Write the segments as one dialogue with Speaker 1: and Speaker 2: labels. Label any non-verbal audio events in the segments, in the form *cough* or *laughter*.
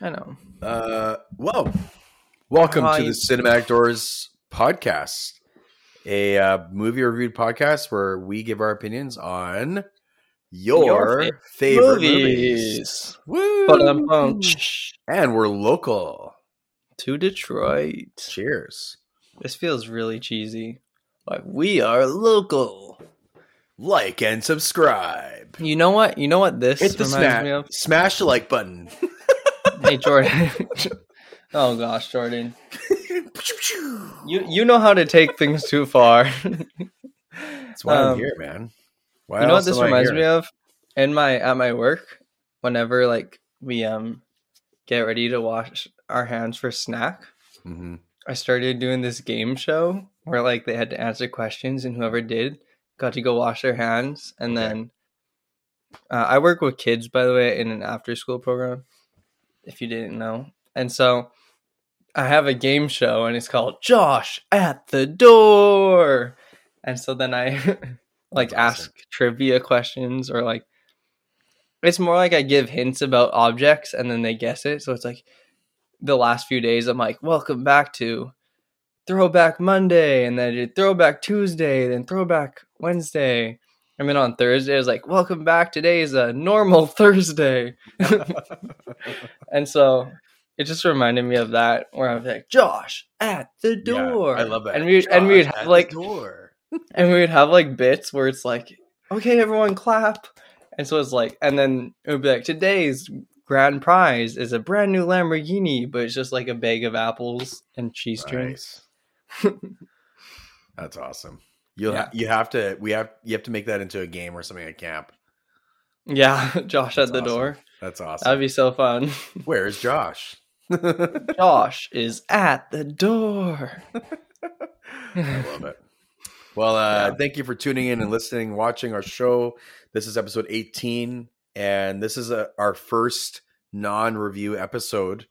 Speaker 1: I know.
Speaker 2: Uh, well, welcome
Speaker 1: Hi.
Speaker 2: to the Cinematic Doors podcast, a uh, movie reviewed podcast where we give our opinions on your,
Speaker 1: Your fa-
Speaker 2: favorite movies. Woo! *laughs*
Speaker 1: Ba-dum-bum.
Speaker 2: And we're local.
Speaker 1: um, To Detroit.
Speaker 2: Cheers.
Speaker 1: This feels really cheesy. Like we are local.
Speaker 2: Like and subscribe.
Speaker 1: You know what? You know what this
Speaker 2: Hit the
Speaker 1: reminds me
Speaker 2: smash.
Speaker 1: of?
Speaker 2: Smash the
Speaker 1: *laughs*
Speaker 2: like button.
Speaker 1: Hey
Speaker 2: *laughs*
Speaker 1: Jordan. oh gosh, Jordan. You you know how to take things too far. *laughs*
Speaker 2: That's why I'm
Speaker 1: Um,
Speaker 2: here, man. Why
Speaker 1: you know what
Speaker 2: else
Speaker 1: this
Speaker 2: am I
Speaker 1: reminds
Speaker 2: here?
Speaker 1: me of in my at my work whenever like we um get ready to wash our hands for snack
Speaker 2: Mhm.
Speaker 1: i started doing this game show where like they had to answer questions and whoever did got to go wash their hands and
Speaker 2: Okay.
Speaker 1: then uh, i work with kids by the way in an after school program if you didn't know and so i have a game show and it's called josh at the door and so then i *laughs* like
Speaker 2: That's awesome.
Speaker 1: ask trivia questions or like it's more like I give hints about objects and then they guess it. So it's like the last few days I'm like, welcome back to Throwback Monday, and then I did Throwback Tuesday, then Throwback Wednesday. And then on Thursday, I was like, welcome back. Today is a normal *laughs*
Speaker 2: *laughs*
Speaker 1: Thursday. and so it just reminded me of that where I was like, Josh at the
Speaker 2: Yeah,
Speaker 1: door.
Speaker 2: I love that.
Speaker 1: And we and we would
Speaker 2: Josh at
Speaker 1: have
Speaker 2: the
Speaker 1: like
Speaker 2: door.
Speaker 1: and we would have like bits where it's like, okay, everyone clap. And so it's like, and then it would be like, today's grand prize is a brand new Lamborghini, but it's just like a bag of apples and cheese strings. *laughs*
Speaker 2: Nice. That's awesome. You'll
Speaker 1: Yeah.
Speaker 2: ha- you have to we have you have to make that into a game or something at camp.
Speaker 1: Yeah, *laughs* Josh
Speaker 2: That's
Speaker 1: at the
Speaker 2: awesome.
Speaker 1: door.
Speaker 2: That's awesome.
Speaker 1: That'd be so fun.
Speaker 2: Where is Josh? I
Speaker 1: Josh is at the
Speaker 2: *laughs*
Speaker 1: door.
Speaker 2: love it. Well, uh,
Speaker 1: Yeah.
Speaker 2: thank you for tuning in and listening, watching our show. This is episode 18, and this is uh our first non-review episode.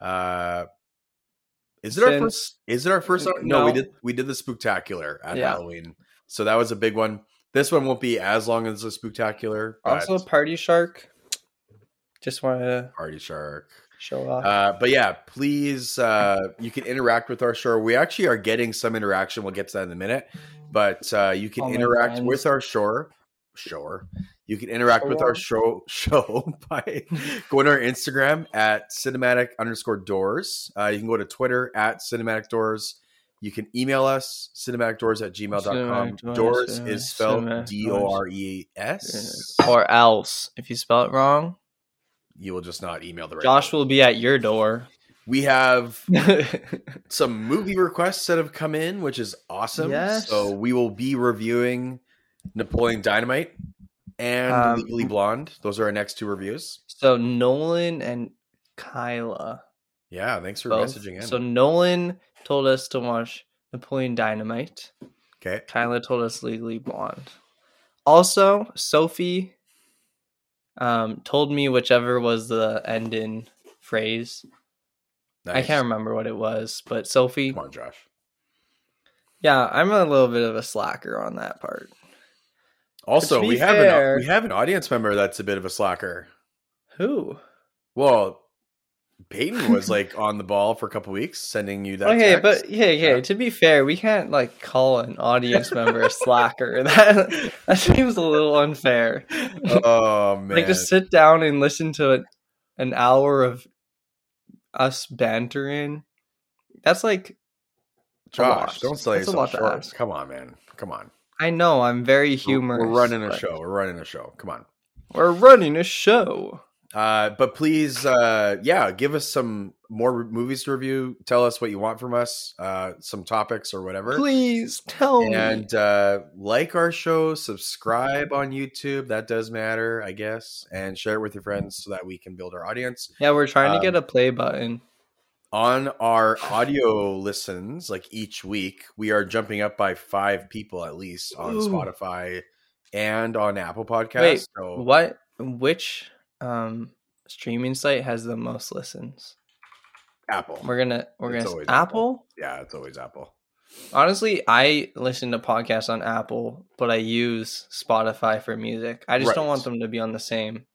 Speaker 2: Uh, is it our
Speaker 1: Since-
Speaker 2: first? Is it our first?
Speaker 1: N-
Speaker 2: No, we
Speaker 1: no.
Speaker 2: did we did the spooktacular at
Speaker 1: Yeah.
Speaker 2: Halloween, so that was a big one. This one won't be as long as the spooktacular. but-
Speaker 1: Also, Party Shark. Just wanted to
Speaker 2: Party Shark.
Speaker 1: show off.
Speaker 2: *laughs* Uh, but yeah, please, uh, you can interact with our show. We actually are getting some interaction. We'll get to that in a minute. But uh, you can
Speaker 1: All my
Speaker 2: interact
Speaker 1: friends.
Speaker 2: with our show. Sure. You can interact with our show *laughs* show by going to our Instagram at cinematic underscore doors. Uh, you can go to Twitter at cinematic doors. You can email us cinematicdoors at gmail.com.
Speaker 1: Cinematic Doors,
Speaker 2: Doors
Speaker 1: cinematic-
Speaker 2: is spelled
Speaker 1: cinematic
Speaker 2: D O R E S.
Speaker 1: *laughs* or else, if you spell it wrong,
Speaker 2: You will just not email the right.
Speaker 1: Josh will be at your *laughs* door.
Speaker 2: We have some movie requests that have come in, which is awesome.
Speaker 1: Yes.
Speaker 2: So we will be reviewing Napoleon Dynamite and
Speaker 1: Um,
Speaker 2: Legally Blonde. Those are our next two reviews.
Speaker 1: So Nolan and Kyla
Speaker 2: Yeah, thanks for
Speaker 1: both.
Speaker 2: messaging in.
Speaker 1: So Nolan told us to watch Napoleon Dynamite.
Speaker 2: okay.
Speaker 1: Kyla told us Legally Blonde. Also, Sophie um, told me whichever was the end in phrase. I
Speaker 2: nice.
Speaker 1: can't remember what it was, but Sophie.
Speaker 2: Come on, Josh.
Speaker 1: Yeah, I'm a little bit of a slacker on that part.
Speaker 2: Also,
Speaker 1: be
Speaker 2: we have an
Speaker 1: fair-
Speaker 2: we have an audience member that's a bit of a slacker.
Speaker 1: Who?
Speaker 2: Well, Peyton
Speaker 1: *laughs*
Speaker 2: was like on the ball for a couple weeks, sending you that.
Speaker 1: okay,
Speaker 2: text.
Speaker 1: but Oh, hey, hey.
Speaker 2: Yeah.
Speaker 1: To be fair, we can't like call an audience member a slacker. *laughs* That that seems a little unfair.
Speaker 2: *laughs* oh
Speaker 1: *laughs*
Speaker 2: man,
Speaker 1: Like to sit down and listen to an- an hour of us bantering. That's like
Speaker 2: Josh,
Speaker 1: lot.
Speaker 2: don't sell
Speaker 1: That's a
Speaker 2: yourself
Speaker 1: lot to
Speaker 2: short.
Speaker 1: ask.
Speaker 2: Come on, man. Come on.
Speaker 1: I know I'm very
Speaker 2: We're-
Speaker 1: humorous.
Speaker 2: We're running a
Speaker 1: but-
Speaker 2: show. We're running a show. Come on.
Speaker 1: We're running a show.
Speaker 2: Uh, but please, uh, yeah, give us some more re- movies to review. Tell us what you want from us, uh, some topics or whatever.
Speaker 1: Please tell me.
Speaker 2: And uh, like our show, subscribe on YouTube. That does matter, I guess. And share it with your friends so that we can build our audience.
Speaker 1: Yeah, we're trying
Speaker 2: um,
Speaker 1: to get a play button.
Speaker 2: On our audio listens, like each week, we are jumping up by five people at least on
Speaker 1: Ooh.
Speaker 2: Spotify and on Apple Podcasts.
Speaker 1: Wait,
Speaker 2: so
Speaker 1: What? Which um streaming site has the most listens?
Speaker 2: Apple.
Speaker 1: We're gonna we're
Speaker 2: It's
Speaker 1: gonna
Speaker 2: always
Speaker 1: Apple.
Speaker 2: yeah, it's always Apple.
Speaker 1: Honestly, I listen to podcasts on Apple, but I use Spotify for music. I just don't
Speaker 2: Right.
Speaker 1: want them to be on the same.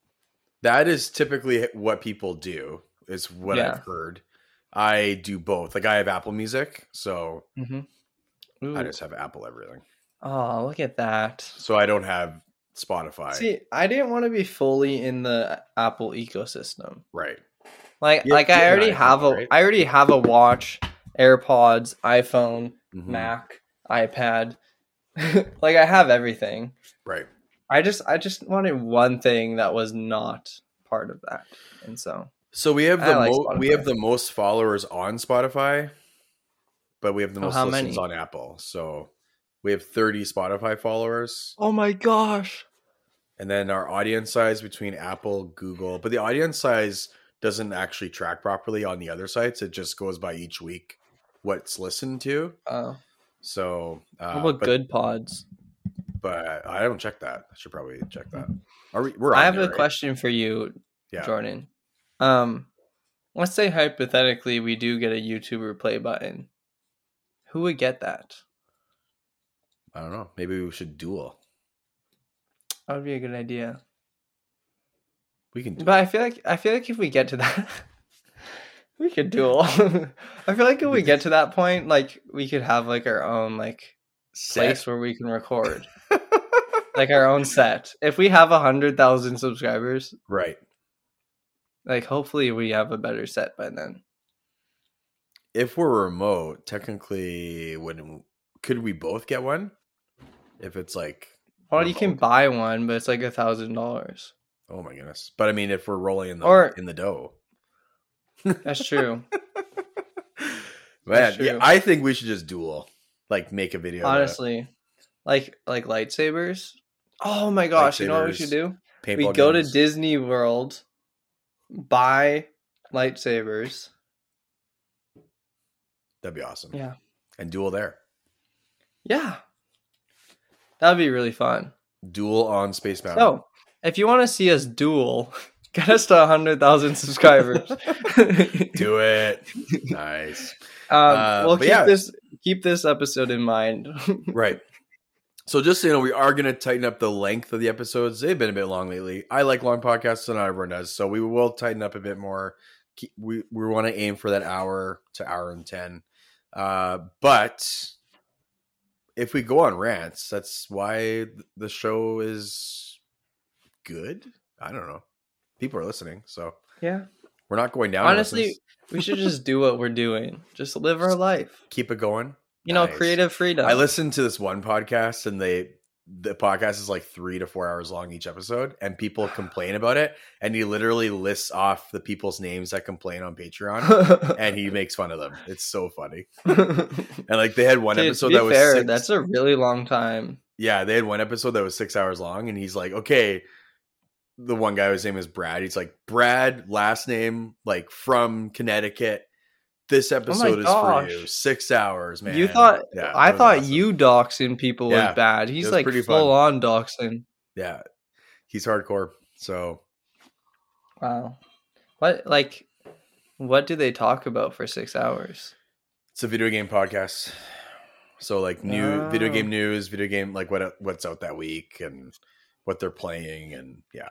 Speaker 2: That is typically what people do. is what
Speaker 1: Yeah.
Speaker 2: I've heard. I do both. Like I have Apple Music, so
Speaker 1: Mm-hmm.
Speaker 2: I just have Apple everything.
Speaker 1: Oh, look at that.
Speaker 2: So I don't have Spotify.
Speaker 1: See, I didn't want to be fully in the uh, Apple ecosystem.
Speaker 2: Right.
Speaker 1: Like,
Speaker 2: You're-
Speaker 1: like I
Speaker 2: you're an
Speaker 1: already
Speaker 2: iPhone,
Speaker 1: have a, I
Speaker 2: right?
Speaker 1: already have a watch, AirPods, iPhone,
Speaker 2: Mhm.
Speaker 1: Mac, iPad. *laughs* like I have everything.
Speaker 2: Right.
Speaker 1: I just, I just wanted one thing that was not part of that, and so
Speaker 2: So we have
Speaker 1: I
Speaker 2: the
Speaker 1: like
Speaker 2: mo- we
Speaker 1: Spotify.
Speaker 2: have the most followers on Spotify, but we have the
Speaker 1: Oh,
Speaker 2: most
Speaker 1: how
Speaker 2: listens
Speaker 1: many?
Speaker 2: on Apple. So we have 30 Spotify followers.
Speaker 1: Oh my gosh.
Speaker 2: And then our audience size between Apple, Google, but the audience size doesn't actually track properly on the other sites. It just goes by each week what's listened to.
Speaker 1: Oh,
Speaker 2: So,
Speaker 1: how
Speaker 2: uh,
Speaker 1: about
Speaker 2: but,
Speaker 1: good pods?
Speaker 2: but I don't check that. I should probably check that. Are we, we're
Speaker 1: I
Speaker 2: on
Speaker 1: have
Speaker 2: there,
Speaker 1: a
Speaker 2: right?
Speaker 1: question for you,
Speaker 2: Yeah.
Speaker 1: Jordan. Um, let's say hypothetically we do get a YouTuber play button. Who would get that?
Speaker 2: I don't know. Maybe we should duel.
Speaker 1: That would be a good idea.
Speaker 2: We can.
Speaker 1: But I feel like I feel like if we get to that, *laughs* we could duel. *laughs* I feel like if we get to that point, like we could have like our own like place where we can record,
Speaker 2: *laughs*
Speaker 1: like our own set. If we have a hundred thousand subscribers,
Speaker 2: Right.
Speaker 1: like hopefully we have a better set by then.
Speaker 2: If we're remote, technically, wouldn't could we both get one? If it's like,
Speaker 1: Well, you can
Speaker 2: Remote.
Speaker 1: buy one, but it's like a thousand dollars.
Speaker 2: oh my goodness. But I mean, if we're rolling in the
Speaker 1: Or-
Speaker 2: in the dough.
Speaker 1: That's
Speaker 2: *laughs*
Speaker 1: true.
Speaker 2: Man,
Speaker 1: That's
Speaker 2: yeah,
Speaker 1: true.
Speaker 2: I think we should just duel. Like make a video. to
Speaker 1: Honestly, like like lightsabers. Oh my gosh! You know what we
Speaker 2: Lightsabers,
Speaker 1: should do?
Speaker 2: paintball
Speaker 1: We go to
Speaker 2: games.
Speaker 1: Disney World, buy lightsabers.
Speaker 2: That'd be awesome.
Speaker 1: Yeah,
Speaker 2: And duel there.
Speaker 1: yeah, that would be really fun.
Speaker 2: Duel on Space Mountain.
Speaker 1: So, if you want to see us duel, *laughs* get us to hundred thousand
Speaker 2: *laughs*
Speaker 1: subscribers. *laughs* um,
Speaker 2: Do it. nice. Uh,
Speaker 1: we'll
Speaker 2: but
Speaker 1: keep
Speaker 2: yeah.
Speaker 1: this keep this episode in mind. *laughs*
Speaker 2: Right. So just so you know, we are going to tighten up the length of the episodes. They've been a bit long lately. I like long podcasts, and everyone does. So we will tighten up a bit more. Keep- We we want to aim for that hour to hour and ten. Uh, but if we go on rants, that's why the show is good. I don't know. People are listening, so
Speaker 1: yeah,
Speaker 2: we're not going down. on
Speaker 1: honestly,
Speaker 2: listens.
Speaker 1: we should just do what we're doing. Just live our life.
Speaker 2: keep it going.
Speaker 1: You know,
Speaker 2: Nice.
Speaker 1: creative freedom.
Speaker 2: I listened to this one podcast and they the podcast is like three to four hours long each episode, and people complain about it. And he literally lists off the people's names that complain on
Speaker 1: *laughs*
Speaker 2: Patreon and he makes fun of them. It's so funny. And like they had one
Speaker 1: Dude, to
Speaker 2: episode
Speaker 1: be
Speaker 2: that was
Speaker 1: fair,
Speaker 2: six,
Speaker 1: that's a really long time.
Speaker 2: yeah, they had one episode that was six hours long, and he's like, okay. The one guy whose name is Brad. He's like, Brad, last name, like from Connecticut. This episode is for
Speaker 1: Oh gosh.
Speaker 2: you. Six hours, man.
Speaker 1: You thought
Speaker 2: Yeah,
Speaker 1: I
Speaker 2: it was
Speaker 1: thought
Speaker 2: awesome.
Speaker 1: you doxing people
Speaker 2: Yeah,
Speaker 1: was bad. He's
Speaker 2: was
Speaker 1: like
Speaker 2: pretty
Speaker 1: full
Speaker 2: fun.
Speaker 1: on doxing.
Speaker 2: Yeah. He's hardcore. So
Speaker 1: Wow. What like what do they talk about for six hours?
Speaker 2: it's a video game podcast. So like new video
Speaker 1: Oh.
Speaker 2: game news, video game like what what's out that week and what they're playing and yeah.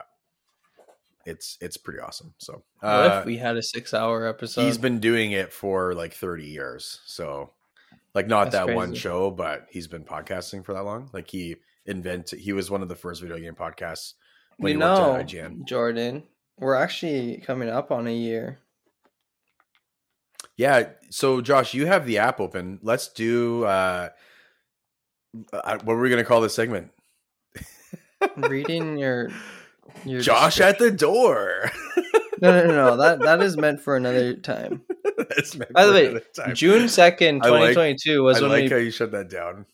Speaker 2: It's it's pretty awesome. So
Speaker 1: What
Speaker 2: uh,
Speaker 1: if we had a six hour episode?
Speaker 2: he's been doing it for like 30 years. So like not
Speaker 1: That's
Speaker 2: that one
Speaker 1: crazy.
Speaker 2: show, but he's been podcasting for that long. Like he invented he was one of the first video game podcasts when
Speaker 1: you
Speaker 2: he worked
Speaker 1: know,
Speaker 2: at IGN.
Speaker 1: Jordan, we're actually coming up on a year.
Speaker 2: Yeah. So Josh, you have the app open. Let's do uh, uh what were we gonna call this segment?
Speaker 1: Reading
Speaker 2: *laughs*
Speaker 1: your your
Speaker 2: Josh at the door.
Speaker 1: *laughs*
Speaker 2: *laughs*
Speaker 1: No no no no that that is meant for another
Speaker 2: *laughs*
Speaker 1: time.
Speaker 2: That's meant
Speaker 1: By the
Speaker 2: for
Speaker 1: way,
Speaker 2: another time.
Speaker 1: June second,
Speaker 2: I like-
Speaker 1: twenty twenty two was
Speaker 2: I
Speaker 1: when
Speaker 2: like
Speaker 1: we
Speaker 2: how you shut that down.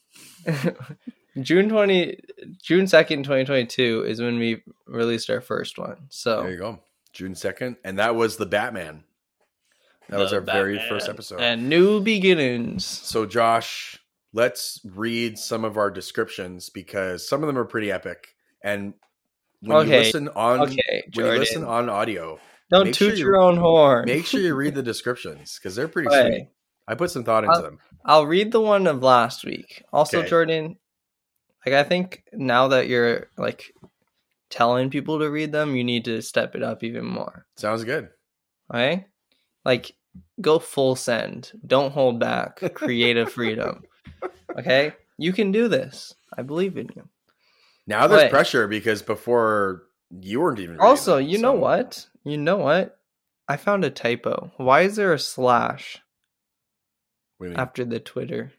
Speaker 1: June twenty June second, twenty twenty two is when we released our first one.
Speaker 2: There
Speaker 1: So
Speaker 2: you go. June second, and that was the Batman. That was
Speaker 1: The
Speaker 2: our very
Speaker 1: Batman
Speaker 2: first episode.
Speaker 1: and new beginnings.
Speaker 2: so Josh, let's read some of our descriptions because some of them are pretty epic. And when you
Speaker 1: Okay.
Speaker 2: listen on
Speaker 1: Okay,
Speaker 2: when you listen
Speaker 1: Jordan,
Speaker 2: on audio,
Speaker 1: don't
Speaker 2: make
Speaker 1: toot
Speaker 2: sure you-
Speaker 1: your own horn.
Speaker 2: make sure you read the descriptions because they're pretty sweet.
Speaker 1: Okay,
Speaker 2: I put some thought into
Speaker 1: Uh,
Speaker 2: them.
Speaker 1: I'll read the one of last week. Also,
Speaker 2: Okay.
Speaker 1: Jordan, like I think now that you're like telling people to read them, you need to step it up even more.
Speaker 2: Sounds good.
Speaker 1: Okay, Like, go full send. Don't hold back. Creative
Speaker 2: *laughs*
Speaker 1: freedom. Okay? You can do this. I believe in you.
Speaker 2: Now there's
Speaker 1: Wait.
Speaker 2: pressure because before you weren't even. reading
Speaker 1: Also,
Speaker 2: them,
Speaker 1: you know
Speaker 2: so-
Speaker 1: what? You know what? I found a typo. Why is there a slash
Speaker 2: What do you mean?
Speaker 1: after the Twitter?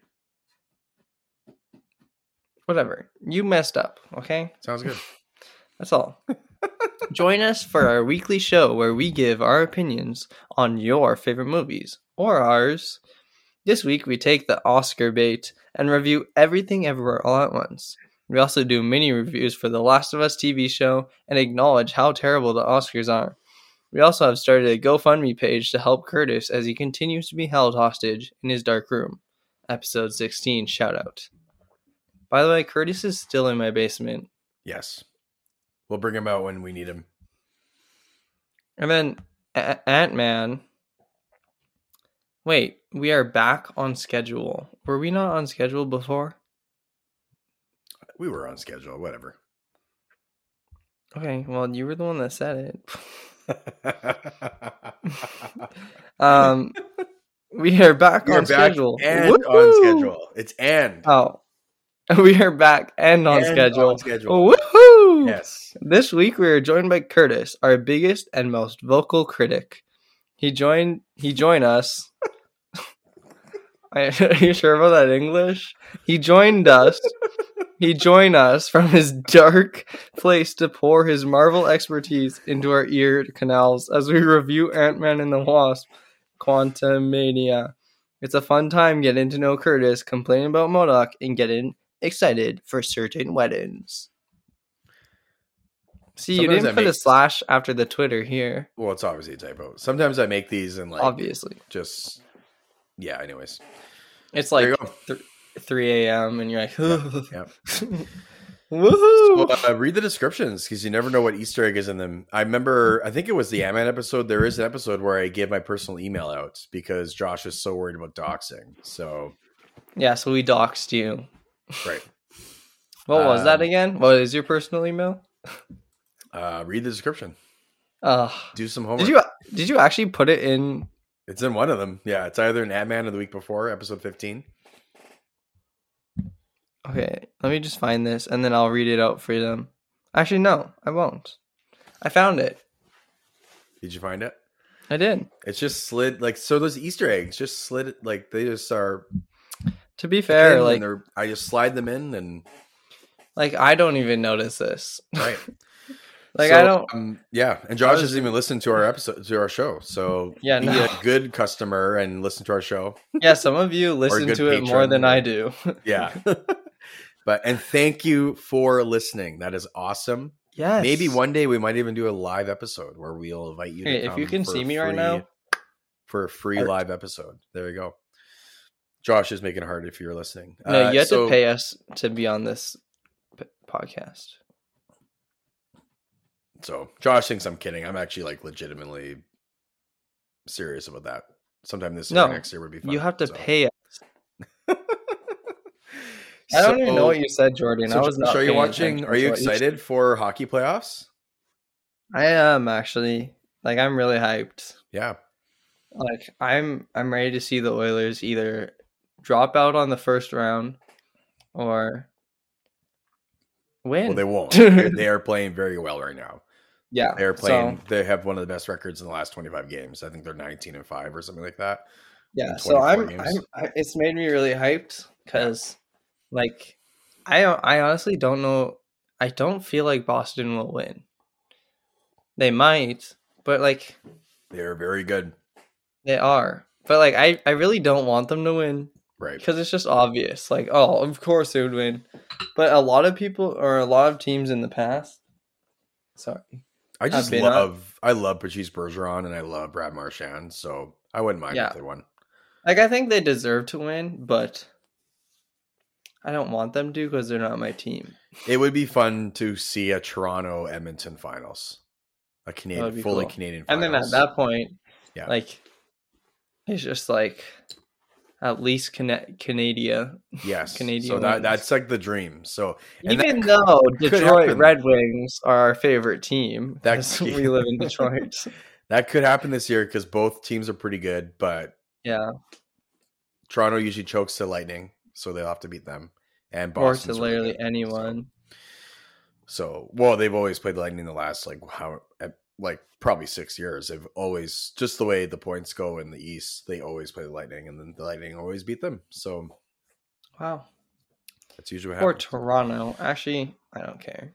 Speaker 1: Whatever. You messed up, okay? *laughs*
Speaker 2: Sounds good.
Speaker 1: That's all. Join us for our weekly show where we give our opinions on your favorite movies or ours. This week we take the Oscar bait and review everything everywhere all at once. We also do mini reviews for the Last of Us TV show and acknowledge how terrible the Oscars are. We also have started a GoFundMe page to help Curtis as he continues to be held hostage in his dark room. Episode 16 shout out. By the way, Curtis is still in my basement.
Speaker 2: Yes. We'll bring him out when we need him.
Speaker 1: And then a- Ant Man. Wait, we are back on schedule. Were we not on schedule before?
Speaker 2: We were on
Speaker 1: *laughs*
Speaker 2: schedule, whatever. *laughs*
Speaker 1: Okay, well, you were the one that said it. *laughs*
Speaker 2: We're *laughs*
Speaker 1: Um, we are back on
Speaker 2: back
Speaker 1: schedule.
Speaker 2: and on
Speaker 1: Woohoo!
Speaker 2: schedule. It's and.
Speaker 1: Oh, *laughs* we are back and on
Speaker 2: And
Speaker 1: schedule.
Speaker 2: on schedule.
Speaker 1: Woohoo!
Speaker 2: Yes.
Speaker 1: This week we are joined by Curtis, our biggest and most vocal critic. He joined he joined us. *laughs* Are you sure about that English? He joined us. He joined us from his dark place to pour his Marvel expertise into our ear canals as we review Ant-Man and the Wasp, Quantum Mania. It's a fun time getting to know Curtis, complaining about Modoc, and getting excited for certain weddings. See,
Speaker 2: Sometimes
Speaker 1: you
Speaker 2: I
Speaker 1: didn't put a
Speaker 2: make-
Speaker 1: slash after the Twitter here,
Speaker 2: Well, it's obviously a typo. Sometimes I make these and like
Speaker 1: obviously.
Speaker 2: just yeah, anyways.
Speaker 1: It's
Speaker 2: There
Speaker 1: like
Speaker 2: you go.
Speaker 1: 3 a.m. and you're like,
Speaker 2: yeah.
Speaker 1: *laughs* woohoo!
Speaker 2: Well, uh, read the descriptions because you never know what Easter egg is in them. I remember, I think it was the Ant Man episode. There is an episode where I gave my personal email out because Josh is so worried about doxing. So,
Speaker 1: yeah, so we doxed you.
Speaker 2: right.
Speaker 1: What was that
Speaker 2: Um,
Speaker 1: again? What is your personal email?
Speaker 2: Uh, read the description.
Speaker 1: Uh,
Speaker 2: Do some homework.
Speaker 1: did you did you actually put it in?
Speaker 2: It's in one of them. Yeah, it's either an Ant Man of the week before, episode fifteen.
Speaker 1: Okay, let me just find this and then I'll read it out for them. Actually, no, I won't. I found it.
Speaker 2: Did you find it?
Speaker 1: I did.
Speaker 2: It's just slid like so. Those Easter eggs just slid like they just are.
Speaker 1: To be
Speaker 2: in
Speaker 1: fair,
Speaker 2: and
Speaker 1: like
Speaker 2: they're- I just slide them in and
Speaker 1: like I don't even notice this.
Speaker 2: right.
Speaker 1: Like
Speaker 2: So,
Speaker 1: I don't.
Speaker 2: Um, yeah, and Josh doesn't even listen to our episode to our show. So
Speaker 1: Yeah,
Speaker 2: be
Speaker 1: no.
Speaker 2: a good customer and listen to our show.
Speaker 1: Yeah, some of
Speaker 2: *laughs*
Speaker 1: you listen
Speaker 2: good
Speaker 1: to it more
Speaker 2: patron
Speaker 1: than
Speaker 2: or-
Speaker 1: I do. *laughs*
Speaker 2: Yeah. but and thank you for listening. That is awesome.
Speaker 1: yes.
Speaker 2: Maybe one day we might even do a live episode where we'll invite you.
Speaker 1: Hey,
Speaker 2: to
Speaker 1: if
Speaker 2: come
Speaker 1: you can
Speaker 2: for
Speaker 1: see
Speaker 2: a
Speaker 1: me right
Speaker 2: free-
Speaker 1: now.
Speaker 2: for a free
Speaker 1: Heart.
Speaker 2: live episode. There you go. Josh is making it hard if you're listening.
Speaker 1: No,
Speaker 2: Uh,
Speaker 1: you have
Speaker 2: so-
Speaker 1: to pay us to be on this p- podcast.
Speaker 2: So Josh thinks I'm kidding. I'm actually like legitimately serious about that. Sometime this year,
Speaker 1: No,
Speaker 2: or next year would be. Fun,
Speaker 1: You have to
Speaker 2: so.
Speaker 1: pay us. I don't even know
Speaker 2: So-
Speaker 1: what you said, Jordan.
Speaker 2: So
Speaker 1: I was
Speaker 2: Josh,
Speaker 1: not.
Speaker 2: are you
Speaker 1: paying
Speaker 2: watching?
Speaker 1: attention
Speaker 2: Are you
Speaker 1: to what
Speaker 2: excited for hockey playoffs?
Speaker 1: I am actually. Like I'm really hyped.
Speaker 2: Yeah,
Speaker 1: Like I'm I'm ready to see the Oilers either drop out on the first round or
Speaker 2: well,
Speaker 1: win. *laughs*
Speaker 2: they won't. They're- they are playing very well right now.
Speaker 1: yeah.
Speaker 2: They are
Speaker 1: so,
Speaker 2: playing. They have one of the best records in the last 25 games. I think they're 19 and five or something like that.
Speaker 1: yeah,
Speaker 2: in
Speaker 1: so
Speaker 2: 24
Speaker 1: I'm,
Speaker 2: games.
Speaker 1: I'm I, it's made me really hyped cuz like I I honestly don't know I don't feel like Boston will win. They might, but like
Speaker 2: They are very good.
Speaker 1: they are. But like I I really don't want them to win
Speaker 2: Right.
Speaker 1: because it's just obvious. Like, oh, of course they would win. But a lot of people or a lot of teams in the past. Sorry.
Speaker 2: I just
Speaker 1: been on-
Speaker 2: love. I love Patrice Bergeron and I love Brad Marchand. So I wouldn't mind
Speaker 1: Yeah.
Speaker 2: if they won.
Speaker 1: Like I think they deserve to win, but I don't want them to because they're not my team.
Speaker 2: It would be fun to see a Toronto Edmonton finals, a Canadian
Speaker 1: be
Speaker 2: fully
Speaker 1: cool.
Speaker 2: Canadian.
Speaker 1: And
Speaker 2: Finals.
Speaker 1: then at that point,
Speaker 2: Yeah.
Speaker 1: like it's just like at least Cana- Canada.
Speaker 2: yes,
Speaker 1: Canadian
Speaker 2: So
Speaker 1: wins.
Speaker 2: that, that's like the dream. So and that
Speaker 1: Even though
Speaker 2: *laughs* could
Speaker 1: Detroit
Speaker 2: happen.
Speaker 1: Red Wings are our favorite team, *laughs*
Speaker 2: That
Speaker 1: because
Speaker 2: could- *laughs*
Speaker 1: we live in Detroit.
Speaker 2: That could happen this year because both teams are pretty good, but
Speaker 1: Yeah.
Speaker 2: Toronto usually chokes to Lightning, so they'll have to beat them. And
Speaker 1: or
Speaker 2: Boston's
Speaker 1: to
Speaker 2: really
Speaker 1: literally
Speaker 2: good, so-
Speaker 1: anyone.
Speaker 2: So, well, they've always played the Lightning the last like how like probably six years. They've always just the way the points go in the East, they always play the Lightning, and then the Lightning always beat them. So
Speaker 1: Wow.
Speaker 2: that's usually what
Speaker 1: Or
Speaker 2: happens.
Speaker 1: Toronto. Actually, I don't care.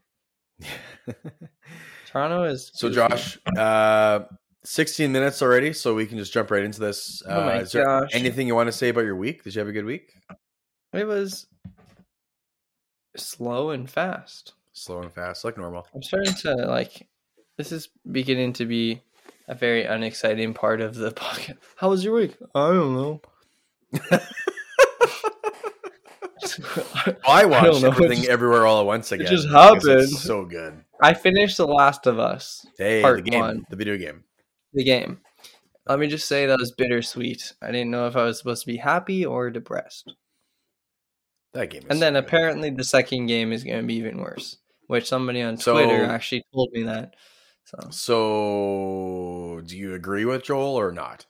Speaker 1: Toronto is.
Speaker 2: *laughs* so,
Speaker 1: goofy.
Speaker 2: Josh, uh, sixteen minutes already, so we can just jump right into this.
Speaker 1: Oh my
Speaker 2: uh, is there
Speaker 1: gosh.
Speaker 2: anything you want to say about your week? Did you have a good week?
Speaker 1: It was slow and fast.
Speaker 2: Slow and fast, like normal.
Speaker 1: I'm starting to like. This is beginning to be a very unexciting part of the *laughs* podcast. How was your week? I don't know. *laughs*
Speaker 2: I
Speaker 1: don't
Speaker 2: watched
Speaker 1: know, it
Speaker 2: everything
Speaker 1: just-
Speaker 2: everywhere all at once again.
Speaker 1: just
Speaker 2: because it's
Speaker 1: happened.
Speaker 2: So good.
Speaker 1: I finished The Last of Us,
Speaker 2: Hey,
Speaker 1: Part
Speaker 2: the game,
Speaker 1: one.
Speaker 2: the video game.
Speaker 1: the game. Let me just say that was bittersweet. I didn't know if I was supposed to be happy or depressed.
Speaker 2: That game. Is
Speaker 1: And
Speaker 2: so
Speaker 1: then
Speaker 2: good.
Speaker 1: apparently the second game is going to be even worse, which somebody on
Speaker 2: So-
Speaker 1: Twitter actually told me that. So
Speaker 2: So, do you agree with Joel or not?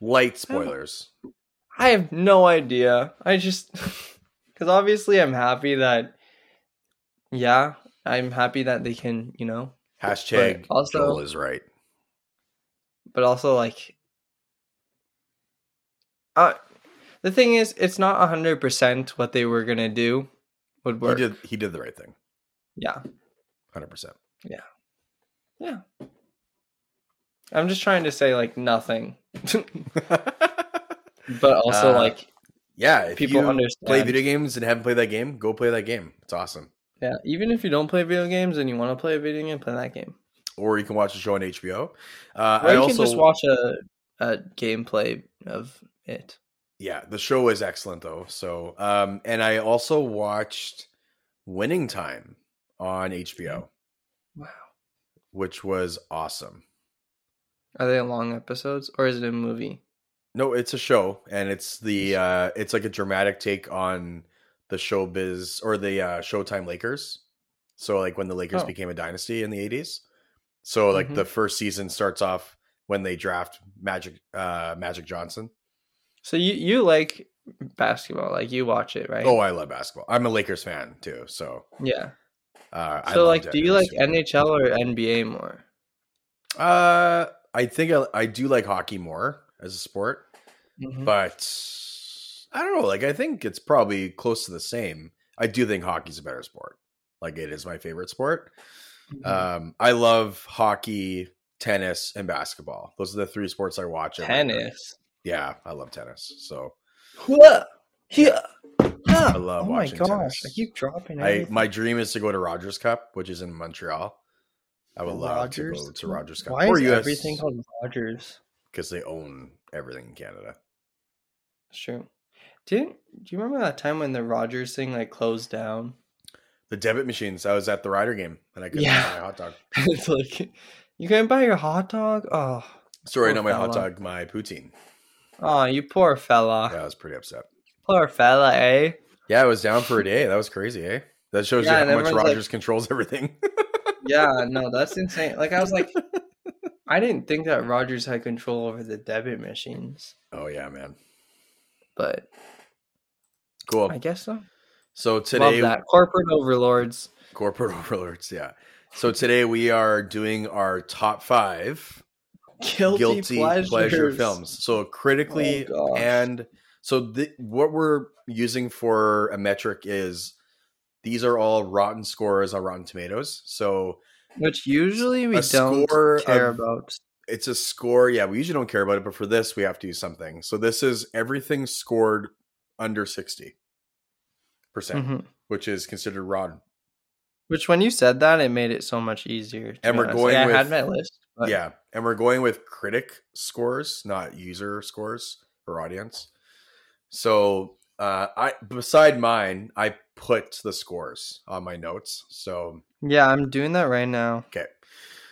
Speaker 2: Light spoilers.
Speaker 1: I have no idea. I just *laughs* because obviously I'm happy that yeah, I'm happy that they can you know,
Speaker 2: Hashtag
Speaker 1: But also-
Speaker 2: Joel is right.
Speaker 1: but also like, uh, the thing is, it's not hundred percent what they were gonna do would
Speaker 2: He
Speaker 1: work.
Speaker 2: did. He did the right thing.
Speaker 1: Yeah,
Speaker 2: Hundred percent. *laughs*
Speaker 1: I'm just trying to say like nothing, but also
Speaker 2: Uh,
Speaker 1: like
Speaker 2: Yeah. If
Speaker 1: people
Speaker 2: you
Speaker 1: understand.
Speaker 2: play video games and haven't played that game, go play that game. It's awesome.
Speaker 1: yeah, even if you don't play video games and you want to play a video game, play that game.
Speaker 2: Or you can watch the show on HBO. Uh,
Speaker 1: Or
Speaker 2: I
Speaker 1: you
Speaker 2: also
Speaker 1: can just watch a a gameplay of it.
Speaker 2: yeah the show is excellent though so um and i also watched winning time on hbo
Speaker 1: Mm-hmm. Wow.
Speaker 2: which was awesome
Speaker 1: Are they long episodes or is it a movie?
Speaker 2: no it's a show and it's the uh it's like a dramatic take on the showbiz or the uh showtime lakers so like when the lakers
Speaker 1: Oh.
Speaker 2: became a dynasty in the 80s so like
Speaker 1: Mhm.
Speaker 2: the first season starts off when they draft magic uh magic johnson
Speaker 1: So you you like basketball, like you watch it, right?
Speaker 2: oh i love basketball i'm a lakers fan too so
Speaker 1: yeah.
Speaker 2: uh I
Speaker 1: So
Speaker 2: loved
Speaker 1: like,
Speaker 2: it.
Speaker 1: do
Speaker 2: It
Speaker 1: you
Speaker 2: was
Speaker 1: like
Speaker 2: super fun.
Speaker 1: NHL or NBA more?
Speaker 2: Uh, I think I, I do like hockey more as a sport,
Speaker 1: Mm-hmm.
Speaker 2: but I don't know. Like, I think it's probably close to the same. I do think hockey's a better sport. Like, it is my favorite sport.
Speaker 1: Mm-hmm.
Speaker 2: Um, I love hockey, tennis, and basketball. Those are the three sports I watch. every year.
Speaker 1: Tennis.
Speaker 2: Yeah, I love tennis. So
Speaker 1: What? Yeah.
Speaker 2: I love
Speaker 1: oh my
Speaker 2: watching
Speaker 1: gosh!
Speaker 2: tennis.
Speaker 1: I keep dropping.
Speaker 2: I
Speaker 1: everything.
Speaker 2: my dream is to go to Rogers Cup, which is in Montreal. I would love
Speaker 1: Oh, Rogers?
Speaker 2: to go to Rogers Cup
Speaker 1: Why
Speaker 2: or
Speaker 1: is
Speaker 2: US
Speaker 1: everything called Rogers?
Speaker 2: because they own everything in Canada.
Speaker 1: It's true. Didn't do you remember that time when the Rogers thing like closed down?
Speaker 2: The debit machines. I was at the Ryder game and I couldn't
Speaker 1: Yeah.
Speaker 2: buy my hot dog.
Speaker 1: *laughs* it's like you can buy your hot dog. Oh,
Speaker 2: Sorry,
Speaker 1: Poor
Speaker 2: not my hot
Speaker 1: fella.
Speaker 2: dog, my poutine.
Speaker 1: oh, you poor fella,
Speaker 2: Yeah, I was pretty upset.
Speaker 1: poor fella, eh?
Speaker 2: Yeah, I was down for a day. That was crazy, eh? That shows
Speaker 1: Yeah, and
Speaker 2: you how much
Speaker 1: everyone's like-
Speaker 2: Rogers controls *laughs* everything.
Speaker 1: Yeah, no, that's insane. Like I was *laughs* like, I didn't think that Rogers had control over the debit machines,
Speaker 2: oh yeah, man.
Speaker 1: but
Speaker 2: Cool.
Speaker 1: I guess so.
Speaker 2: So Oh, today
Speaker 1: Love that corporate overlords.
Speaker 2: corporate *laughs* overlords, yeah. So today we are doing our top five
Speaker 1: Guilty,
Speaker 2: guilty
Speaker 1: pleasures.
Speaker 2: pleasure films. So critically
Speaker 1: Oh, gosh.
Speaker 2: and so th- what we're using for a metric is these are all rotten scores on Rotten Tomatoes. So
Speaker 1: which usually we
Speaker 2: A
Speaker 1: don't
Speaker 2: score
Speaker 1: care
Speaker 2: of-
Speaker 1: about.
Speaker 2: it's a score. Yeah, we usually don't care about it, but for this, we have to use something. So this is everything scored under 60%, percent
Speaker 1: Mhm.
Speaker 2: which is considered rotten.
Speaker 1: Which, when you said that, it made it so much easier. to
Speaker 2: And
Speaker 1: be
Speaker 2: we're
Speaker 1: honest.
Speaker 2: going
Speaker 1: Like, I had
Speaker 2: with-
Speaker 1: my list. But
Speaker 2: yeah. And we're going with critic scores, not user scores or audience. So uh, I beside mine, I put the scores on my notes. So
Speaker 1: yeah, I'm doing that right now.
Speaker 2: Okay.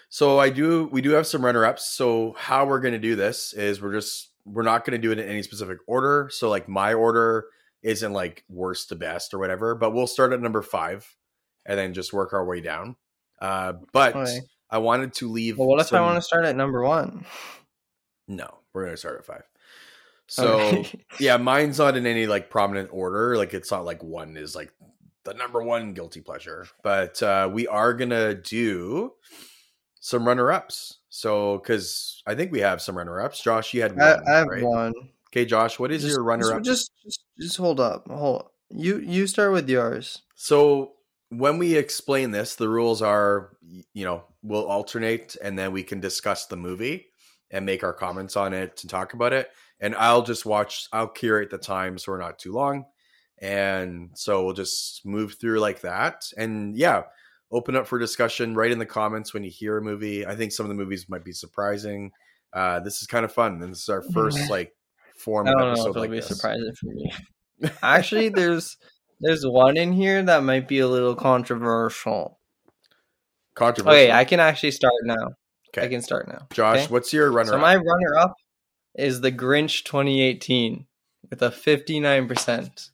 Speaker 2: So I do we do have some runner ups. So how we're gonna do this is we're just we're not gonna do it in any specific order. So like my order isn't like worst to best or whatever, but we'll start at number five and then just work our way down. Uh but
Speaker 1: Okay.
Speaker 2: I wanted to leave.
Speaker 1: Well, what if I
Speaker 2: some-
Speaker 1: want to start at number one?
Speaker 2: No, we're gonna start at five. So yeah, mine's not in any like prominent order. Like it's not like one is like the number one guilty pleasure. But uh we are gonna do some runner ups. So because I think we have some runner ups. Josh, you had one.
Speaker 1: I, I have
Speaker 2: right?
Speaker 1: one.
Speaker 2: Okay, Josh, what is
Speaker 1: Just-
Speaker 2: your runner up?
Speaker 1: just- Just, just, just hold up. Hold. Up. You, you start with yours.
Speaker 2: So when we explain this, the rules are, y- you know, we'll alternate and then we can discuss the movie and make our comments on it and talk about it. And I'll just watch, I'll curate the time so we're not too long. And so we'll just move through like that. And yeah, open up for discussion right in the comments when you hear a movie. I think some of the movies might be surprising. Uh, this is kind of fun. And this is our first like
Speaker 1: I
Speaker 2: form
Speaker 1: don't
Speaker 2: of
Speaker 1: know if
Speaker 2: episode
Speaker 1: it'll
Speaker 2: like
Speaker 1: be
Speaker 2: this.
Speaker 1: surprising for *laughs* me. Actually, there's there's one in here that might be a little controversial.
Speaker 2: Controversial.
Speaker 1: Okay, I can actually start now. I
Speaker 2: Okay.
Speaker 1: can start now.
Speaker 2: Josh,
Speaker 1: okay.
Speaker 2: what's your runner
Speaker 1: So my runner up is the Grinch 2018 with a 59%.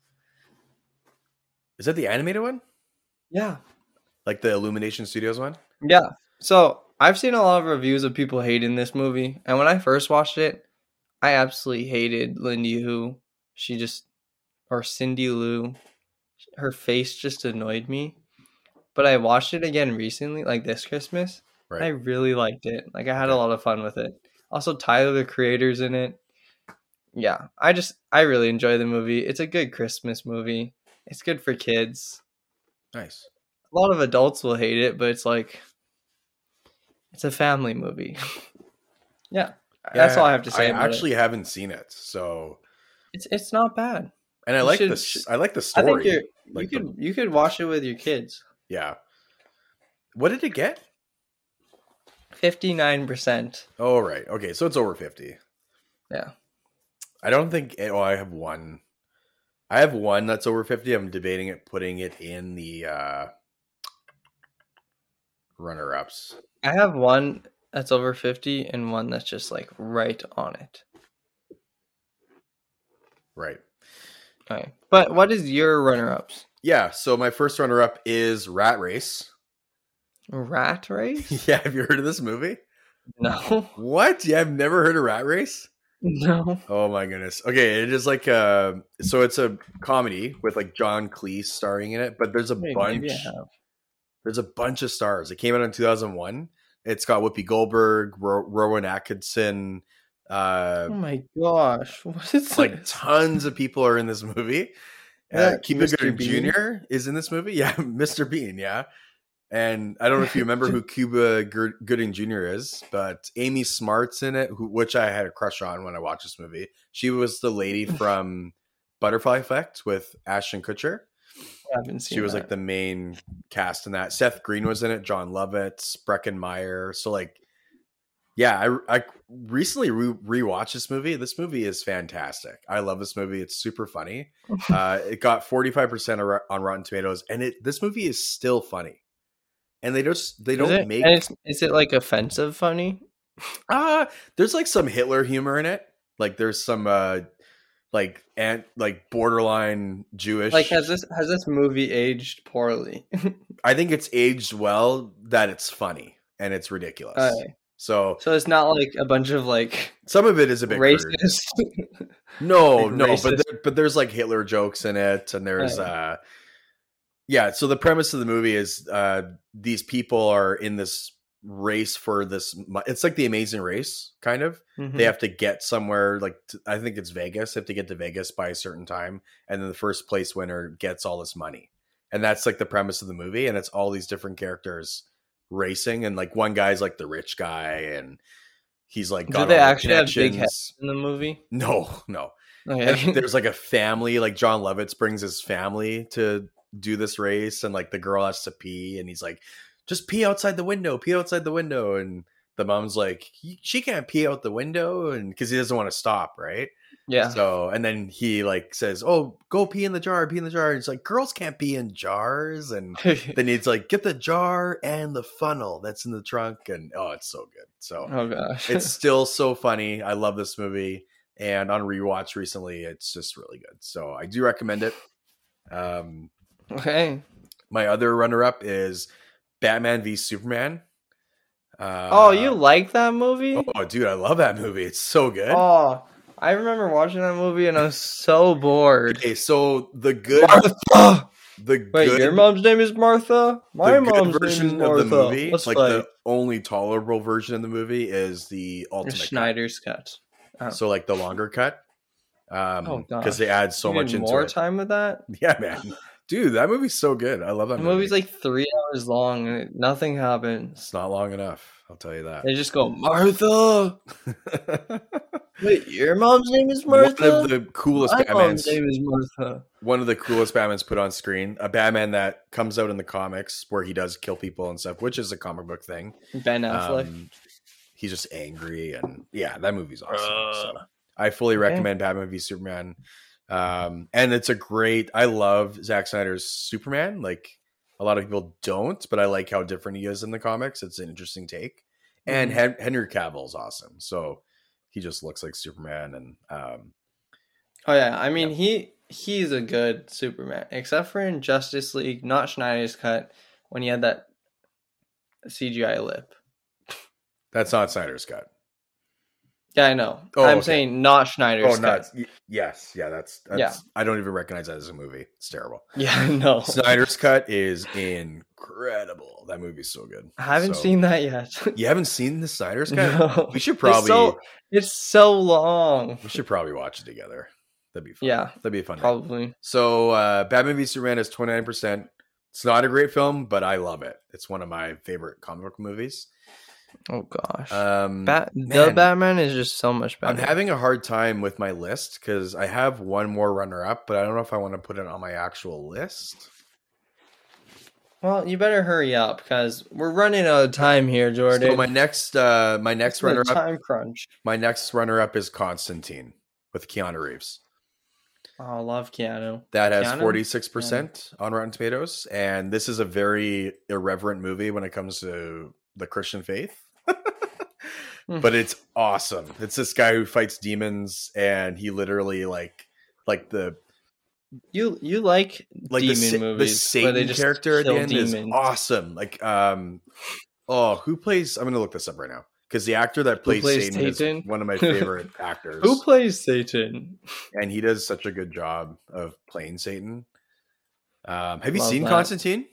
Speaker 2: Is that the animated one?
Speaker 1: Yeah.
Speaker 2: Like the Illumination Studios one?
Speaker 1: Yeah. So I've seen a lot of reviews of people hating this movie, and when I first watched it, I absolutely hated Lindy Who. She just, or Cindy Lou, her face just annoyed me. But I watched it again recently, like this Christmas. and I
Speaker 2: Right.
Speaker 1: really liked it. Like I had a lot of fun with it. Also, Tyler the Creator's in it. Yeah, I just I really enjoy the movie. It's a good Christmas movie. It's good for kids
Speaker 2: nice.
Speaker 1: a lot of adults will hate it, but it's like it's a family movie. *laughs* yeah, that's all I have to say.
Speaker 2: I
Speaker 1: about
Speaker 2: actually haven't seen it. So
Speaker 1: it. it's it's not bad.
Speaker 2: and I
Speaker 1: You
Speaker 2: like
Speaker 1: should-
Speaker 2: this I like the
Speaker 1: I think
Speaker 2: story.
Speaker 1: you're,
Speaker 2: like
Speaker 1: you
Speaker 2: the-
Speaker 1: could you could watch it with your kids.
Speaker 2: yeah. What did it get?
Speaker 1: Fifty nine percent.
Speaker 2: Oh right. Okay, so it's over 50.
Speaker 1: Yeah.
Speaker 2: I don't think oh I have one. I have one that's over 50. I'm debating it putting it in the uh runner ups.
Speaker 1: I have one that's over fifty and one that's just like right on it.
Speaker 2: Right.
Speaker 1: Okay, but what is your runner ups?
Speaker 2: Yeah, so my first runner up is Rat Race. *laughs*
Speaker 1: Rat race?
Speaker 2: yeah, have you heard of this movie?
Speaker 1: No, *laughs*
Speaker 2: What? Yeah, I've never heard of Rat Race?
Speaker 1: no.
Speaker 2: Oh my goodness. Okay, it is like uh so it's a comedy with like John Cleese starring in it, but there's a
Speaker 1: Wait,
Speaker 2: bunch
Speaker 1: maybe I have.
Speaker 2: there's a bunch of stars. It came out in 2001. It's got Whoopi Goldberg, Ro- Rowan Atkinson, uh
Speaker 1: Oh my gosh, *laughs* what is
Speaker 2: like
Speaker 1: this?
Speaker 2: tons of people are in this movie. Uh,
Speaker 1: That
Speaker 2: Cuba
Speaker 1: Mr.
Speaker 2: Gooding
Speaker 1: Bean?
Speaker 2: Jr. is in this movie. *laughs* Yeah, Mr. Bean, yeah. And I don't know if you remember who Cuba Gur- Gooding Jr. is, but Amy Smart's in it, who, which I had a crush on when I watched this movie. She was the lady from Butterfly Effect with Ashton Kutcher.
Speaker 1: I haven't seen.
Speaker 2: She was
Speaker 1: that.
Speaker 2: like the main cast in that. Seth Green was in it, John Lovitz, Brecken Meyer. So like, yeah, I I recently re- rewatched this movie. This movie is fantastic. I love this movie. It's
Speaker 1: *laughs*
Speaker 2: super funny. Uh, it got forty five percent on Rotten Tomatoes, and it this movie is still funny. And they just they
Speaker 1: Is
Speaker 2: don't
Speaker 1: it-
Speaker 2: make
Speaker 1: and it's- is it like offensive funny?
Speaker 2: Uh there's like some Hitler humor in it. Like there's some uh like and like borderline Jewish.
Speaker 1: Like has this has this movie aged
Speaker 2: *laughs*
Speaker 1: poorly?
Speaker 2: I think it's aged well that it's funny and it's ridiculous.
Speaker 1: Alright.
Speaker 2: So
Speaker 1: so it's not like a bunch of like
Speaker 2: some of it is a bit crude.
Speaker 1: racist. *laughs*
Speaker 2: No,
Speaker 1: like
Speaker 2: no,
Speaker 1: racist.
Speaker 2: but there, but there's like Hitler jokes in it, and there's
Speaker 1: Oh.
Speaker 2: uh, yeah. So the premise of the movie is uh, these people are in this race for this. mo- It's like the Amazing Race, kind of.
Speaker 1: Mhm.
Speaker 2: they have to get somewhere like t- i think it's vegas they have to get to vegas by a certain time and then the first place winner gets all this money and that's like the premise of the movie and it's all these different characters racing and like one guy's like the rich guy and he's like
Speaker 1: Do
Speaker 2: got
Speaker 1: they
Speaker 2: all the
Speaker 1: actually have big
Speaker 2: connections.
Speaker 1: in the movie.
Speaker 2: no *laughs* no
Speaker 1: Okay. *laughs*
Speaker 2: and there's like a family like john lovitz brings his family to do this race and like the girl has to pee and he's like just pee outside the window pee outside the window and the mom's like she can't pee out the window and because he doesn't want to stop right
Speaker 1: yeah. *laughs*
Speaker 2: so and then he like says oh go pee in the jar pee in the jar and it's like girls can't pee in jars and then he's like get the jar and the funnel that's in the trunk and oh it's so good so
Speaker 1: oh gosh.
Speaker 2: it's still so funny. I love this movie, and on rewatch recently, it's just really good. So I do recommend it. Um,
Speaker 1: *laughs* okay.
Speaker 2: my other runner up is Batman v Superman. Uh,
Speaker 1: oh, you like that movie?
Speaker 2: Oh, dude, I love that movie. It's so good.
Speaker 1: Oh, I remember watching that movie and I was so bored.
Speaker 2: Okay, so the *laughs* good,
Speaker 1: Martha!
Speaker 2: the
Speaker 1: Wait,
Speaker 2: good,
Speaker 1: your mom's name is Martha? My
Speaker 2: the
Speaker 1: mom's
Speaker 2: good version
Speaker 1: name is Martha.
Speaker 2: of the movie,
Speaker 1: Let's
Speaker 2: like
Speaker 1: play.
Speaker 2: the only tolerable version of the movie, is the ultimate cut.
Speaker 1: Schneider's cut. Oh.
Speaker 2: So like the longer cut, um,
Speaker 1: Oh, gosh.
Speaker 2: because they add so
Speaker 1: You
Speaker 2: much
Speaker 1: did
Speaker 2: into
Speaker 1: more
Speaker 2: it.
Speaker 1: time with that?
Speaker 2: Yeah, man, dude, that movie's so good. I love that
Speaker 1: The
Speaker 2: movie.
Speaker 1: movie's like three hours long and it- nothing happens.
Speaker 2: it's not long enough. I'll tell you that.
Speaker 1: They just go,
Speaker 2: *laughs*
Speaker 1: Martha! Wait, your mom's name is
Speaker 2: One
Speaker 1: Martha?
Speaker 2: of the coolest
Speaker 1: My mom's
Speaker 2: Batman's
Speaker 1: name is Martha.
Speaker 2: one of the coolest Batmans put on screen, a Batman that comes out in the comics where he does kill people and stuff, which is a comic book thing.
Speaker 1: Ben Affleck.
Speaker 2: Um, he's just angry and yeah, that movie's awesome. so I fully recommend Batman v Superman. Um, and it's a great I love Zack Snyder's Superman. Like a lot of people don't, but I like how different he is in the comics. It's an interesting take. And
Speaker 1: Mm-hmm.
Speaker 2: Hen- Henry Cavill's awesome. So he just looks like Superman and um
Speaker 1: oh yeah, I mean he he's a good Superman, except for in Justice League, not Schneider's cut when he had that CGI lip.
Speaker 2: that's not Snyder's cut.
Speaker 1: Yeah, I know.
Speaker 2: Oh,
Speaker 1: I'm
Speaker 2: okay.
Speaker 1: saying not Schneider's
Speaker 2: Oh,
Speaker 1: cut. *laughs*
Speaker 2: nuts. Y- yes. Yeah, that's, that's
Speaker 1: Yeah.
Speaker 2: I don't even recognize that as a movie. It's terrible.
Speaker 1: Yeah, no.
Speaker 2: *laughs* Snyder's cut is incredible. That movie's so good.
Speaker 1: I haven't
Speaker 2: So-
Speaker 1: seen that yet.
Speaker 2: You haven't seen the Snyder's cut?
Speaker 1: *laughs* no.
Speaker 2: We should
Speaker 1: It's
Speaker 2: probably
Speaker 1: so- It's so long.
Speaker 2: we should probably watch it together. That'd be fun.
Speaker 1: Yeah,
Speaker 2: That'd be a fun. night.
Speaker 1: probably.
Speaker 2: So uh Batman v Superman is 29%. It's not a great film, but I love it. It's one of my favorite comic book movies.
Speaker 1: Oh gosh.
Speaker 2: Um
Speaker 1: Bat- the
Speaker 2: man.
Speaker 1: Batman is just so much
Speaker 2: I'm
Speaker 1: better.
Speaker 2: having a hard time with my list because I have one more runner up, but I don't know if I want to put it on my actual list.
Speaker 1: well, you better hurry up because we're running out of time here, Jordan.
Speaker 2: So my next uh my next
Speaker 1: It's a
Speaker 2: runner up
Speaker 1: time crunch.
Speaker 2: my next runner up is Constantine with Keanu Reeves.
Speaker 1: Oh, I love Keanu.
Speaker 2: That has
Speaker 1: Keanu?
Speaker 2: forty six percent on Rotten Tomatoes, and this is a very irreverent movie when it comes to the Christian faith.
Speaker 1: Hmm.
Speaker 2: but it's awesome. It's this guy who fights demons, and he literally like like the
Speaker 1: You you like,
Speaker 2: like
Speaker 1: demon
Speaker 2: the, sa-
Speaker 1: movies?
Speaker 2: the
Speaker 1: where
Speaker 2: Satan
Speaker 1: they just
Speaker 2: character at the
Speaker 1: kill
Speaker 2: end is
Speaker 1: demons.
Speaker 2: awesome. Like, um, oh, who plays? I'm gonna look this up right now because the actor that plays,
Speaker 1: plays
Speaker 2: Satan, is
Speaker 1: Satan?
Speaker 2: one
Speaker 1: *laughs*
Speaker 2: of my favorite actors,
Speaker 1: Who plays Satan?
Speaker 2: and he does such a good job of playing Satan. Um, have you
Speaker 1: Love
Speaker 2: seen
Speaker 1: that.
Speaker 2: Constantine?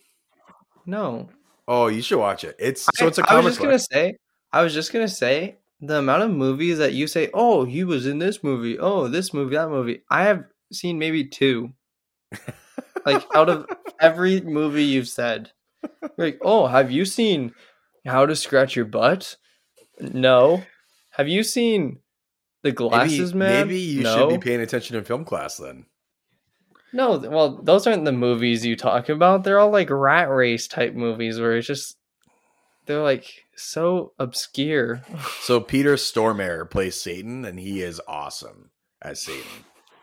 Speaker 1: No.
Speaker 2: Oh, you should watch it. It's so it's a
Speaker 1: I, I
Speaker 2: comic
Speaker 1: was just
Speaker 2: book.
Speaker 1: gonna say. I was just gonna say the amount of movies that you say. Oh, he was in this movie. Oh, this movie, that movie. I have seen maybe two. like out
Speaker 2: *laughs*
Speaker 1: of every movie you've said, You're like, oh, have you seen How to Scratch Your Butt? No. Have you seen The Glasses
Speaker 2: maybe,
Speaker 1: Man?
Speaker 2: Maybe you
Speaker 1: no.
Speaker 2: should be paying attention in film class then.
Speaker 1: No, th- well, those aren't the movies you talk about. They're all like rat race type movies where it's just they're like so obscure.
Speaker 2: So Peter Stormare plays Satan, and he is awesome as Satan.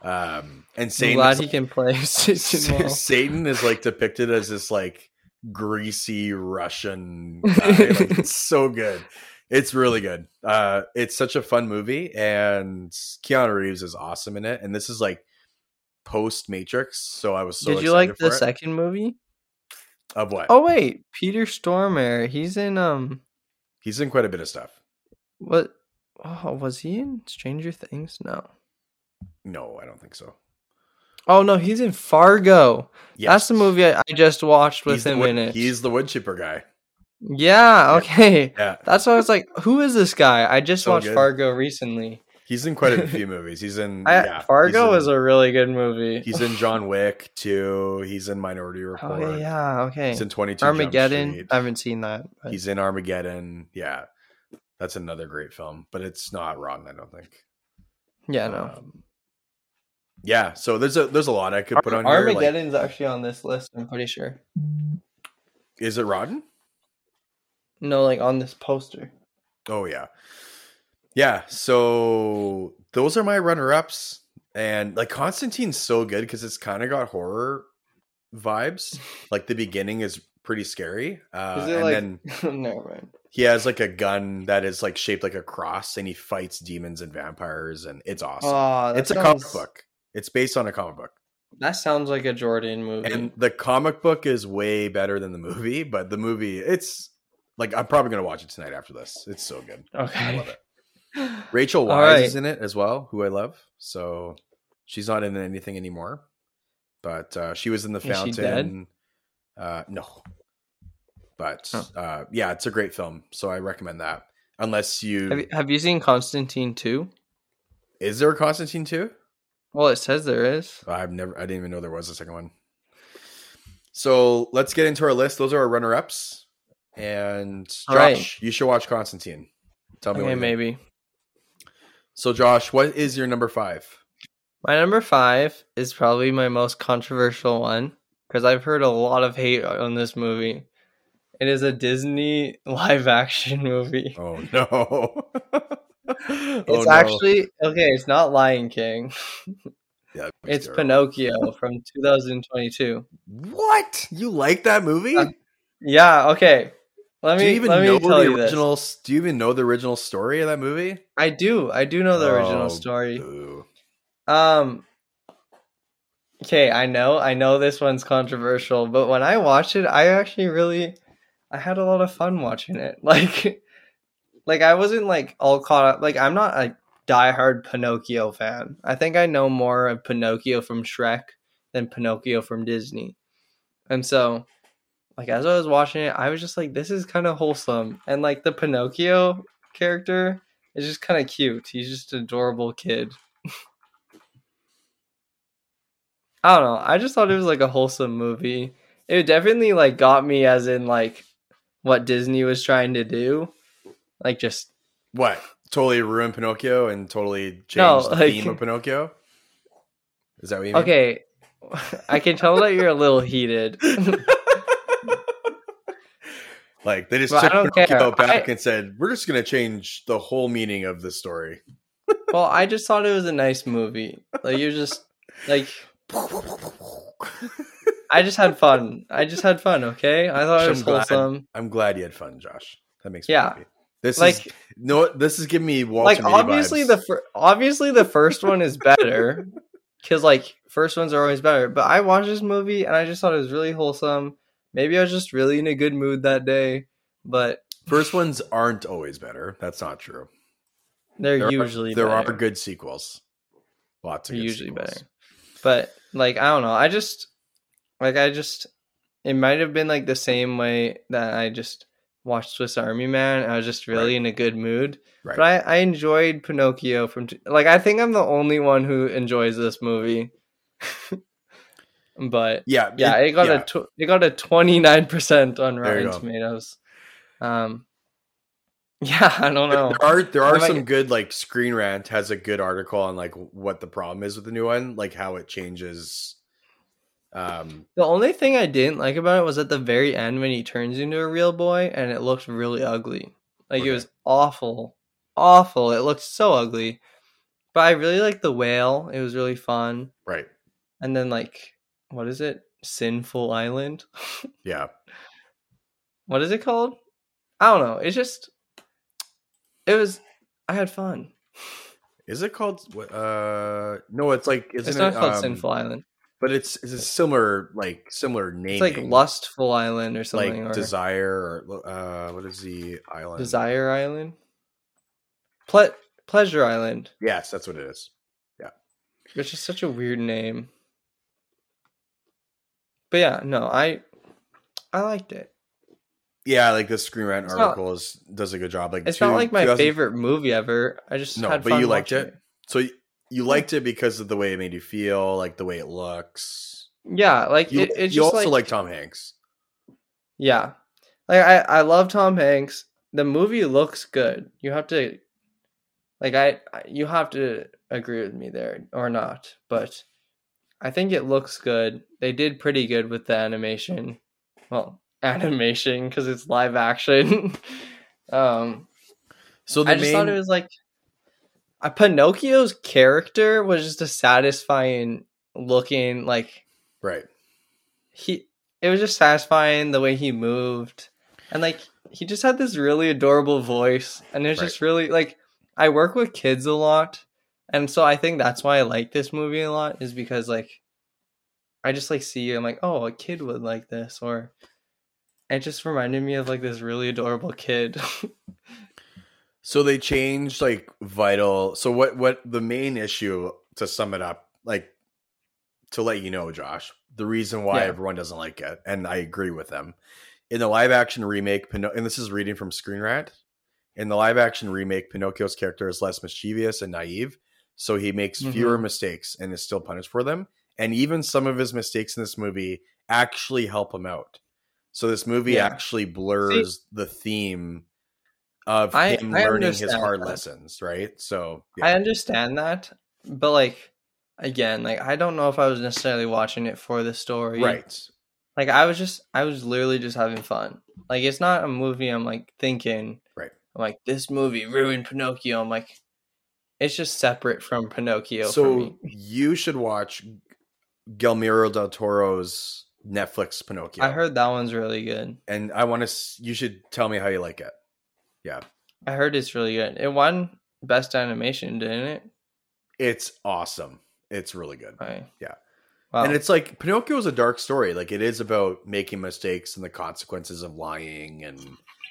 Speaker 2: Um, and
Speaker 1: I'm
Speaker 2: Satan
Speaker 1: glad
Speaker 2: is
Speaker 1: he can play *laughs*
Speaker 2: *laughs*
Speaker 1: Satan well.
Speaker 2: Satan is like depicted as this like greasy
Speaker 1: *laughs*
Speaker 2: Russian guy. Like, it's so good. It's really good. Uh, it's such a fun movie, and Keanu Reeves is awesome in it. And this is like post Matrix, so I was so
Speaker 1: Did you
Speaker 2: excited
Speaker 1: like
Speaker 2: for
Speaker 1: the
Speaker 2: it.
Speaker 1: second movie?
Speaker 2: of what?
Speaker 1: Oh wait, Peter Stormare. He's in um
Speaker 2: He's in quite a bit of stuff.
Speaker 1: what? Oh, was he in Stranger Things? No.
Speaker 2: No, I don't think so.
Speaker 1: Oh no, he's in Fargo. That's the
Speaker 2: Yes.
Speaker 1: movie I, I just watched with
Speaker 2: He's the
Speaker 1: him
Speaker 2: wood-
Speaker 1: in it.
Speaker 2: He's the wood chipper guy.
Speaker 1: Yeah. Okay.
Speaker 2: Yeah,
Speaker 1: That's why I was like, who is this guy? I just
Speaker 2: So
Speaker 1: watched
Speaker 2: good.
Speaker 1: Fargo recently.
Speaker 2: he's in quite
Speaker 1: *laughs*
Speaker 2: a few movies. He's in
Speaker 1: I,
Speaker 2: yeah,
Speaker 1: Fargo
Speaker 2: he's
Speaker 1: is
Speaker 2: in,
Speaker 1: a really good movie.
Speaker 2: he's in John Wick too. He's in Minority Report.
Speaker 1: oh yeah, okay.
Speaker 2: He's in Twenty Two
Speaker 1: Armageddon. I haven't seen that. but-
Speaker 2: He's in Armageddon. Yeah. That's another great film, but it's not rotten, I don't think.
Speaker 1: yeah, no.
Speaker 2: Um, yeah, so there's a there's a lot I could put on here. Like,
Speaker 1: Armageddon's actually on this list. I'm pretty sure.
Speaker 2: is it rotten?
Speaker 1: No, like on this poster. *laughs*
Speaker 2: Oh yeah. Yeah, so those are my runner ups. And like Constantine's so good because it's kind of got horror
Speaker 1: *laughs*
Speaker 2: vibes. Like the beginning is pretty scary. Uh
Speaker 1: Is it
Speaker 2: and
Speaker 1: like?
Speaker 2: then
Speaker 1: never mind.
Speaker 2: he has like a gun that is like shaped like a cross and he fights demons and vampires and it's awesome.
Speaker 1: Aw, that
Speaker 2: it's a
Speaker 1: sounds-
Speaker 2: comic book. It's based on a comic book.
Speaker 1: That sounds like a Jordan movie.
Speaker 2: And the comic book is way better than the movie, but the movie it's Like I'm probably gonna watch it tonight after this. It's so good. I
Speaker 1: Okay.
Speaker 2: love it. Rachel
Speaker 1: All
Speaker 2: Wise
Speaker 1: right.
Speaker 2: is in it as well, who I love. So she's not in anything anymore. But uh, she was in the
Speaker 1: Is she
Speaker 2: fountain. Uh, no. But
Speaker 1: Oh.
Speaker 2: uh, yeah, it's a great film. So I recommend that. Unless you,
Speaker 1: *laughs* Have you, have you seen Constantine 2?
Speaker 2: is there a Constantine too?
Speaker 1: Well, it says there is.
Speaker 2: I've never. I didn't even know there was a second one. So let's get into our list. Those are our runner-ups. And Josh,
Speaker 1: All right.
Speaker 2: you should watch Constantine. Tell me what
Speaker 1: Okay,
Speaker 2: you think.
Speaker 1: maybe.
Speaker 2: So Josh, what is your number five?
Speaker 1: My number five is probably my most controversial one because I've heard a lot of hate on this movie. It is a Disney *laughs* live action movie.
Speaker 2: Oh *laughs* no! Oh.
Speaker 1: *laughs*
Speaker 2: it's
Speaker 1: It's actually okay. It's not Lion King.
Speaker 2: yeah, that movie's
Speaker 1: It's
Speaker 2: terrible.
Speaker 1: Pinocchio from 2022.
Speaker 2: What you like that movie?
Speaker 1: Uh, Yeah. Okay. Let
Speaker 2: do you
Speaker 1: me
Speaker 2: even
Speaker 1: let me
Speaker 2: know
Speaker 1: tell
Speaker 2: the
Speaker 1: you this.
Speaker 2: original? Do you even know the original story of that movie?
Speaker 1: I do. I do know the
Speaker 2: Oh,
Speaker 1: original story.
Speaker 2: boo.
Speaker 1: Um. Okay, I know, I know this one's controversial, but when I watched it, I actually really, I had a lot of fun watching it. *laughs* Like, like I wasn't like all caught up. Like I'm not a diehard Pinocchio fan. I think I know more of Pinocchio from Shrek than Pinocchio from Disney, and so, like as I was watching it, I was just like, this is kind of wholesome, and like the Pinocchio character is just kind of cute. He's just an adorable kid. I don't know. I just thought it was like a wholesome movie. It definitely like got me as in like what Disney was trying to do. Like just
Speaker 2: What totally ruined Pinocchio and totally changed
Speaker 1: No,
Speaker 2: the
Speaker 1: like-
Speaker 2: theme of Pinocchio? Is that what you mean?
Speaker 1: okay. *laughs* I can tell that you're a little heated.
Speaker 2: *laughs* Like they just
Speaker 1: Well, I
Speaker 2: took
Speaker 1: don't
Speaker 2: Pinocchio
Speaker 1: care.
Speaker 2: back
Speaker 1: I-
Speaker 2: and said, "We're just going to change the whole meaning of the story."
Speaker 1: *laughs* well, I just thought it was a nice movie. Like you're just like I just had fun. I just had fun, okay? I thought it
Speaker 2: I'm
Speaker 1: was
Speaker 2: glad.
Speaker 1: wholesome.
Speaker 2: I'm glad you had fun, Josh. That makes me
Speaker 1: Yeah.
Speaker 2: happy. This is
Speaker 1: Like
Speaker 2: No, this is giving me Walter
Speaker 1: like
Speaker 2: Mitty
Speaker 1: obviously
Speaker 2: vibes.
Speaker 1: the fir- obviously the first one is
Speaker 2: *laughs*
Speaker 1: better because like first ones are always better but i watched this movie and i just thought it was really wholesome maybe i was just really in a good mood that day but
Speaker 2: first ones aren't always better. That's not true.
Speaker 1: they're
Speaker 2: There
Speaker 1: usually
Speaker 2: are, there
Speaker 1: better.
Speaker 2: are good sequels. Lots of
Speaker 1: They're
Speaker 2: good
Speaker 1: usually
Speaker 2: sequels.
Speaker 1: better but like i don't know i just like i just it might have been like the same way that i just watched swiss army man i was just really
Speaker 2: Right.
Speaker 1: in a good mood
Speaker 2: Right.
Speaker 1: but I, I enjoyed pinocchio from t- like i think i'm the only one who enjoys this movie *laughs* but
Speaker 2: yeah,
Speaker 1: yeah it, got a tw- it got a 29% on
Speaker 2: There you
Speaker 1: rotten
Speaker 2: go.
Speaker 1: tomatoes um *laughs* yeah i don't
Speaker 2: There-
Speaker 1: know
Speaker 2: There are there are
Speaker 1: Am I-
Speaker 2: some good like Screen Rant has a good article on like what the problem is with the new one, like how it changes. Um,
Speaker 1: the only thing i didn't like about it was at the very end when he turns into a real boy and it looked really ugly like
Speaker 2: Okay.
Speaker 1: it was awful awful it looked so ugly but i really liked the whale it was really fun
Speaker 2: right,
Speaker 1: and then like what is it sinful island
Speaker 2: yeah,
Speaker 1: what is it called i don't know it's just it was i had fun
Speaker 2: is it called? what- Uh, no, it's like isn't
Speaker 1: it's not
Speaker 2: it,
Speaker 1: called
Speaker 2: um,
Speaker 1: sinful island
Speaker 2: but it's it's a similar like similar name.
Speaker 1: It's like Lustful Island or
Speaker 2: like
Speaker 1: something, or
Speaker 2: desire or uh what is the island
Speaker 1: Desire Island, Ple- Pleasure Island,
Speaker 2: yes that's what it is
Speaker 1: which is such a weird name. But yeah, no, I I liked it.
Speaker 2: yeah like the screen rant
Speaker 1: It's not-
Speaker 2: article is, does a good job like
Speaker 1: It's
Speaker 2: two-
Speaker 1: not like my
Speaker 2: 2000
Speaker 1: favorite movie ever. I just
Speaker 2: No,
Speaker 1: had
Speaker 2: but
Speaker 1: fun
Speaker 2: you liked
Speaker 1: watching
Speaker 2: it? so you, you liked it because of the way it made you feel like the way it looks
Speaker 1: Yeah, like
Speaker 2: you,
Speaker 1: it, it's
Speaker 2: you
Speaker 1: just
Speaker 2: also
Speaker 1: like,
Speaker 2: like tom hanks
Speaker 1: yeah, like I I love Tom Hanks. The movie looks good. You have to like I I- you have to agree with me there or not, but I think it looks good. They did pretty good with the animation. Well, *laughs* animation because it's live action. *laughs* um,
Speaker 2: so the
Speaker 1: I just
Speaker 2: main
Speaker 1: thought it was like a Pinocchio's character was just a satisfying looking like
Speaker 2: right
Speaker 1: he. It was just satisfying the way he moved, and like he just had this really adorable voice, and it was
Speaker 2: Right.
Speaker 1: just really like I work with kids a lot, and so I think that's why I like this movie a lot is because like I just like see I'm like oh a kid would like this or It just reminded me of like this really adorable kid. *laughs*
Speaker 2: So they changed like vital. So what what the main issue to sum it up, like to let you know, Josh, the reason why
Speaker 1: Yeah.
Speaker 2: everyone doesn't like it, and I agree with them. In the live action remake, Pino- and this is reading from Screen Rant. In the live action remake, Pinocchio's character is less mischievous and naive, so he makes fewer
Speaker 1: Mm-hmm.
Speaker 2: mistakes and is still punished for them. And even some of his mistakes in this movie actually help him out. So this movie
Speaker 1: Yeah.
Speaker 2: actually blurs the theme of
Speaker 1: I-
Speaker 2: him
Speaker 1: I
Speaker 2: learning his
Speaker 1: understand
Speaker 2: hard
Speaker 1: that.
Speaker 2: lessons, right? So
Speaker 1: I
Speaker 2: yeah.
Speaker 1: understand that, but like again, like I don't know if I was necessarily watching it for the story.
Speaker 2: right.
Speaker 1: Like I was just I was literally just having fun. Like it's not a movie I'm like thinking
Speaker 2: Right.
Speaker 1: I'm like this movie ruined Pinocchio. I'm like it's just separate from Pinocchio for me.
Speaker 2: So you should watch Guillermo del Toro's Netflix Pinocchio.
Speaker 1: I heard that one's really good.
Speaker 2: and I want to. You should tell me how you like it.
Speaker 1: I heard it's really good. It won best animation, didn't it?
Speaker 2: It's awesome. It's really good.
Speaker 1: Right.
Speaker 2: Yeah.
Speaker 1: Wow.
Speaker 2: And it's like Pinocchio is a dark story. Like it is about making mistakes and the consequences of lying and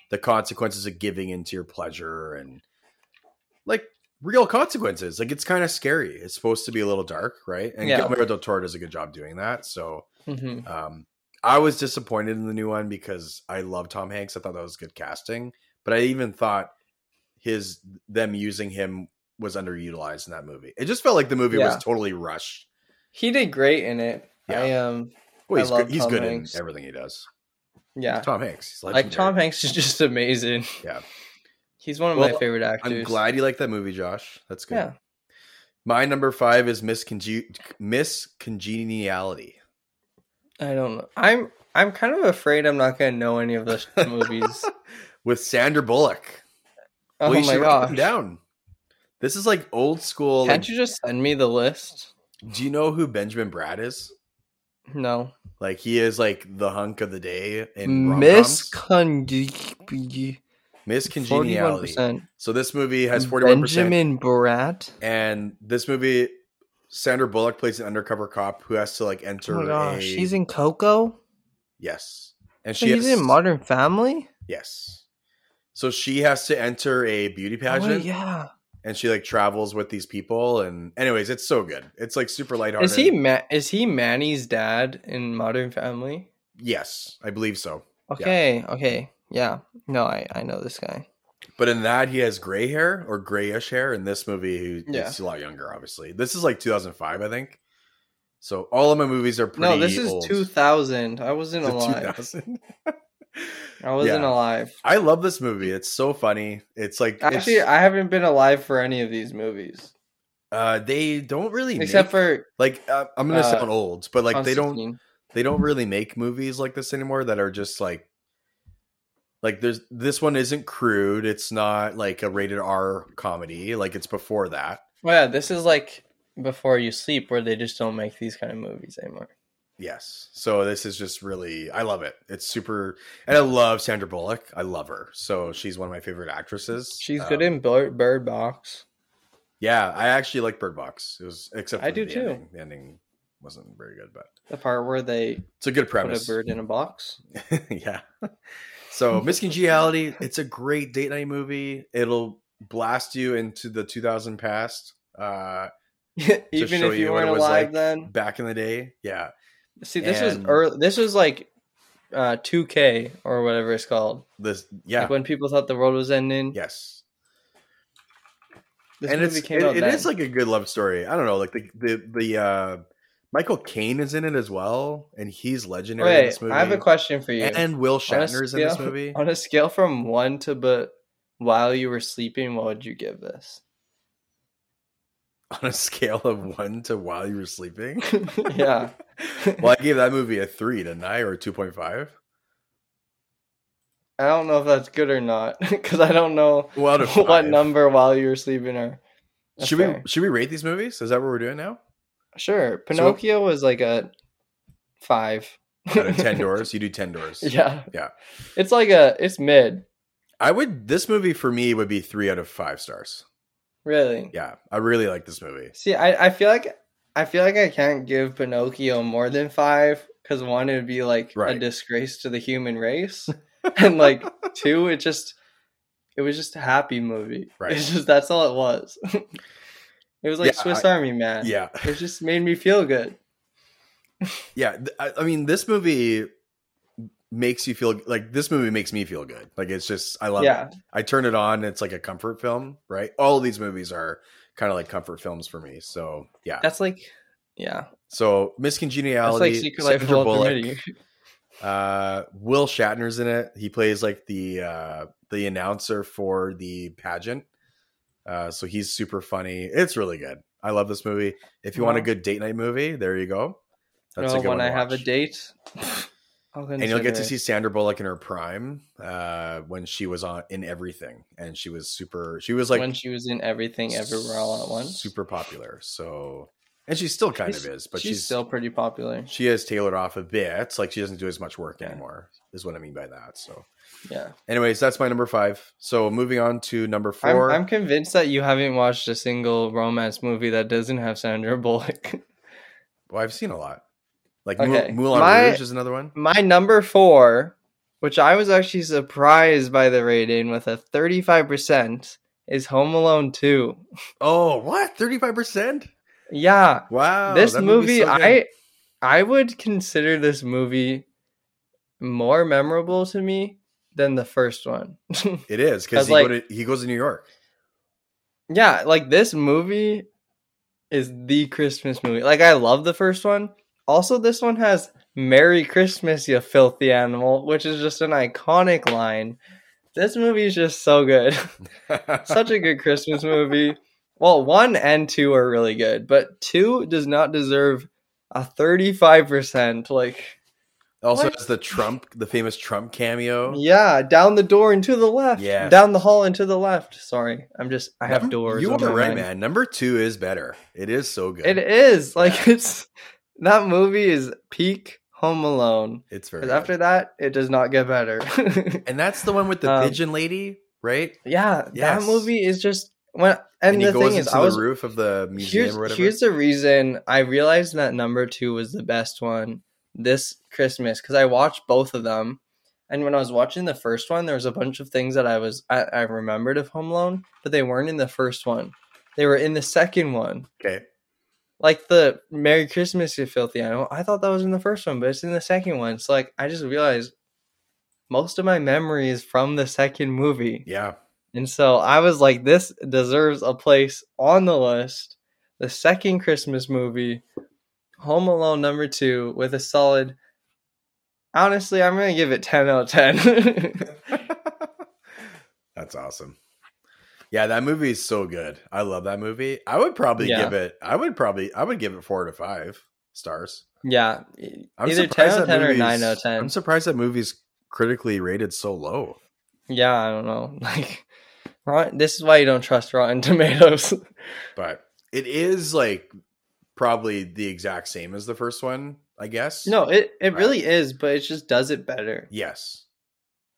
Speaker 2: the consequences of giving into your pleasure and like real consequences. Like it's kind of scary. It's supposed to be a little dark, right? And
Speaker 1: Yeah.
Speaker 2: Guillermo del Toro does a good job doing that. So
Speaker 1: hmm
Speaker 2: um, I was disappointed in the new one because I love Tom Hanks. I thought that was good casting, but I even thought his them using him was underutilized in that movie. It just felt like the movie
Speaker 1: Yeah.
Speaker 2: was totally rushed.
Speaker 1: He did great in it.
Speaker 2: Yeah.
Speaker 1: I um
Speaker 2: Well,
Speaker 1: I
Speaker 2: he's
Speaker 1: love
Speaker 2: good. He's
Speaker 1: Tom
Speaker 2: good
Speaker 1: Hanks.
Speaker 2: in everything he does.
Speaker 1: yeah.
Speaker 2: Tom Hanks. He's
Speaker 1: Like Tom
Speaker 2: legendary.
Speaker 1: Hanks is just amazing.
Speaker 2: Yeah.
Speaker 1: He's one of my
Speaker 2: Well,
Speaker 1: favorite actors.
Speaker 2: I'm glad you like that movie, Josh. That's good.
Speaker 1: Yeah.
Speaker 2: My number five is Miss Conge- Miss Congeniality.
Speaker 1: I don't know. I'm I'm kind of afraid I'm not gonna know any of those *laughs*
Speaker 2: *laughs*
Speaker 1: movies.
Speaker 2: with Sandra Bullock.
Speaker 1: Oh
Speaker 2: well, you
Speaker 1: my
Speaker 2: should write them
Speaker 1: gosh.
Speaker 2: down. This is like old school.
Speaker 1: Can't
Speaker 2: like-
Speaker 1: you just send me the list?
Speaker 2: do you know who Benjamin Brad is?
Speaker 1: No.
Speaker 2: Like he is like the hunk of the day in
Speaker 1: Miss
Speaker 2: rom-coms.
Speaker 1: Congeniality.
Speaker 2: Miss Congeniality. So this movie has forty one percent,
Speaker 1: Benjamin Bratt.
Speaker 2: and this movie, Sandra Bullock plays an undercover cop who has to like
Speaker 1: Oh
Speaker 2: enter.
Speaker 1: my gosh.
Speaker 2: a-
Speaker 1: He's in Coco?
Speaker 2: yes, and she
Speaker 1: He's
Speaker 2: has,
Speaker 1: in Modern Family?
Speaker 2: yes. So she has to enter a beauty
Speaker 1: Oh,
Speaker 2: pageant,
Speaker 1: yeah.
Speaker 2: and she like travels with these people. And anyways, it's so good. It's like super lighthearted.
Speaker 1: Is he Ma- is he Manny's dad in Modern Family?
Speaker 2: Yes, I believe so.
Speaker 1: Okay, okay. Yeah. No, I, I know this guy.
Speaker 2: But in that, he has gray hair or grayish hair. In this movie, he,
Speaker 1: Yeah.
Speaker 2: he's a lot younger, obviously. This is like 2005, I think. So all of my movies are pretty
Speaker 1: no, this is
Speaker 2: old.
Speaker 1: 2000. I wasn't
Speaker 2: Is it
Speaker 1: alive.
Speaker 2: 2000?
Speaker 1: I wasn't
Speaker 2: Yeah.
Speaker 1: alive.
Speaker 2: *laughs* I love this movie. It's so funny. It's like it's-
Speaker 1: Actually, I haven't been alive for any of these movies.
Speaker 2: uh, they don't really
Speaker 1: Except
Speaker 2: make,
Speaker 1: for
Speaker 2: like uh, I'm gonna
Speaker 1: uh,
Speaker 2: sound old, but like they don't
Speaker 1: Constantine.
Speaker 2: they don't really make movies like this anymore that are just like like there's this one isn't crude. It's not like a rated R comedy. Like it's before that.
Speaker 1: Well, yeah, this is like Before You Sleep, where they just don't make these kind of movies anymore.
Speaker 2: Yes. So this is just really I love it. It's super and I love Sandra Bullock. I love her. So she's one of my favorite actresses.
Speaker 1: She's good
Speaker 2: Um,
Speaker 1: in Bird, Bird Box.
Speaker 2: Yeah, I actually like Bird Box. It was except
Speaker 1: I
Speaker 2: for
Speaker 1: do
Speaker 2: the
Speaker 1: too.
Speaker 2: Ending. The ending wasn't very good, but
Speaker 1: The part where they
Speaker 2: it's a good
Speaker 1: put a
Speaker 2: premise.
Speaker 1: bird in a box. *laughs*
Speaker 2: *laughs* yeah. So Miscongeniality, it's a great date night movie. It'll blast you into the 2000 past uh
Speaker 1: Even
Speaker 2: show
Speaker 1: if you,
Speaker 2: you what it
Speaker 1: weren't
Speaker 2: was
Speaker 1: alive
Speaker 2: like.
Speaker 1: then.
Speaker 2: back in the day. Yeah.
Speaker 1: See, this
Speaker 2: And-
Speaker 1: was early. This was like uh, 2K or whatever it's called.
Speaker 2: This yeah.
Speaker 1: Like when people thought the world was ending.
Speaker 2: yes.
Speaker 1: This
Speaker 2: and
Speaker 1: movie
Speaker 2: it's
Speaker 1: came
Speaker 2: it-
Speaker 1: out.
Speaker 2: it
Speaker 1: then.
Speaker 2: is like a good love story. I don't know, like the the the uh, Michael Caine is in it as well, and he's legendary in
Speaker 1: Wait,
Speaker 2: this movie.
Speaker 1: I have a question for you.
Speaker 2: And Will
Speaker 1: On a
Speaker 2: Shatner's in this
Speaker 1: scale- *laughs*
Speaker 2: movie.
Speaker 1: On a scale from one to but while you were sleeping, what would you give this? *laughs*
Speaker 2: On a scale of one to while you were sleeping.
Speaker 1: yeah.
Speaker 2: *laughs* well, I gave that movie a three, didn't I, or two point five?
Speaker 1: I don't know if that's good or not *laughs* because I don't know
Speaker 2: Well, out
Speaker 1: *laughs*
Speaker 2: of
Speaker 1: what
Speaker 2: five.
Speaker 1: number while you were sleeping are. That's
Speaker 2: Should
Speaker 1: fair.
Speaker 2: we should we rate these movies? Is that what we're doing now?
Speaker 1: Sure. Pinocchio was like a five.
Speaker 2: Out of
Speaker 1: *laughs*
Speaker 2: ten doors, you do ten doors.
Speaker 1: yeah.
Speaker 2: Yeah.
Speaker 1: It's like a. It's mid.
Speaker 2: I would. This movie for me would be three out of five stars.
Speaker 1: Really.
Speaker 2: Yeah, I really like this movie.
Speaker 1: See, I, I feel like I feel like I can't give Pinocchio more than five because one, it would be like a
Speaker 2: Right.
Speaker 1: disgrace to the human
Speaker 2: *laughs*
Speaker 1: race, and like two, it just it was just a happy movie.
Speaker 2: Right.
Speaker 1: It's just that's all it was. *laughs* it was like
Speaker 2: Yeah,
Speaker 1: Swiss Army Man.
Speaker 2: yeah,
Speaker 1: It just made me feel good.
Speaker 2: yeah. th- I, I mean, this movie makes you feel like this movie makes me feel good. Like it's just I love it.
Speaker 1: yeah,
Speaker 2: I turn it on. It's like a comfort film, right? All of these movies are kind of like comfort films for me. So yeah.
Speaker 1: that's like yeah,
Speaker 2: so
Speaker 1: that's like
Speaker 2: miscongeniality,
Speaker 1: Secret Life of
Speaker 2: Sandra
Speaker 1: Walter
Speaker 2: Bullock,
Speaker 1: Mitty.
Speaker 2: Uh, Will Shatner's in it. He plays like the uh, the announcer for the pageant. Uh, so he's super funny. It's really good. I love this movie. If you want a
Speaker 1: Wow.
Speaker 2: good date night movie, there you go.
Speaker 1: Well, Oh, when
Speaker 2: to
Speaker 1: I have a
Speaker 2: watch. *laughs*
Speaker 1: date, I'll
Speaker 2: and you'll get to
Speaker 1: consider it.
Speaker 2: see Sandra Bullock in her prime uh, when she was on in everything, and she was super. She was like
Speaker 1: when she was in everything everywhere all at once.
Speaker 2: super popular. So, and she still kind
Speaker 1: She's-
Speaker 2: of is, but
Speaker 1: she's,
Speaker 2: she's,
Speaker 1: still pretty popular.
Speaker 2: she has tailored off a bit. Like she doesn't do as much work
Speaker 1: Yeah.
Speaker 2: anymore. Is what I mean by that. So,
Speaker 1: Yeah,
Speaker 2: anyways, that's my number five. So moving on to number
Speaker 1: I'm,
Speaker 2: 4
Speaker 1: I'm convinced that you haven't watched a single romance movie that doesn't have Sandra Bullock. *laughs*
Speaker 2: well, I've seen a lot. Like
Speaker 1: Okay.
Speaker 2: Mou- Moulin
Speaker 1: My-
Speaker 2: Rouge is another one.
Speaker 1: My number four, which I was actually surprised by the rating with a 35 percent, is Home Alone Two.
Speaker 2: Oh, what thirty five percent?
Speaker 1: Yeah,
Speaker 2: Wow,
Speaker 1: this
Speaker 2: that
Speaker 1: movie,
Speaker 2: movie's so good.
Speaker 1: I I would consider this movie more memorable to me than the first one.
Speaker 2: it is because
Speaker 1: as,
Speaker 2: he, go
Speaker 1: like-
Speaker 2: to- he goes to New York. *laughs*
Speaker 1: Yeah, like this movie is the Christmas movie. Like I love the first one. Also, this one has "Merry Christmas, you filthy animal," which is just an iconic line. This movie is just so good. *laughs* Such a good Christmas movie. Well, one and two are really good, but two does not deserve a thirty-five percent. Like,
Speaker 2: also
Speaker 1: What?
Speaker 2: has the Trump, the famous Trump cameo.
Speaker 1: yeah, down the door and to the left.
Speaker 2: Yeah.
Speaker 1: down the hall and to the left. Sorry, I'm just I have
Speaker 2: Number-
Speaker 1: doors.
Speaker 2: You
Speaker 1: on
Speaker 2: are
Speaker 1: my
Speaker 2: right,
Speaker 1: mind.
Speaker 2: man. Number two is better. It is so good.
Speaker 1: It is like *laughs* it's that movie is peak Home Alone
Speaker 2: It's very
Speaker 1: because
Speaker 2: good.
Speaker 1: after that it does not get better. *laughs*
Speaker 2: and that's the one with the
Speaker 1: Um,
Speaker 2: pigeon lady, right?
Speaker 1: yeah, that
Speaker 2: Yes.
Speaker 1: movie is just when and,
Speaker 2: And, he
Speaker 1: the
Speaker 2: goes
Speaker 1: thing
Speaker 2: into
Speaker 1: is
Speaker 2: the
Speaker 1: I was
Speaker 2: roof of the museum
Speaker 1: here's
Speaker 2: or whatever.
Speaker 1: here's the reason I realized that number two was the best one this Christmas because I watched both of them. And when I was watching the first one, there was a bunch of things that I was I, I remembered of Home Alone, but they weren't in the first one. They were in the second one.
Speaker 2: okay,
Speaker 1: like the Merry Christmas, you filthy animal. I thought that was in the first one, but it's in the second one. So like, I just realized most of my memory is from the second movie,
Speaker 2: yeah,
Speaker 1: and so I was like, this deserves a place on the list. The second Christmas movie, Home Alone number two, with a solid. Honestly, I'm gonna give it ten out of ten. *laughs*
Speaker 2: *laughs* that's awesome. Yeah, that movie is so good. I love that movie. I would probably
Speaker 1: Yeah.
Speaker 2: give it. I would probably. I would give it four to five stars.
Speaker 1: yeah, e,
Speaker 2: I'm
Speaker 1: either ten
Speaker 2: surprised
Speaker 1: out of ten or
Speaker 2: movie's-
Speaker 1: nine out of ten.
Speaker 2: I'm surprised that movie's critically rated so low.
Speaker 1: yeah, I don't know. *laughs* Like, Rotten, this is why you don't trust Rotten *laughs* Tomatoes.
Speaker 2: but it is like probably the exact same as the first one, I guess.
Speaker 1: No, it, it
Speaker 2: Right.
Speaker 1: really is, but it just does it better
Speaker 2: Yes.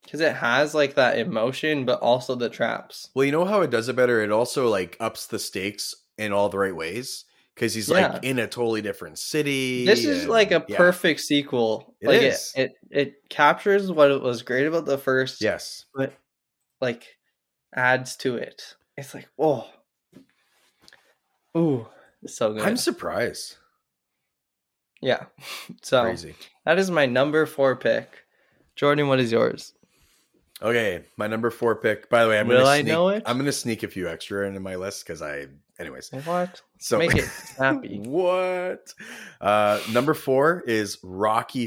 Speaker 1: because it has like that emotion, but also the traps.
Speaker 2: Well, you know how it does it better. It also like ups the stakes in all the right ways because he's like in a totally different city.
Speaker 1: This is
Speaker 2: and-
Speaker 1: like a
Speaker 2: yeah.
Speaker 1: perfect sequel.
Speaker 2: It
Speaker 1: like
Speaker 2: is.
Speaker 1: It, it it captures what it was great about the first,
Speaker 2: Yes.
Speaker 1: but like adds to it. It's like oh, ooh, it's so good.
Speaker 2: I'm surprised.
Speaker 1: yeah. *laughs* So
Speaker 2: Crazy.
Speaker 1: that is my number four pick. Jordan, what is yours?
Speaker 2: Okay, my number four pick. By the way, I'm
Speaker 1: Will
Speaker 2: gonna
Speaker 1: I
Speaker 2: sneak,
Speaker 1: know it?
Speaker 2: I'm gonna sneak a few extra into my list because I, anyways.
Speaker 1: What?
Speaker 2: So *laughs*
Speaker 1: Make *laughs* it snappy.
Speaker 2: what? Uh, number four is Rocky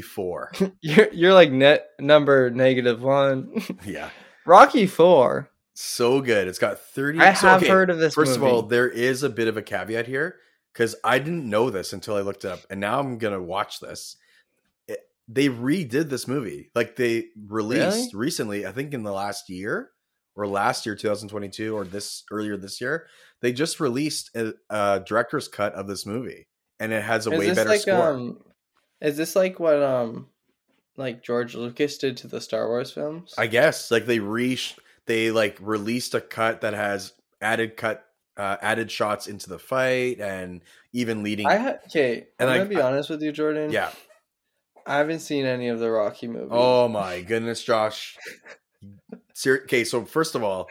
Speaker 1: *laughs*
Speaker 2: Four.
Speaker 1: you're you're like net number negative one. *laughs*
Speaker 2: yeah,
Speaker 1: Rocky Four.
Speaker 2: so good. It's got thirty.
Speaker 1: I
Speaker 2: so,
Speaker 1: have
Speaker 2: okay,
Speaker 1: heard of this.
Speaker 2: First
Speaker 1: movie.
Speaker 2: of all, there is a bit of a caveat here because I didn't know this until I looked it up, and now I'm gonna watch this. It, they redid this movie, like they released recently. I think in the last year or last year, 2022, or this earlier this year, they just released a, a director's cut of this movie, and it has a way better score.
Speaker 1: Um, is this like what um, like George Lucas did to the Star Wars films?
Speaker 2: I guess like they re they like released a cut that has added cut uh, added shots into the fight and even leading
Speaker 1: I ha- okay.
Speaker 2: And
Speaker 1: I'm
Speaker 2: I-
Speaker 1: gonna be honest with you, Jordan.
Speaker 2: yeah
Speaker 1: I haven't seen any of the Rocky movies.
Speaker 2: Oh my goodness, Josh. Ser- okay, so first of all,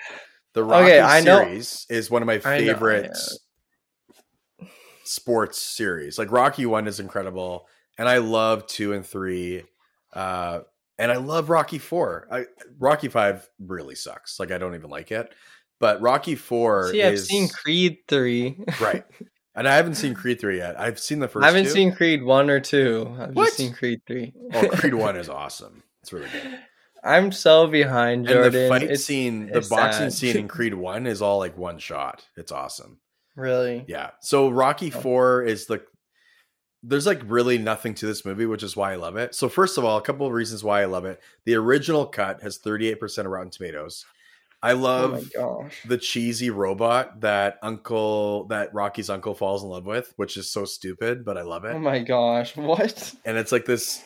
Speaker 2: the Rocky
Speaker 1: Okay, I know-
Speaker 2: series is one of my
Speaker 1: I know,
Speaker 2: favorite sports series. Like Rocky One is incredible, and I love two and three, uh, and I love Rocky Four. I, Rocky Five really sucks. Like I don't even like it. But Rocky Four
Speaker 1: See, I've
Speaker 2: is
Speaker 1: seen Creed three.
Speaker 2: right, and I haven't seen Creed three yet. I've seen the *laughs*
Speaker 1: *laughs*
Speaker 2: first.
Speaker 1: I haven't
Speaker 2: two.
Speaker 1: seen Creed one or two. I've
Speaker 2: What?
Speaker 1: just seen Creed three. *laughs*
Speaker 2: Oh, Creed One is awesome. It's really good.
Speaker 1: I'm so behind Jordan.
Speaker 2: and the fight
Speaker 1: it's
Speaker 2: scene, the
Speaker 1: it's
Speaker 2: boxing
Speaker 1: sad.
Speaker 2: scene in Creed One is all like one shot. It's awesome.
Speaker 1: really
Speaker 2: Yeah. So Rocky
Speaker 1: Oh.
Speaker 2: Four is the there's like really nothing to this movie, which is why I love it. So first of all, a couple of reasons why I love it. The original cut has 38% of Rotten Tomatoes. I
Speaker 1: Oh my
Speaker 2: love
Speaker 1: gosh.
Speaker 2: the cheesy robot that Uncle that Rocky's uncle falls in love with, which is so stupid, but I love it.
Speaker 1: Oh my gosh. *laughs* What?
Speaker 2: and it's like this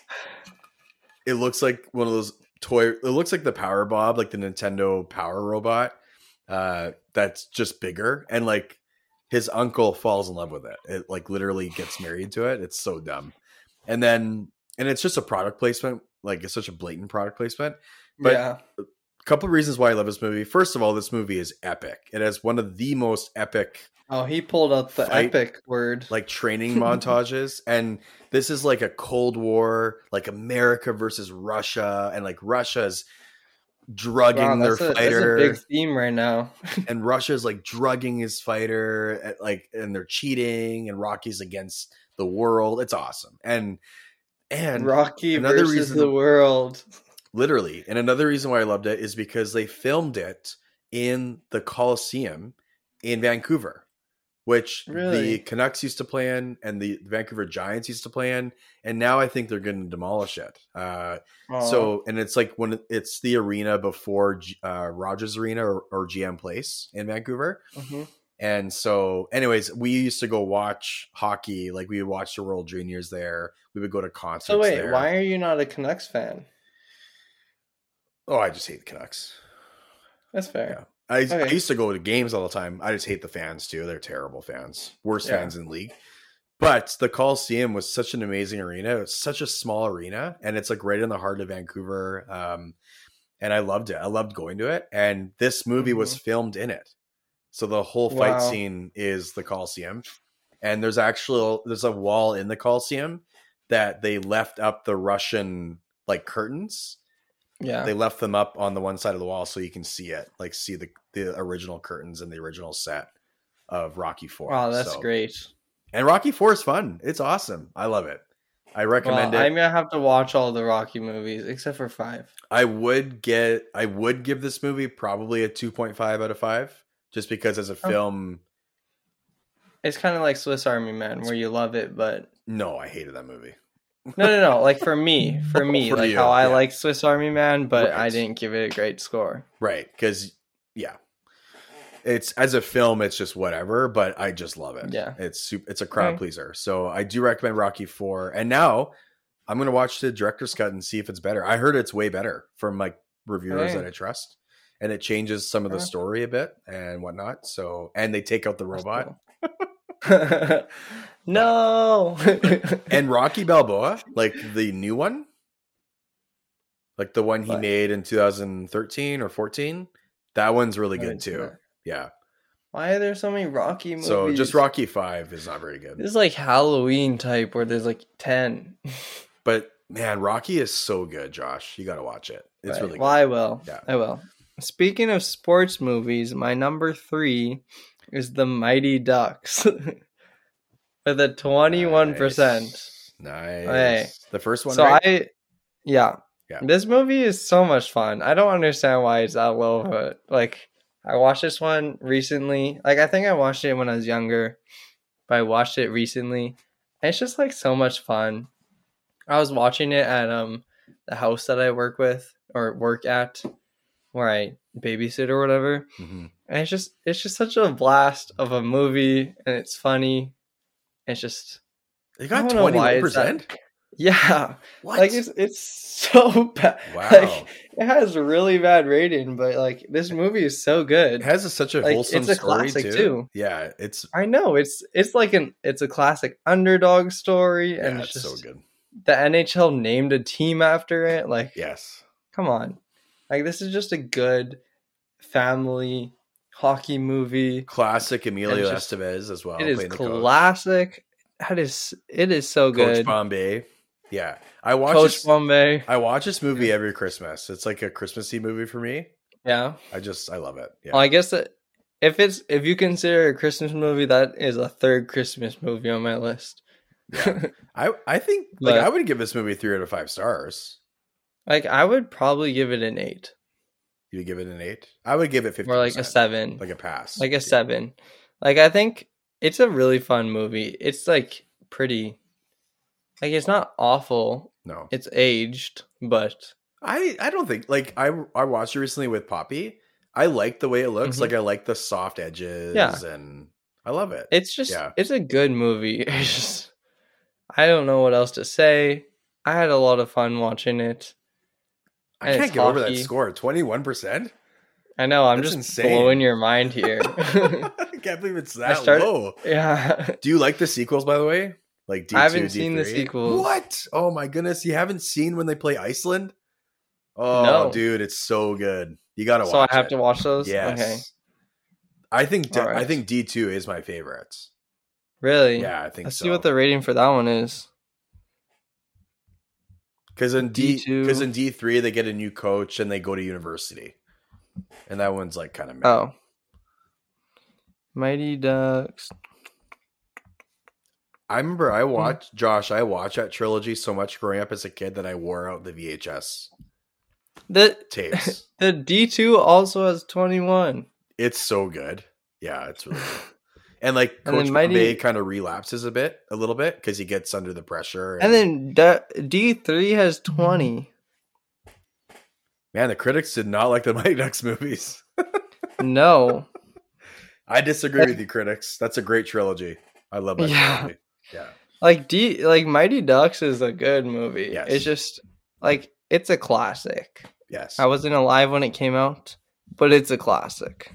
Speaker 2: it looks like one of those toy it looks like the power bob like the nintendo power robot uh that's just bigger and like his uncle falls in love with it it like literally gets married to it it's so dumb and then and it's just a product placement like it's such a blatant product placement But-
Speaker 1: yeah.
Speaker 2: couple of reasons why i love this movie first of all this movie is epic it has one of the most epic
Speaker 1: Oh, he pulled out the
Speaker 2: Fight.
Speaker 1: epic word. *laughs*
Speaker 2: like training montages and this is like a cold war like america versus russia and like russia's drugging
Speaker 1: Wow,
Speaker 2: their
Speaker 1: that's, a, that's a
Speaker 2: fighter
Speaker 1: big theme right now.
Speaker 2: *laughs* and russia's like drugging his fighter at, like and they're cheating and rocky's against the world it's awesome and and
Speaker 1: Rocky
Speaker 2: another
Speaker 1: versus
Speaker 2: reason-
Speaker 1: the world.
Speaker 2: literally and another reason why i loved it is because they filmed it in the coliseum in vancouver which
Speaker 1: Really?
Speaker 2: the canucks used to play in and the vancouver giants used to play in and now i think they're going to demolish it uh,
Speaker 1: Aw.
Speaker 2: so and it's like when it's the arena before G- uh, rogers arena or, or gm place in vancouver
Speaker 1: Mhm.
Speaker 2: and so, anyways, we used to go watch hockey. Like we would watch the World Juniors there. We would go to concerts.
Speaker 1: So wait,
Speaker 2: there.
Speaker 1: why are you not a Canucks fan?
Speaker 2: Oh, I just hate the Canucks.
Speaker 1: That's fair.
Speaker 2: I, I
Speaker 1: Okay.
Speaker 2: used to go to games all the time. I just hate the fans too. They're terrible fans, worst
Speaker 1: Yeah.
Speaker 2: fans in the league. But the Coliseum was such an amazing arena. It's such a small arena, and it's like right in the heart of Vancouver. Um, and I loved it. I loved going to it. And this movie was filmed in it, so the whole fight
Speaker 1: Mm-hmm. Wow.
Speaker 2: scene is the Coliseum. And there's actual there's a wall in the Coliseum that they left up the Russian like curtains
Speaker 1: Yeah.
Speaker 2: they left them up on the one side of the wall so you can see it, like see the the original curtains and the original set of Rocky Four.
Speaker 1: wow, that's
Speaker 2: So-
Speaker 1: great.
Speaker 2: And Rocky Four is fun. It's awesome. I love it. I
Speaker 1: Well,
Speaker 2: recommend
Speaker 1: I'm
Speaker 2: it.
Speaker 1: gonna have to watch all the Rocky movies except for five.
Speaker 2: I would get. I would give this movie probably a two point five out of five, just because as a
Speaker 1: Oh.
Speaker 2: film,
Speaker 1: It's kind of like Swiss Army Man, where you love it, but
Speaker 2: *laughs* no, I hated that movie.
Speaker 1: no, no, no. Like for me, for me,
Speaker 2: For
Speaker 1: like
Speaker 2: you,
Speaker 1: how I
Speaker 2: yeah.
Speaker 1: like Swiss Army Man, but I
Speaker 2: Right.
Speaker 1: didn't give it a great score.
Speaker 2: Right? Because yeah, it's as a film, it's just whatever. But I just love it.
Speaker 1: Yeah.
Speaker 2: it's super, it's a crowd
Speaker 1: Okay.
Speaker 2: pleaser. So I do recommend Rocky Four. And now I'm gonna watch the director's cut and see if it's better. I heard it's way better from like reviewers
Speaker 1: Okay.
Speaker 2: that I trust, and it changes some of the
Speaker 1: Okay.
Speaker 2: story a bit and whatnot. So and they take out
Speaker 1: *laughs*
Speaker 2: the robot
Speaker 1: That's cool. *laughs* no.
Speaker 2: *laughs*
Speaker 1: *laughs*
Speaker 2: and Rocky Balboa, like the new one. Like the one he
Speaker 1: What?
Speaker 2: made in 2013 or 14, that one's really
Speaker 1: I
Speaker 2: good
Speaker 1: didn't see
Speaker 2: too.
Speaker 1: that.
Speaker 2: Yeah,
Speaker 1: Why are there so many Rocky movies?
Speaker 2: So just Rocky Five is not very good.
Speaker 1: This is like Halloween type, where there's like ten.
Speaker 2: But man, Rocky is so good, Josh. You gotta watch it. It's
Speaker 1: Right.
Speaker 2: really
Speaker 1: Well,
Speaker 2: good.
Speaker 1: I will.
Speaker 2: Yeah.
Speaker 1: I will. Speaking of sports movies, my number three is The Mighty Ducks *laughs* with a twenty-one percent.
Speaker 2: Nice. Nice.
Speaker 1: Hey.
Speaker 2: The first one.
Speaker 1: So
Speaker 2: right?
Speaker 1: I, yeah.
Speaker 2: Yeah.
Speaker 1: this movie is so much fun. I don't understand why it's that
Speaker 2: Oh.
Speaker 1: low, but like I watched this one recently. Like I think I watched it when I was younger, but I watched it recently. And it's just like so much fun. I was watching it at um the house that I work with or work at, where I babysit or whatever.
Speaker 2: Mhm.
Speaker 1: And it's just it's just such a blast of a movie, and it's funny. It's just *laughs*
Speaker 2: They
Speaker 1: I
Speaker 2: got
Speaker 1: don't know
Speaker 2: twenty
Speaker 1: why
Speaker 2: one
Speaker 1: it's that-
Speaker 2: percent.
Speaker 1: *laughs* yeah.
Speaker 2: What?
Speaker 1: Like it's it's *laughs* so bad.
Speaker 2: wow.
Speaker 1: Like *laughs* it has a really bad rating, but like this movie is so
Speaker 2: it
Speaker 1: good.
Speaker 2: has a, such a
Speaker 1: like,
Speaker 2: wholesome
Speaker 1: it's a
Speaker 2: story
Speaker 1: classic,
Speaker 2: too.
Speaker 1: too.
Speaker 2: Yeah, it's
Speaker 1: I know it's it's like an it's a classic underdog story,
Speaker 2: yeah,
Speaker 1: and
Speaker 2: it's
Speaker 1: it's just
Speaker 2: so good.
Speaker 1: the NHL named a team after it. Like,
Speaker 2: Yes.
Speaker 1: come on. Like, this is just a good family hockey movie.
Speaker 2: Classic Emilio
Speaker 1: And just-
Speaker 2: Estevez as well.
Speaker 1: it is
Speaker 2: playing the coach.
Speaker 1: classic. That is, it is so
Speaker 2: Coach
Speaker 1: good. Coach,
Speaker 2: Bombay. Yeah. I watch this,
Speaker 1: Bombay.
Speaker 2: I watch this movie every Christmas. It's like a Christmassy movie for me.
Speaker 1: Yeah.
Speaker 2: I just I love it. Yeah.
Speaker 1: Well, I guess that if it's if you consider it a Christmas movie, that is a third Christmas movie on my list.
Speaker 2: Yeah. I I think like
Speaker 1: But-
Speaker 2: I would give this movie three out of five stars.
Speaker 1: like I would probably give it an eight
Speaker 2: You would give it an eight? I would give it fifty.
Speaker 1: or like a seven,
Speaker 2: Like a pass.
Speaker 1: like a seven. Like I think it's a really fun movie. It's like pretty, like it's not awful.
Speaker 2: No.
Speaker 1: It's aged, but
Speaker 2: I I don't think like I I watched it recently with Poppy. I like the way it looks.
Speaker 1: Mhm.
Speaker 2: Like I like the soft edges
Speaker 1: Yeah.
Speaker 2: and I love it.
Speaker 1: it's just
Speaker 2: Yeah.
Speaker 1: it's a good movie. *laughs* It's just I don't know what else to say. I had a lot of fun watching it.
Speaker 2: I
Speaker 1: and
Speaker 2: can't
Speaker 1: it's
Speaker 2: get over that
Speaker 1: hockey.
Speaker 2: score. Twenty one percent. *laughs*
Speaker 1: I know I'm
Speaker 2: That's
Speaker 1: just
Speaker 2: insane.
Speaker 1: blowing your mind
Speaker 2: *laughs*
Speaker 1: here. *laughs*
Speaker 2: I can't believe it's that
Speaker 1: started-
Speaker 2: low.
Speaker 1: yeah.
Speaker 2: Do you like the sequels, by the way? Like D2,
Speaker 1: I haven't seen the
Speaker 2: D3?
Speaker 1: sequels.
Speaker 2: What? Oh my goodness, you haven't seen when they play Iceland? Oh,
Speaker 1: No.
Speaker 2: dude, it's so good. You gotta
Speaker 1: So I
Speaker 2: watch.
Speaker 1: have
Speaker 2: it.
Speaker 1: to watch those?
Speaker 2: Yes.
Speaker 1: Okay.
Speaker 2: I think D-
Speaker 1: All right.
Speaker 2: I think D two is my favorite.
Speaker 1: Really?
Speaker 2: Yeah, I think
Speaker 1: Let's
Speaker 2: so.
Speaker 1: see what the rating for that one is.
Speaker 2: Because in D
Speaker 1: D2.
Speaker 2: because in D three they get a new coach and they go to university, and that one's like kind of
Speaker 1: Oh. Mighty Ducks.
Speaker 2: I remember
Speaker 1: Hmm.
Speaker 2: I watched Josh. I watched that trilogy so much growing up as a kid that I wore out the VHS
Speaker 1: The *laughs*
Speaker 2: tapes.
Speaker 1: the D two also has twenty one.
Speaker 2: it's so good. Yeah, it's really good. And like
Speaker 1: And then
Speaker 2: Coach
Speaker 1: Mighty-
Speaker 2: Bay kind of relapses a bit, a little bit, because he gets under the pressure.
Speaker 1: And then D three has twenty.
Speaker 2: man, the critics did not like the *laughs* Mighty Ducks movies.
Speaker 1: No.
Speaker 2: I disagree with you, critics. That's a great trilogy. I love that
Speaker 1: Yeah.
Speaker 2: trilogy. Yeah,
Speaker 1: Like D like Mighty Ducks is a good movie.
Speaker 2: Yes.
Speaker 1: It's just like it's a classic.
Speaker 2: yes,
Speaker 1: I wasn't alive when it came out, but it's a classic.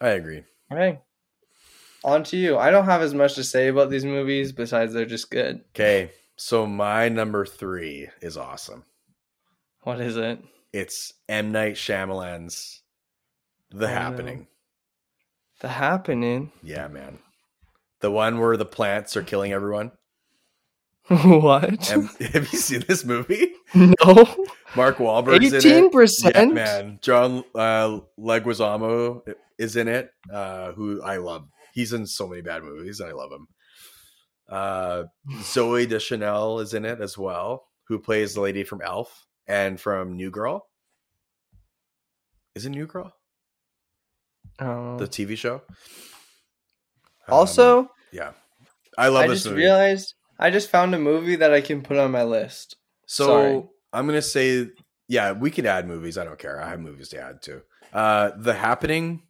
Speaker 2: I agree.
Speaker 1: Okay. On to you. I don't have as much to say about these movies besides they're just good.
Speaker 2: Okay, so my number three is awesome.
Speaker 1: What is it?
Speaker 2: It's M Night Shyamalan's The
Speaker 1: Oh, no.
Speaker 2: Happening.
Speaker 1: The happening. *laughs*
Speaker 2: Yeah, man, the one where the plants are killing everyone.
Speaker 1: what?
Speaker 2: Em- *laughs* Have you seen this movie?
Speaker 1: *laughs* no.
Speaker 2: Mark Wahlberg's in it.
Speaker 1: Eighteen
Speaker 2: Yeah,
Speaker 1: percent.
Speaker 2: man. John uh, Leguizamo is in it, uh, who I love. He's in so many bad movies, and I love him. Uh, Zoe Deschanel is in it as well, who plays the lady from Elf and from New Girl. Is it New Girl
Speaker 1: Oh.
Speaker 2: the TV show? Um,
Speaker 1: also,
Speaker 2: yeah, I love
Speaker 1: I
Speaker 2: this
Speaker 1: just
Speaker 2: movie.
Speaker 1: realized I just found a movie that I can put on my list. *laughs*
Speaker 2: So
Speaker 1: Sorry.
Speaker 2: I'm gonna say, yeah, we could add movies. I don't care. I have movies to add to. Uh, the Happening.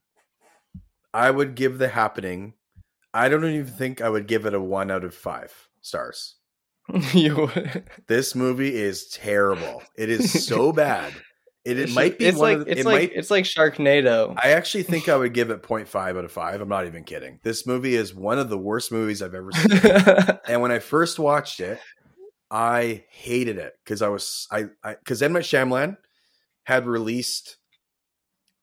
Speaker 2: I would give The Happening. I don't even think I would give it a one out of five stars.
Speaker 1: you.
Speaker 2: This movie is terrible. It
Speaker 1: *laughs*
Speaker 2: is so bad. It, it
Speaker 1: should-
Speaker 2: might be
Speaker 1: It's
Speaker 2: one
Speaker 1: like
Speaker 2: of the,
Speaker 1: it's
Speaker 2: it
Speaker 1: like
Speaker 2: might.
Speaker 1: it's like Sharknado.
Speaker 2: I actually think I would give it 0.5 out of five. I'm not even kidding. This movie is one of the worst movies I've ever
Speaker 1: *laughs*
Speaker 2: seen. And when I first watched it, I hated it because I was I because M Night Shyamalan had released.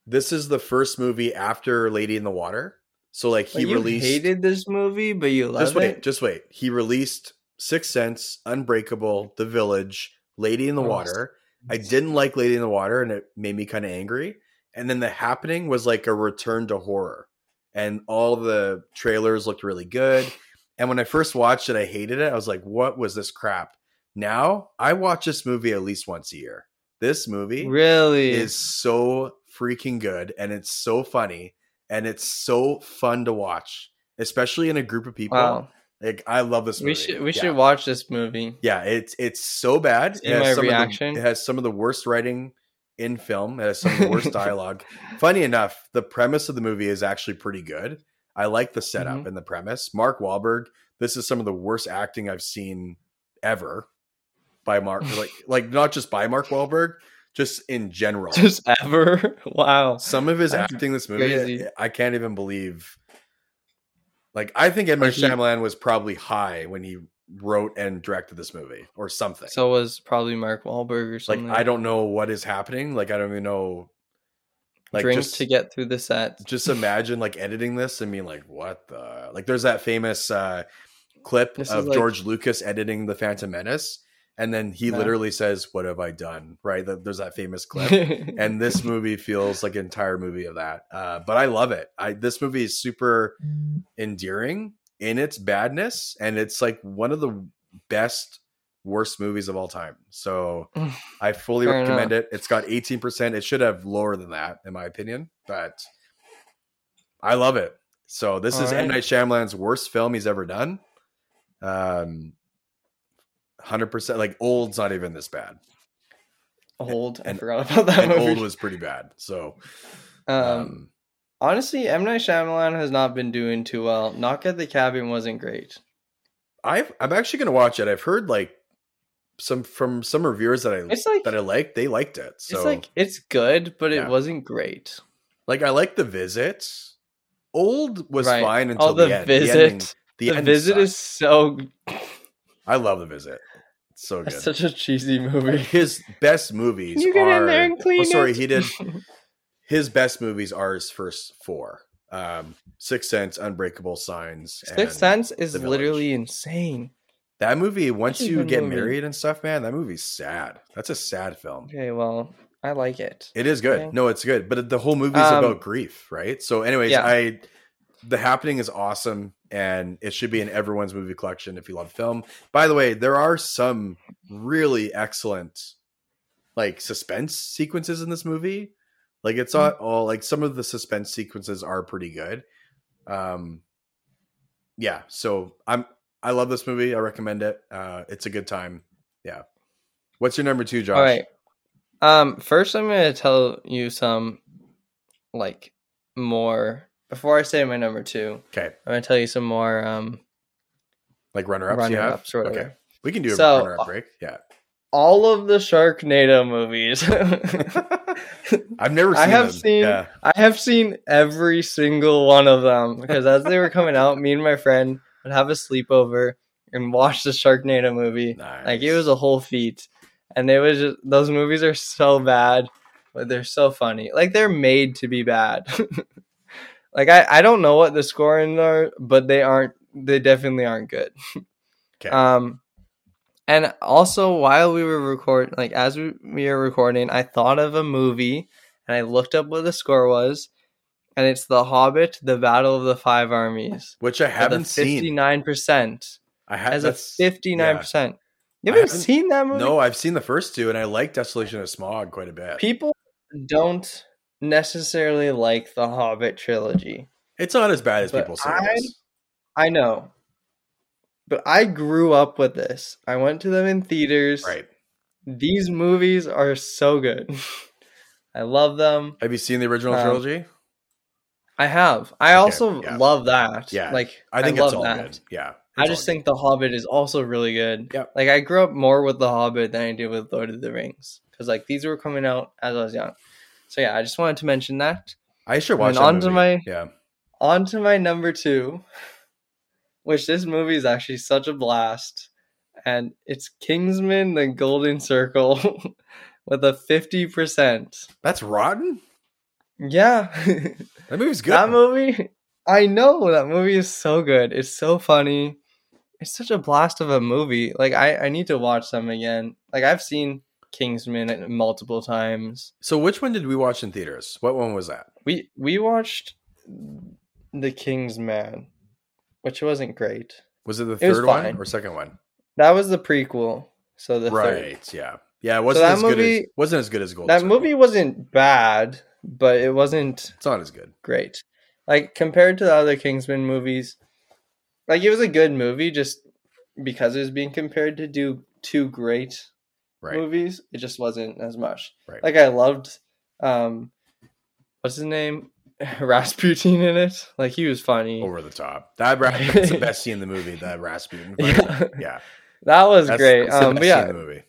Speaker 2: This is the first movie after Lady in the Water, so like he
Speaker 1: you
Speaker 2: released.
Speaker 1: hated this movie, but you
Speaker 2: just
Speaker 1: loved
Speaker 2: wait,
Speaker 1: it.
Speaker 2: just wait. He released Sixth Sense, Unbreakable, The Village, Lady in the
Speaker 1: Oh,
Speaker 2: Water. I didn't like Lady in the Water, and it made me kind of angry. And then The Happening was like a return to horror, and all the trailers looked really good. And when I first watched it, I hated it. I was like, "What was this crap?" Now I watch this movie at least once a year. This movie
Speaker 1: Really?
Speaker 2: is so freaking good, and it's so funny, and it's so fun to watch, especially in a group of people.
Speaker 1: wow.
Speaker 2: Like I love this movie.
Speaker 1: We should we
Speaker 2: yeah.
Speaker 1: should watch this movie. *laughs*
Speaker 2: Yeah, it's it's so bad.
Speaker 1: See my
Speaker 2: some of the-
Speaker 1: reaction?
Speaker 2: it has some of the worst writing in film. It has some of
Speaker 1: *laughs*
Speaker 2: the worst dialogue. Funny enough, the premise of the movie is actually pretty good. I like the setup
Speaker 1: Mhm.
Speaker 2: and the premise. Mark Wahlberg. This is some of the worst acting I've seen ever by Mark.
Speaker 1: *laughs*
Speaker 2: Like like not just by Mark Wahlberg, just in general.
Speaker 1: Just ever. *laughs* Wow.
Speaker 2: some of
Speaker 1: *laughs*
Speaker 2: his
Speaker 1: That's
Speaker 2: acting in this movie,
Speaker 1: crazy.
Speaker 2: I can't even believe. Like I think Edmund
Speaker 1: he-
Speaker 2: Shyamalan was probably high when he wrote and directed this movie or something.
Speaker 1: So was probably Mark Wahlberg or
Speaker 2: like
Speaker 1: something.
Speaker 2: I don't know what is happening. Like I don't even know. Like
Speaker 1: drink
Speaker 2: just
Speaker 1: to get through the set.
Speaker 2: just imagine like editing this and being like, what the like? There's that famous uh, clip
Speaker 1: This is
Speaker 2: of
Speaker 1: like-
Speaker 2: George Lucas editing the Phantom Menace, and then he
Speaker 1: Yeah.
Speaker 2: literally says, "What have I done?" Right? That- There's
Speaker 1: *laughs*
Speaker 2: that famous clip.
Speaker 1: and
Speaker 2: and this movie feels like an entire movie of that. Uh, but I love it. I this movie is super endearing in its badness, and it's like one of the best worst movies of all time. So I fully
Speaker 1: Mm. Fair
Speaker 2: recommend it. It's got 18%. It should have lower than that, in my opinion, but I love it. So this
Speaker 1: All
Speaker 2: is M.
Speaker 1: right.
Speaker 2: Night Shyamalan's worst film he's ever done. Um, hundred percent. Like old's not even
Speaker 1: *laughs*
Speaker 2: this bad,
Speaker 1: old. I
Speaker 2: and-
Speaker 1: forgot about that
Speaker 2: and old
Speaker 1: movie.
Speaker 2: was pretty bad. So
Speaker 1: um, honestly, M Night Shyamalan has not been doing too well. Knock at the Cabin wasn't great.
Speaker 2: I've, I'm actually going to watch it. I've heard like some from some reviewers that I
Speaker 1: It's like
Speaker 2: that I liked. They liked it. Mm, So
Speaker 1: it's
Speaker 2: like,
Speaker 1: like it's good, but
Speaker 2: Yeah.
Speaker 1: it wasn't great.
Speaker 2: I like the visit. Old was
Speaker 1: Right.
Speaker 2: fine until
Speaker 1: Oh, the,
Speaker 2: the, end.
Speaker 1: visit.
Speaker 2: The, ending, the
Speaker 1: the
Speaker 2: end
Speaker 1: visit
Speaker 2: sucked.
Speaker 1: is so
Speaker 2: I love the visit. It's so good.
Speaker 1: that's such a cheesy movie.
Speaker 2: his best movies.
Speaker 1: You get
Speaker 2: are,
Speaker 1: in there and clean
Speaker 2: oh, sorry,
Speaker 1: it. *laughs*
Speaker 2: he did. His best movies are his first four: um, Sixth Sense, Unbreakable, Signs. and-
Speaker 1: Sixth Sense is
Speaker 2: The Village.
Speaker 1: literally insane.
Speaker 2: That movie. Once
Speaker 1: That's a
Speaker 2: you
Speaker 1: good
Speaker 2: get
Speaker 1: movie.
Speaker 2: married and stuff, man, that movie's sad. That's a sad film.
Speaker 1: Okay, well, I like it.
Speaker 2: It is good.
Speaker 1: Okay.
Speaker 2: No, it's good. But the whole movie is
Speaker 1: Um,
Speaker 2: about grief, right? So, anyways,
Speaker 1: Yeah.
Speaker 2: I the happening is awesome, and it should be in everyone's movie collection if you love film. By the way, there are some really excellent like suspense sequences in this movie. Like it's
Speaker 1: Mm-hmm.
Speaker 2: not all like some of the suspense sequences are pretty good. Um, yeah. So I'm I love this movie. I recommend it. Uh, it's a good time. Yeah. What's your number two, Josh?
Speaker 1: All right. Um, first, I'm going to tell you some, like, more. Before I say my number two,
Speaker 2: Okay.
Speaker 1: I'm going to tell you some more um,
Speaker 2: Like runner ups.
Speaker 1: runner ups or whatever.
Speaker 2: Okay. We can do a
Speaker 1: So- uh,
Speaker 2: runner up break. Yeah.
Speaker 1: All of the Sharknado movies.
Speaker 2: *laughs* I've never seen
Speaker 1: I have
Speaker 2: them.
Speaker 1: seen
Speaker 2: Yeah.
Speaker 1: I have seen every single one of them because as they were coming out, me and my friend would have a sleepover and watch the Sharknado movie.
Speaker 2: Nice.
Speaker 1: Like it was a whole feat, and it was just those movies are so bad, but they're so funny. Like they're made to be bad. *laughs* like I I don't know what the scorings are, but they aren't. They definitely aren't good. *laughs*
Speaker 2: 'Kay.
Speaker 1: Um, and also while we were recording, like as we, we were recording, I thought of a movie and I looked up what the score was, and it's The Hobbit: The Battle of the Five Armies.
Speaker 2: which I haven't seen.
Speaker 1: Fifty-nine percent
Speaker 2: I ha-
Speaker 1: as a
Speaker 2: that's-
Speaker 1: fifty-nine percent. You
Speaker 2: I
Speaker 1: haven't
Speaker 2: haven't-
Speaker 1: seen that
Speaker 2: yeah.
Speaker 1: movie?
Speaker 2: No, I've seen the first two, and I like Desolation of Smog quite a bit.
Speaker 1: People don't necessarily like the Hobbit trilogy.
Speaker 2: It's not as bad as
Speaker 1: But
Speaker 2: people say.
Speaker 1: I-
Speaker 2: it is.
Speaker 1: I know, but I grew up with this. I went to them in theaters.
Speaker 2: Right?
Speaker 1: These movies are so good. *laughs* I love them.
Speaker 2: Have you seen the original
Speaker 1: Um,
Speaker 2: trilogy?
Speaker 1: I have. I
Speaker 2: Okay,
Speaker 1: also
Speaker 2: yeah.
Speaker 1: love that.
Speaker 2: Yeah,
Speaker 1: like
Speaker 2: I think it's
Speaker 1: love
Speaker 2: all
Speaker 1: that.
Speaker 2: good. Yeah.
Speaker 1: I
Speaker 2: it's
Speaker 1: just
Speaker 2: all good.
Speaker 1: think The Hobbit is also really good.
Speaker 2: Yep.
Speaker 1: Like I grew up more with The Hobbit than I did with Lord of the Rings because like these were coming out as I was young. So yeah, I just wanted to mention that.
Speaker 2: I should
Speaker 1: and
Speaker 2: watch.
Speaker 1: then
Speaker 2: that
Speaker 1: on to
Speaker 2: movie.
Speaker 1: my-
Speaker 2: yeah.
Speaker 1: On to my number two, which this movie is actually such a blast, and it's Kingsman: The Golden Circle *laughs* with a fifty percent.
Speaker 2: That's rotten.
Speaker 1: Yeah. *laughs*
Speaker 2: That movie's good.
Speaker 1: That movie, I know that movie is so good. It's so funny. It's such a blast of a movie. Like I, I need to watch them again. Like I've seen Kingsman multiple times.
Speaker 2: so which one did we watch in theaters? What one was that?
Speaker 1: We we watched The Kingsman, which wasn't great.
Speaker 2: Was it the
Speaker 1: It was
Speaker 2: third one
Speaker 1: fine.
Speaker 2: or second one?
Speaker 1: That was the prequel. So the
Speaker 2: right.
Speaker 1: third.
Speaker 2: Yeah. Yeah. It wasn't
Speaker 1: that
Speaker 2: as good as
Speaker 1: movie-
Speaker 2: wasn't as good as Gold.
Speaker 1: That movie wasn't bad, but it wasn't
Speaker 2: It's not as good.
Speaker 1: great. Like compared to the other Kingsman movies, like it was a good movie just because it was being compared to do two great
Speaker 2: Right.
Speaker 1: movies. It just wasn't as much.
Speaker 2: Right.
Speaker 1: Like I loved um what's his name? *laughs* Rasputin in it. Like he was funny. *laughs*
Speaker 2: Over the top. That ra- that's the best scene in the movie. The Rasputin. fight.
Speaker 1: *laughs* Yeah,
Speaker 2: Yeah,
Speaker 1: that was
Speaker 2: that's,
Speaker 1: great.
Speaker 2: that's the
Speaker 1: Um,
Speaker 2: best
Speaker 1: but
Speaker 2: scene
Speaker 1: yeah,
Speaker 2: in the movie.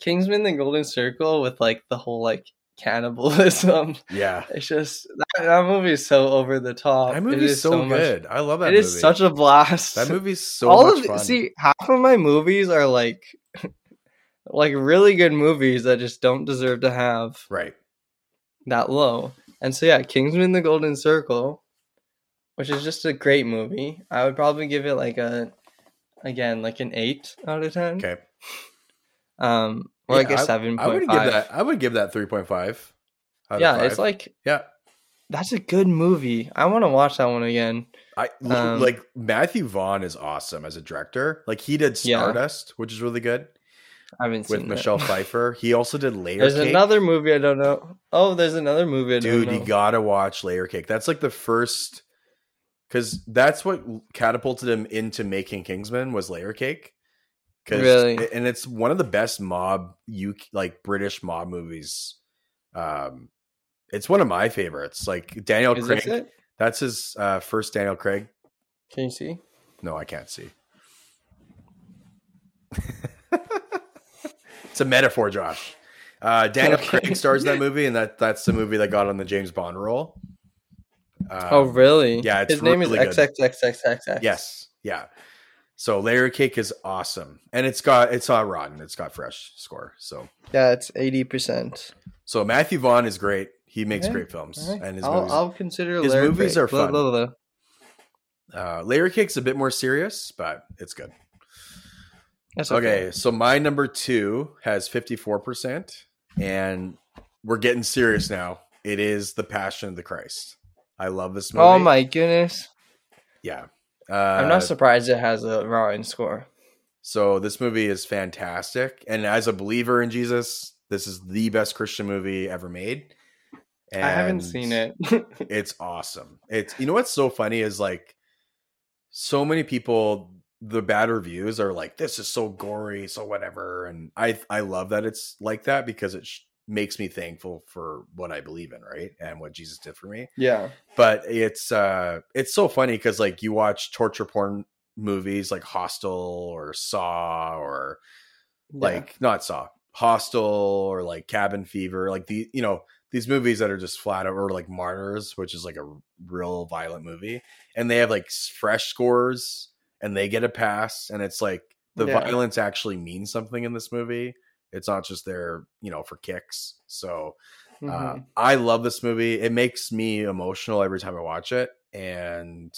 Speaker 1: Kingsman: The Golden Circle with like the whole like cannibalism. *laughs*
Speaker 2: Yeah.
Speaker 1: It's just that, that movie is so over the top.
Speaker 2: That
Speaker 1: Uh, It
Speaker 2: movie's
Speaker 1: is
Speaker 2: so,
Speaker 1: much-
Speaker 2: good. I love that
Speaker 1: It
Speaker 2: movie.
Speaker 1: is such a blast.
Speaker 2: that movie's so
Speaker 1: all
Speaker 2: much
Speaker 1: of
Speaker 2: fun.
Speaker 1: see half of my movies are like *laughs* like really good movies that just don't deserve to have
Speaker 2: right.
Speaker 1: that low. And so yeah, Kingsman: The Golden Circle, which is just a great movie. I would probably give it like a again like an eight out of ten.
Speaker 2: Okay.
Speaker 1: Um, or
Speaker 2: Yeah,
Speaker 1: like a seven
Speaker 2: I would
Speaker 1: point
Speaker 2: give
Speaker 1: five.
Speaker 2: that I would give that 3.5. out of
Speaker 1: yeah, it's
Speaker 2: five.
Speaker 1: like
Speaker 2: Yeah.
Speaker 1: that's a good movie. I want to watch that one again.
Speaker 2: I l-
Speaker 1: Um,
Speaker 2: like Matthew Vaughn is awesome as a director. Like he did
Speaker 1: Yeah.
Speaker 2: Stardust, which is really good
Speaker 1: I haven't
Speaker 2: with
Speaker 1: seen that.
Speaker 2: Michelle Pfeiffer. He also did Layer
Speaker 1: *laughs* There's
Speaker 2: Cake.
Speaker 1: another movie I don't know. Oh, there's another movie I don't
Speaker 2: Dude,
Speaker 1: know.
Speaker 2: you gotta watch Layer Cake. That's like the first because that's what catapulted him into making Kingsman was Layer Cake. 'Cause-
Speaker 1: Really?
Speaker 2: and it's one of the best mob you like British mob movies. Um, it's one of my favorites. Like Daniel
Speaker 1: is this
Speaker 2: Craig,
Speaker 1: it?
Speaker 2: that's his uh, first Daniel Craig.
Speaker 1: Can you see?
Speaker 2: No, I can't see. *laughs* it's a metaphor, Josh. Uh,
Speaker 1: *laughs*
Speaker 2: Daniel
Speaker 1: Okay.
Speaker 2: Craig stars in that movie, and that that's the movie that got on the James Bond roll. Uh,
Speaker 1: oh, really?
Speaker 2: yeah, it's
Speaker 1: His name
Speaker 2: really
Speaker 1: is
Speaker 2: good.
Speaker 1: XXXXXX.
Speaker 2: yes, yeah. So Layer Cake is awesome, and it's got it's on Rotten, it's got fresh score. So
Speaker 1: Yeah, it's eighty percent.
Speaker 2: so Matthew Vaughn is great. He makes
Speaker 1: Okay,
Speaker 2: great films,
Speaker 1: Alright,
Speaker 2: and his
Speaker 1: I'll,
Speaker 2: movies.
Speaker 1: I'll consider
Speaker 2: his
Speaker 1: Larry
Speaker 2: movies
Speaker 1: Craig.
Speaker 2: are
Speaker 1: Blah,
Speaker 2: fun.
Speaker 1: blah, blah.
Speaker 2: Uh, Layer Cake's a bit more serious, but it's good.
Speaker 1: That's okay.
Speaker 2: Okay, so my number two has 54%, and we're getting serious now. It is The Passion of the Christ. I love this movie.
Speaker 1: Oh my goodness!
Speaker 2: Yeah. Uh,
Speaker 1: I'm not surprised it has a Rotten score.
Speaker 2: so this movie is fantastic. And as a believer in Jesus, this is the best Christian movie ever made.
Speaker 1: I haven't
Speaker 2: And
Speaker 1: seen it. *laughs*
Speaker 2: It's awesome. It's you know what's so funny is like so many people the bad reviews are like this is so gory, so whatever, and I I love that it's like that because it sh- makes me thankful for what I believe in, right, and what Jesus did for me.
Speaker 1: yeah,
Speaker 2: But it's uh it's so funny because like you watch torture porn movies like Hostel or Saw or like not Saw, Hostel or like Cabin Fever, like the you know these movies that are just flat out or like Martyrs, which is like a real violent movie, and they have like s- fresh scores and they get a pass, and it's like the
Speaker 1: Yeah.
Speaker 2: violence actually means something in this movie. It's not just there, you know, for kicks. So
Speaker 1: Yeah.
Speaker 2: uh,
Speaker 1: Mhm.
Speaker 2: I love this movie. It makes me emotional every time I watch it, and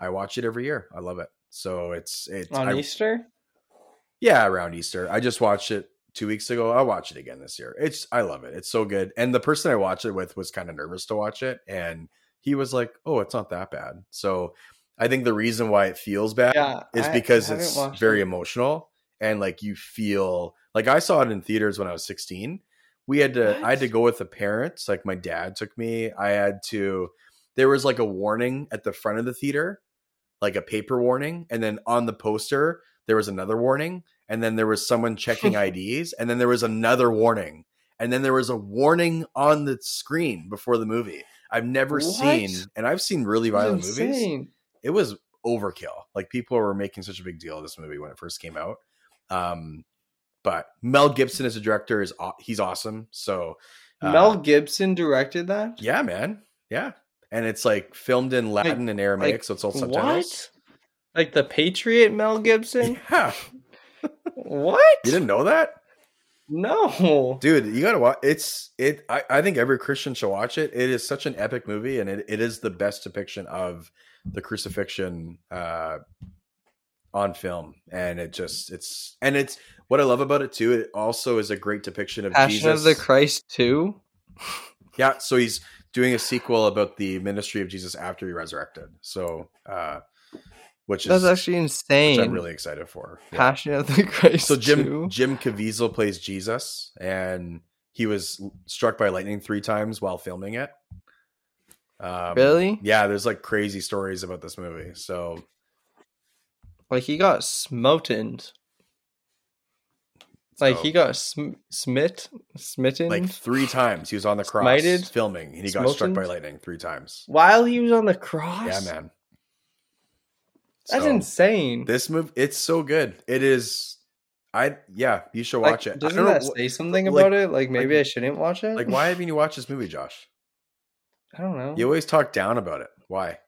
Speaker 2: I watch it every year. I love it. So it's it's
Speaker 1: on
Speaker 2: uh, I-
Speaker 1: Easter.
Speaker 2: yeah, around Easter. I just watched it two weeks ago. I'll watch it again this year. It's I love it. It's so good. And the person I watched it with was kind of nervous to watch it, and he was like, "Oh, it's not that bad." So I think the reason why it feels bad
Speaker 1: Yeah,
Speaker 2: is
Speaker 1: I-
Speaker 2: because
Speaker 1: I haven't
Speaker 2: it's
Speaker 1: watched
Speaker 2: very
Speaker 1: it.
Speaker 2: emotional and like you feel like I saw it in theaters when I was 16. We had to I had to
Speaker 1: What?
Speaker 2: go with the parents, like my dad took me. I had to there was like a warning at the front of the theater, like a paper warning, and then on the poster there was another warning, and then there was
Speaker 1: *laughs*
Speaker 2: someone checking IDs, and then there was another warning, and then there was a warning on the screen before the movie. I've never
Speaker 1: What?
Speaker 2: seen, and I've seen really
Speaker 1: This is
Speaker 2: violent movies
Speaker 1: insane.
Speaker 2: it was overkill. Like people were making such a big deal of this movie when it first came out. Um, but Mel Gibson as a director is aw- he's awesome. So uh,
Speaker 1: Mel Gibson directed that.
Speaker 2: yeah, man, yeah, and it's like filmed in Latin and Aramaic,
Speaker 1: like,
Speaker 2: so it's all subtitles.
Speaker 1: What? Like the Patriot, Mel Gibson.
Speaker 2: *laughs* Yeah,
Speaker 1: What?
Speaker 2: you didn't know that,
Speaker 1: No.
Speaker 2: dude. You gotta watch. It's it. I, I think every Christian should watch it. It is such an epic movie, and it, it is the best depiction of the crucifixion uh on film and it just it's and it's what i love about it too it also is a great depiction of
Speaker 1: Passion
Speaker 2: jesus
Speaker 1: of the Christ two.
Speaker 2: yeah so he's doing a sequel about the ministry of jesus after he resurrected so uh which
Speaker 1: That's
Speaker 2: is
Speaker 1: actually insane.
Speaker 2: which i'm really excited for Yeah.
Speaker 1: Passion of the *laughs* Christ.
Speaker 2: so jim
Speaker 1: 2.
Speaker 2: jim caviezel plays jesus and he was l- struck by lightning three times while filming it um,
Speaker 1: Really?
Speaker 2: yeah there's like crazy stories about this movie so
Speaker 1: Like he got smotened. Like
Speaker 2: so-
Speaker 1: he got sm- smit, smitten
Speaker 2: like three times he was on the cross
Speaker 1: Smited?
Speaker 2: filming and he got struck
Speaker 1: Smotened?
Speaker 2: by lightning three times
Speaker 1: while he was on the cross.
Speaker 2: yeah man
Speaker 1: that's
Speaker 2: So,
Speaker 1: insane.
Speaker 2: this move it's so good it is I yeah, you should
Speaker 1: Like,
Speaker 2: watch it. I
Speaker 1: Doesn't
Speaker 2: don't know
Speaker 1: that
Speaker 2: wh-
Speaker 1: say something
Speaker 2: like-
Speaker 1: about it? Like maybe I shouldn't watch it.
Speaker 2: like why haven't you watched this movie, Josh?
Speaker 1: I don't know. *laughs*
Speaker 2: You always talk down about it. Why?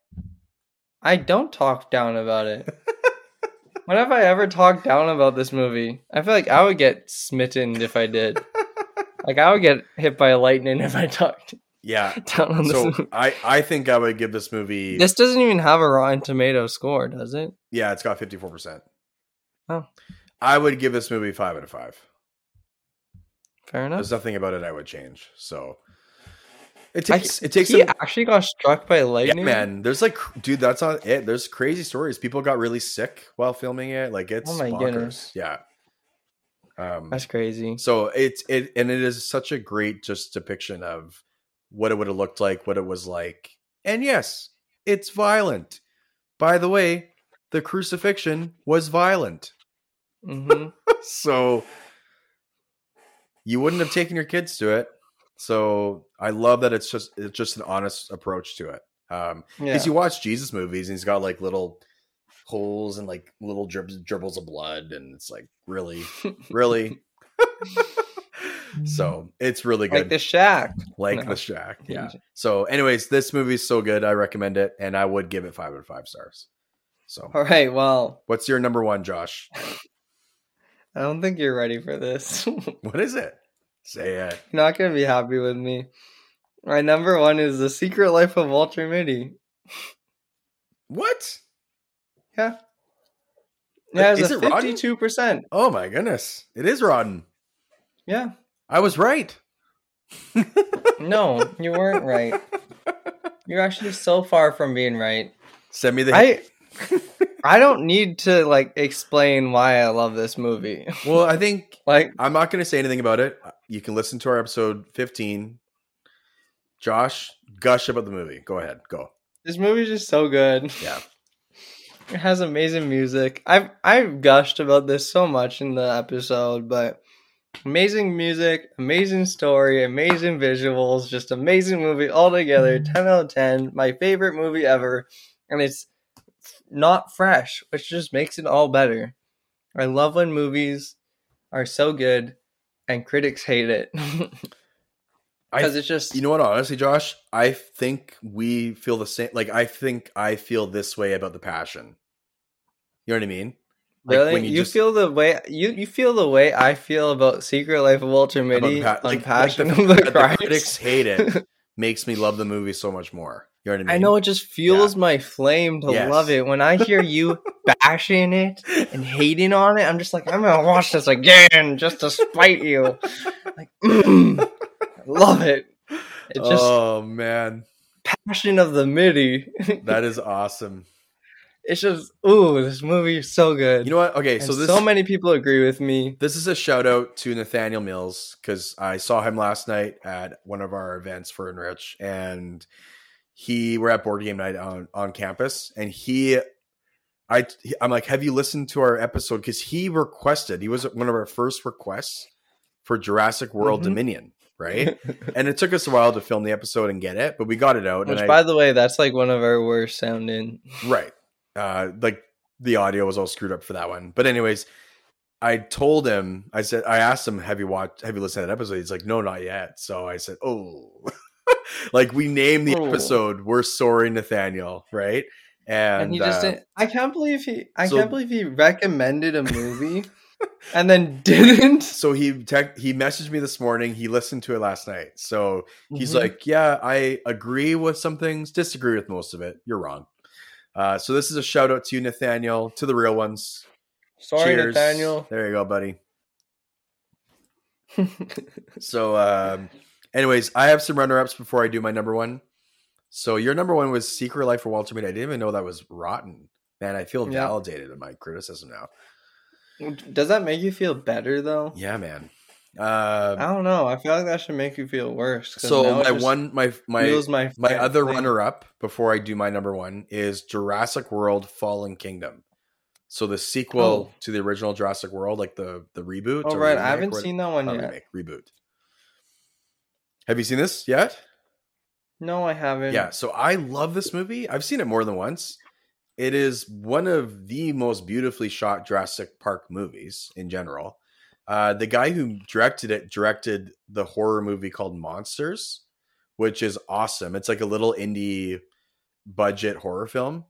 Speaker 1: I don't talk down about
Speaker 2: *laughs*
Speaker 1: it. when have I ever talked down about this movie? I feel like I would get smitten if I
Speaker 2: *laughs*
Speaker 1: did. like I would get hit by lightning if I talked *laughs*
Speaker 2: Yeah.
Speaker 1: down on this
Speaker 2: So
Speaker 1: movie.
Speaker 2: I I think I would give this movie.
Speaker 1: This doesn't even have a Rotten Tomato score, does it?
Speaker 2: yeah, it's got fifty four percent.
Speaker 1: Oh.
Speaker 2: I would give this movie five out of five.
Speaker 1: Fair enough.
Speaker 2: There's nothing about it I would change. So it
Speaker 1: I-
Speaker 2: takes it takes
Speaker 1: he
Speaker 2: some
Speaker 1: actually got struck by
Speaker 2: yeah,
Speaker 1: lightning.
Speaker 2: man. There's like dude, that's not it. There's crazy stories. People got really sick while filming it. Like it's
Speaker 1: Oh my
Speaker 2: bonkers.
Speaker 1: goodness.
Speaker 2: Yeah. Um
Speaker 1: That's crazy.
Speaker 2: so it's it and it is such a great just depiction of what it would have looked like, what it was like. And yes, it's violent. By the way, the crucifixion was violent. *laughs*
Speaker 1: hmm
Speaker 2: so you wouldn't have taken your kids to it. So I love that it's just it's just an honest approach to it. Um
Speaker 1: Yeah.
Speaker 2: because you watch Jesus movies and he's got like little holes and like little dribbles dribbles of blood and it's like really
Speaker 1: *laughs*
Speaker 2: really so it's really
Speaker 1: like Mm-hmm.
Speaker 2: good
Speaker 1: the shack.
Speaker 2: like
Speaker 1: no.
Speaker 2: the shack yeah
Speaker 1: Yeah.
Speaker 2: so anyways this movie's so good i recommend it and i would give it five out of five stars so
Speaker 1: *laughs* All right. Well,
Speaker 2: what's your number one josh
Speaker 1: I don't think you're ready for this. *laughs* you're
Speaker 2: what is it say it
Speaker 1: not gonna be happy with me. My number one is the Secret Life of Walter Mitty.
Speaker 2: what
Speaker 1: Yeah. Yeah, it
Speaker 2: Is
Speaker 1: was
Speaker 2: it
Speaker 1: a
Speaker 2: rotten?
Speaker 1: fifty-two percent.
Speaker 2: oh my goodness it is rotten
Speaker 1: Yeah.
Speaker 2: i was right
Speaker 1: No, you weren't
Speaker 2: *laughs*
Speaker 1: right. You're actually so far from being right.
Speaker 2: send me the *laughs*
Speaker 1: I I don't need to like explain why I love this movie. *laughs*
Speaker 2: well i think
Speaker 1: Like
Speaker 2: I'm not going to say anything about it. Uh, You can listen to our episode 15. Josh, gush about the movie. Go ahead. Go.
Speaker 1: this movie's just so good.
Speaker 2: Yeah.
Speaker 1: *laughs* It has amazing music. I've I've gushed about this so much in the episode, but amazing music, amazing story, amazing visuals, just amazing movie altogether. Ten out of ten. My favorite movie ever, and it's not fresh, which just makes it all better. I love when movies are so good and critics hate it *laughs* because
Speaker 2: I-
Speaker 1: it's just
Speaker 2: You know what? Honestly, Josh, I think we feel the same. Like, I think I feel this way about The Passion. You know what I mean? like,
Speaker 1: really
Speaker 2: when you
Speaker 1: you,
Speaker 2: just-
Speaker 1: feel the way you, you feel the way I feel about Secret Life of Walter Mitty
Speaker 2: About the pa-
Speaker 1: on
Speaker 2: like-
Speaker 1: Passion *laughs*
Speaker 2: like
Speaker 1: of the
Speaker 2: But
Speaker 1: Christ.
Speaker 2: the critics
Speaker 1: *laughs*
Speaker 2: hate it. makes me love the movie so much more. You know what I mean?
Speaker 1: I know it just fuels my flame to
Speaker 2: Yes.
Speaker 1: love it. When I hear
Speaker 2: *laughs*
Speaker 1: you bashing it and hating on it, I'm just like, I'm gonna watch this again just to spite you. Like, *clears throat* mm, I love it. It's just
Speaker 2: oh, man.
Speaker 1: passion of the MIDI.
Speaker 2: That is awesome.
Speaker 1: it's just ooh, this movie is so good.
Speaker 2: You know what? Okay.
Speaker 1: and
Speaker 2: So, this
Speaker 1: so many people agree with me.
Speaker 2: This is a shout out to Nathaniel Mills because I saw him last night at one of our events for Enrich, and he we're at board game night on on campus, and he. I, I'm like, have you listened to our episode? Because he requested, he was one of our first requests for Jurassic World
Speaker 1: Mhm.
Speaker 2: Dominion, right? and it took us a while to film the episode and get it, but we got it out.
Speaker 1: Which,
Speaker 2: and I-
Speaker 1: by the way, that's like one of our worst sounding.
Speaker 2: Right. Uh, like the audio was all screwed up for that one. But anyways, I told him. I said I asked him, "Have you watched? Have you listened to that episode?" He's like, "No, not yet." So I said, "Oh." *laughs* like we named the
Speaker 1: Oh.
Speaker 2: episode. We're sorry, Nathaniel. Right. And,
Speaker 1: and he just
Speaker 2: uh,
Speaker 1: didn't. I can't believe he. I
Speaker 2: so-
Speaker 1: can't believe he recommended a *laughs* movie, and then didn't.
Speaker 2: So he tech he messaged me this morning. He listened to it last night. So he's
Speaker 1: Mhm.
Speaker 2: like, "Yeah, I agree with some things, disagree with most of it. You're wrong." Uh, so this is a shout out to you, Nathaniel, to the real ones.
Speaker 1: *laughs* sorry, *laughs*
Speaker 2: Cheers.
Speaker 1: Nathaniel.
Speaker 2: There you go, buddy. So, um, anyways, I have some runner ups before I do my number one. So, your number one was Secret Life for Walter Mitty. I didn't even know that was rotten. Man, I feel
Speaker 1: Yeah.
Speaker 2: validated in my criticism now.
Speaker 1: Does that make you feel better though?
Speaker 2: Yeah, man. Uh,
Speaker 1: I don't know. I feel like that should make you feel worse. 'cause now
Speaker 2: so
Speaker 1: it
Speaker 2: my
Speaker 1: just
Speaker 2: one, my my
Speaker 1: fuels my
Speaker 2: my
Speaker 1: flame.
Speaker 2: other runner up before I do my number one is Jurassic World: Fallen Kingdom. So the sequel
Speaker 1: Oh.
Speaker 2: to the original Jurassic World, like the the reboot.
Speaker 1: Oh
Speaker 2: or
Speaker 1: right, I
Speaker 2: remake,
Speaker 1: haven't
Speaker 2: what-
Speaker 1: seen that one
Speaker 2: not
Speaker 1: yet.
Speaker 2: remake reboot. Have you seen this yet?
Speaker 1: No, I haven't.
Speaker 2: Yeah, so I love this movie. I've seen it more than once. It is one of the most beautifully shot Jurassic Park movies in general. Uh, the guy who directed it directed the horror movie called Monsters, which is awesome. It's like a little indie budget horror film.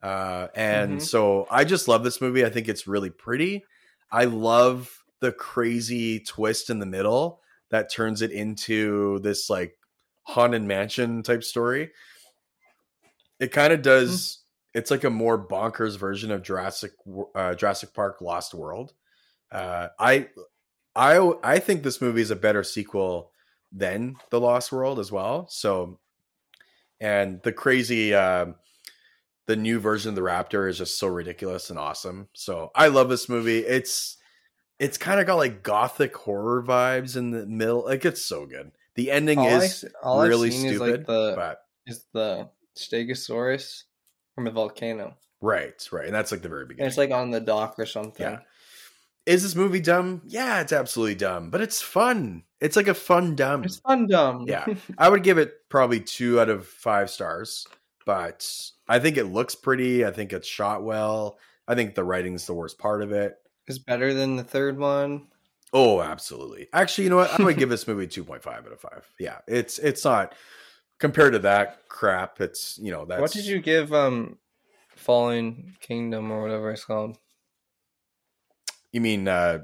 Speaker 2: Uh, and
Speaker 1: Mhm.
Speaker 2: so I just love this movie. I think it's really pretty. I love the crazy twist in the middle that turns it into this like haunted mansion type story. It kind of does. It's like a more bonkers version of Jurassic Wo- uh, Jurassic Park Lost World. Uh, I I I think this movie is a better sequel than The Lost World as well. So, and the crazy. um the new version of the Raptor is just so ridiculous and awesome. So I love this movie. It's it's kind of got like gothic horror vibes in the middle. Like it's so good. The ending
Speaker 1: All, Oh, I, s-
Speaker 2: is
Speaker 1: all
Speaker 2: really
Speaker 1: I've seen is
Speaker 2: stupid,
Speaker 1: like the
Speaker 2: but
Speaker 1: is the Stegosaurus from a volcano,
Speaker 2: right, right, and that's like the very
Speaker 1: and
Speaker 2: beginning.
Speaker 1: it's like on the dock or something.
Speaker 2: yeah. Is this movie dumb? Yeah, it's absolutely dumb, but it's fun. It's like a fun dumb.
Speaker 1: It's fun dumb.
Speaker 2: Yeah. *laughs* I would give it probably two out of five stars, but I think it looks pretty. I think it's shot well. I think the writing's the worst part of it.
Speaker 1: it's better than the third one.
Speaker 2: Oh, absolutely. Actually, you know what? I'm
Speaker 1: *laughs*
Speaker 2: gonna give this movie 2.5 out of five. Yeah, it's it's not compared to that crap. It's you know that's
Speaker 1: What did you give um Fallen Kingdom or whatever it's called?
Speaker 2: You mean uh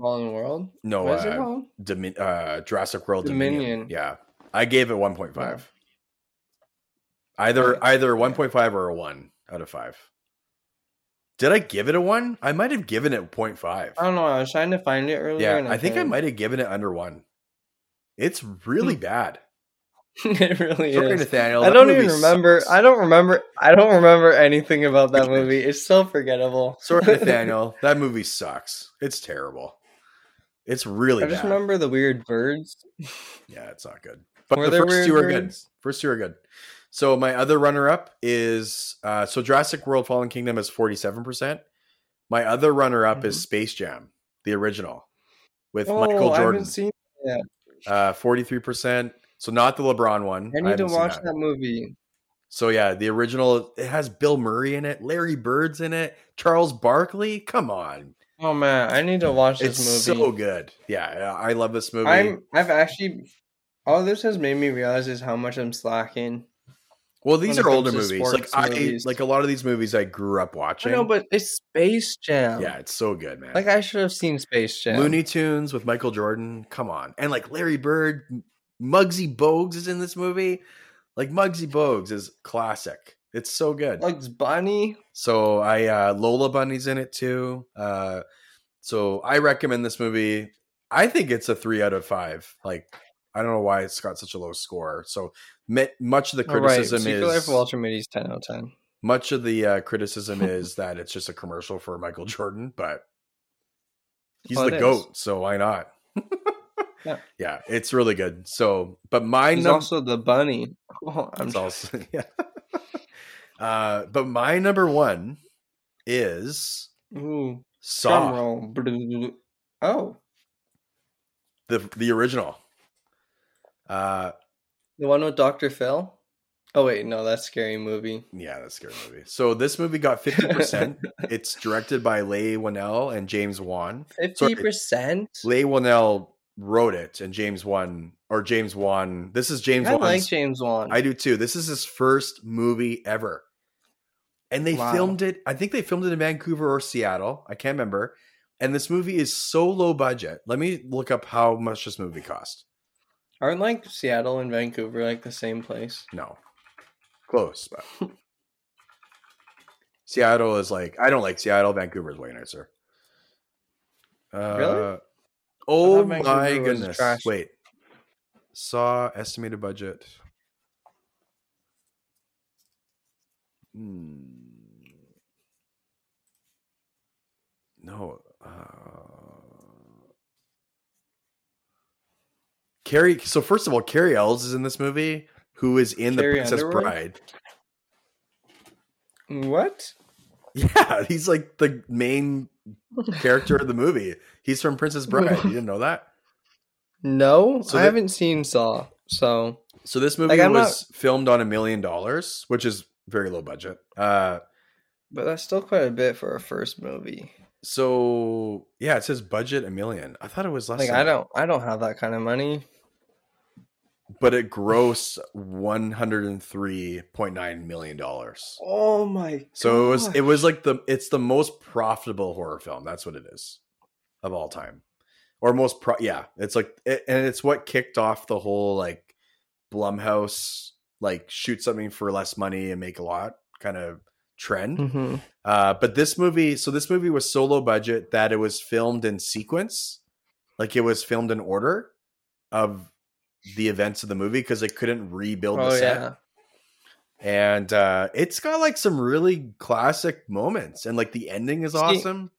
Speaker 1: Fallen World?
Speaker 2: no
Speaker 1: what is it
Speaker 2: uh,
Speaker 1: called?
Speaker 2: Domin- uh Jurassic World Dominion.
Speaker 1: Dominion.
Speaker 2: Yeah, I gave it 1.5.
Speaker 1: Oh.
Speaker 2: Either
Speaker 1: Okay.
Speaker 2: either 1.5 or a one out of five. Did I give it a one? I might have given it 0.5.
Speaker 1: I don't know. I was trying to find it earlier.
Speaker 2: yeah,
Speaker 1: and
Speaker 2: I think I
Speaker 1: couldn't.
Speaker 2: might have given it under one. It's really bad.
Speaker 1: *laughs* Mm. it really
Speaker 2: Sorry,
Speaker 1: is.
Speaker 2: Nathaniel.
Speaker 1: I
Speaker 2: that
Speaker 1: don't
Speaker 2: movie
Speaker 1: even remember.
Speaker 2: sucks.
Speaker 1: I don't remember. I don't remember anything about that movie. It's so forgettable.
Speaker 2: Sorry,
Speaker 1: *laughs*
Speaker 2: Nathaniel. that movie sucks. It's terrible. It's really
Speaker 1: I just
Speaker 2: bad.
Speaker 1: remember the weird birds.
Speaker 2: yeah, it's not good. But
Speaker 1: Were
Speaker 2: the
Speaker 1: there
Speaker 2: first two
Speaker 1: weird
Speaker 2: are good.
Speaker 1: birds?
Speaker 2: First two are good. So my other runner up is uh, so Jurassic World: Fallen Kingdom is forty seven percent. My other runner up is Space Jam, the original, with
Speaker 1: Mm-hmm. oh,
Speaker 2: Michael
Speaker 1: I
Speaker 2: Jordan,
Speaker 1: haven't seen.
Speaker 2: forty three percent. So not the LeBron one.
Speaker 1: I need to
Speaker 2: haven't seen
Speaker 1: watch that. movie.
Speaker 2: So yeah, the original it has Bill Murray in it, Larry Bird's in it, Charles Barkley. Come on,
Speaker 1: Oh man, I need to watch this
Speaker 2: it's
Speaker 1: movie.
Speaker 2: so good. Yeah, I I love this movie.
Speaker 1: I'm. I've actually. All this has made me realize is how much I'm slacking.
Speaker 2: Well, these
Speaker 1: when
Speaker 2: are
Speaker 1: it
Speaker 2: older
Speaker 1: comes to
Speaker 2: movies. Like
Speaker 1: sports
Speaker 2: I
Speaker 1: movies.
Speaker 2: like a lot of these movies I grew up
Speaker 1: I
Speaker 2: watching.
Speaker 1: know, but it's Space Jam.
Speaker 2: yeah, it's so good, man.
Speaker 1: Like I should have seen Space Jam.
Speaker 2: Looney Tunes with Michael Jordan. Come on, and like Larry Bird, M- Muggsy Bogues is in this movie. Like Muggsy Bogues is classic. It's so good.
Speaker 1: Bugs Bunny.
Speaker 2: so I uh, Lola Bunny's in it too. Uh, so I recommend this movie. I think it's a three out of five. Like I don't know why it's got such a low score. So me- much of the
Speaker 1: All right,
Speaker 2: criticism
Speaker 1: Secret
Speaker 2: is
Speaker 1: Life of Walter Mitty's ten out of ten.
Speaker 2: much of the
Speaker 1: *laughs*
Speaker 2: uh, criticism is that it's just a commercial for Michael Jordan, but he's
Speaker 1: Well,
Speaker 2: the
Speaker 1: it
Speaker 2: goat, so why not?
Speaker 1: Yeah.
Speaker 2: *laughs* yeah, it's really good. So, but my
Speaker 1: He's
Speaker 2: num-
Speaker 1: also the bunny. *laughs* Oh, I'm
Speaker 2: it's also *laughs* yeah. uh, but my number one is
Speaker 1: Ooh, drum
Speaker 2: Saw
Speaker 1: roll. Blu-blu-blu. Oh,
Speaker 2: the the original. Uh,
Speaker 1: the one with Dr. Phil? Oh, wait, no, that's scary movie.
Speaker 2: yeah, that's a scary movie. So this movie got fifty
Speaker 1: *laughs*
Speaker 2: percent. it's directed by Leigh Whannell and James Wan.
Speaker 1: 50%?
Speaker 2: Leigh Whannell wrote it, and James Wan or James Wan. This is James
Speaker 1: I
Speaker 2: Wan.
Speaker 1: like James Wan.
Speaker 2: I do too. This is his first movie ever, and they
Speaker 1: Wow.
Speaker 2: filmed it. I think they filmed it in Vancouver or Seattle. I can't remember. And this movie is so low budget. Let me look up how much this movie cost.
Speaker 1: Aren't like Seattle and Vancouver like the same place?
Speaker 2: No, close, but Seattle is like I don't like Seattle. Vancouver is way nicer. Uh,
Speaker 1: Really? I
Speaker 2: Oh
Speaker 1: thought
Speaker 2: my
Speaker 1: Vancouver was
Speaker 2: goodness!
Speaker 1: trash.
Speaker 2: Wait, saw estimated budget. Hmm. No. Uh... Carrie. So first of all, Carrie Ells is in this movie, who is in
Speaker 1: Carrie
Speaker 2: the Princess
Speaker 1: Underwood?
Speaker 2: Bride.
Speaker 1: What?
Speaker 2: Yeah, he's like the
Speaker 1: *laughs*
Speaker 2: main character of the movie. He's from Princess Bride. You didn't know that?
Speaker 1: No,
Speaker 2: So
Speaker 1: I
Speaker 2: that-
Speaker 1: haven't seen Saw. So,
Speaker 2: So this movie
Speaker 1: I'm
Speaker 2: was filmed on a million dollars, which is very low budget. Uh,
Speaker 1: But that's still quite a bit for a first movie.
Speaker 2: So yeah, it says budget a million. I thought it was less.
Speaker 1: Like
Speaker 2: than
Speaker 1: I
Speaker 2: that.
Speaker 1: don't I don't have that kind of money.
Speaker 2: but it grossed one hundred and three point nine million dollars.
Speaker 1: Oh my
Speaker 2: So it was it
Speaker 1: gosh.
Speaker 2: was like the it's the most profitable horror film. That's what it is of all time, or most pro. Yeah, it's like it, and it's what kicked off the whole like Blumhouse like shoot something for less money and make a lot kind of trend.
Speaker 1: Mhm.
Speaker 2: Uh, but this movie, so this movie was so low budget that it was filmed in sequence, like it was filmed in order of the events of the movie because they couldn't rebuild
Speaker 1: Oh
Speaker 2: the set
Speaker 1: yeah.
Speaker 2: and uh it's got like some really classic moments and like the ending is
Speaker 1: See-
Speaker 2: awesome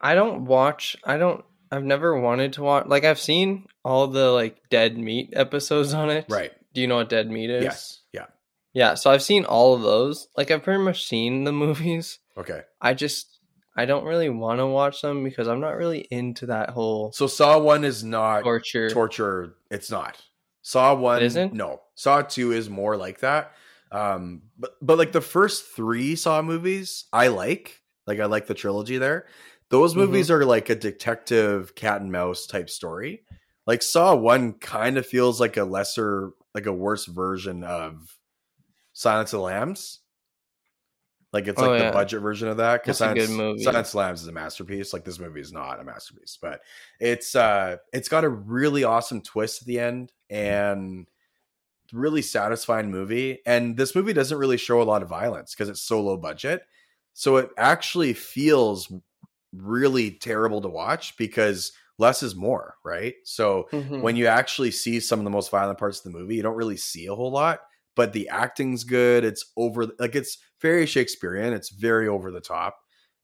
Speaker 1: I don't watch I don't I've never wanted to watch like I've seen all the like dead meat episodes on it.
Speaker 2: right
Speaker 1: Do you know what dead meat is?
Speaker 2: yes yeah
Speaker 1: Yeah, so I've seen all of those. Like I've pretty much seen the *laughs* movies.
Speaker 2: okay
Speaker 1: I just I don't really want to watch them because I'm not really into that whole
Speaker 2: so saw one is not torture,
Speaker 1: torture.
Speaker 2: it's not saw one
Speaker 1: isn't?
Speaker 2: no saw two is more like that um but but like the first three saw movies i like like i like the trilogy there those
Speaker 1: Mhm.
Speaker 2: movies are like a detective cat and mouse type story like saw one kind of feels like a lesser like a worse version of silence of the lambs like it's
Speaker 1: Oh,
Speaker 2: like
Speaker 1: yeah.
Speaker 2: the budget version of that because
Speaker 1: That's a
Speaker 2: silence,
Speaker 1: good movie.
Speaker 2: silence of the lambs is a masterpiece like this movie is not a masterpiece but it's uh it's got a really awesome twist at the end
Speaker 1: Mm-hmm.
Speaker 2: and really satisfying movie and this movie doesn't really show a lot of violence because it's so low budget so it actually feels really terrible to watch because less is more right so
Speaker 1: Mhm.
Speaker 2: when you actually see some of the most violent parts of the movie you don't really see a whole lot but the acting's good it's over like it's very shakespearean it's very over the top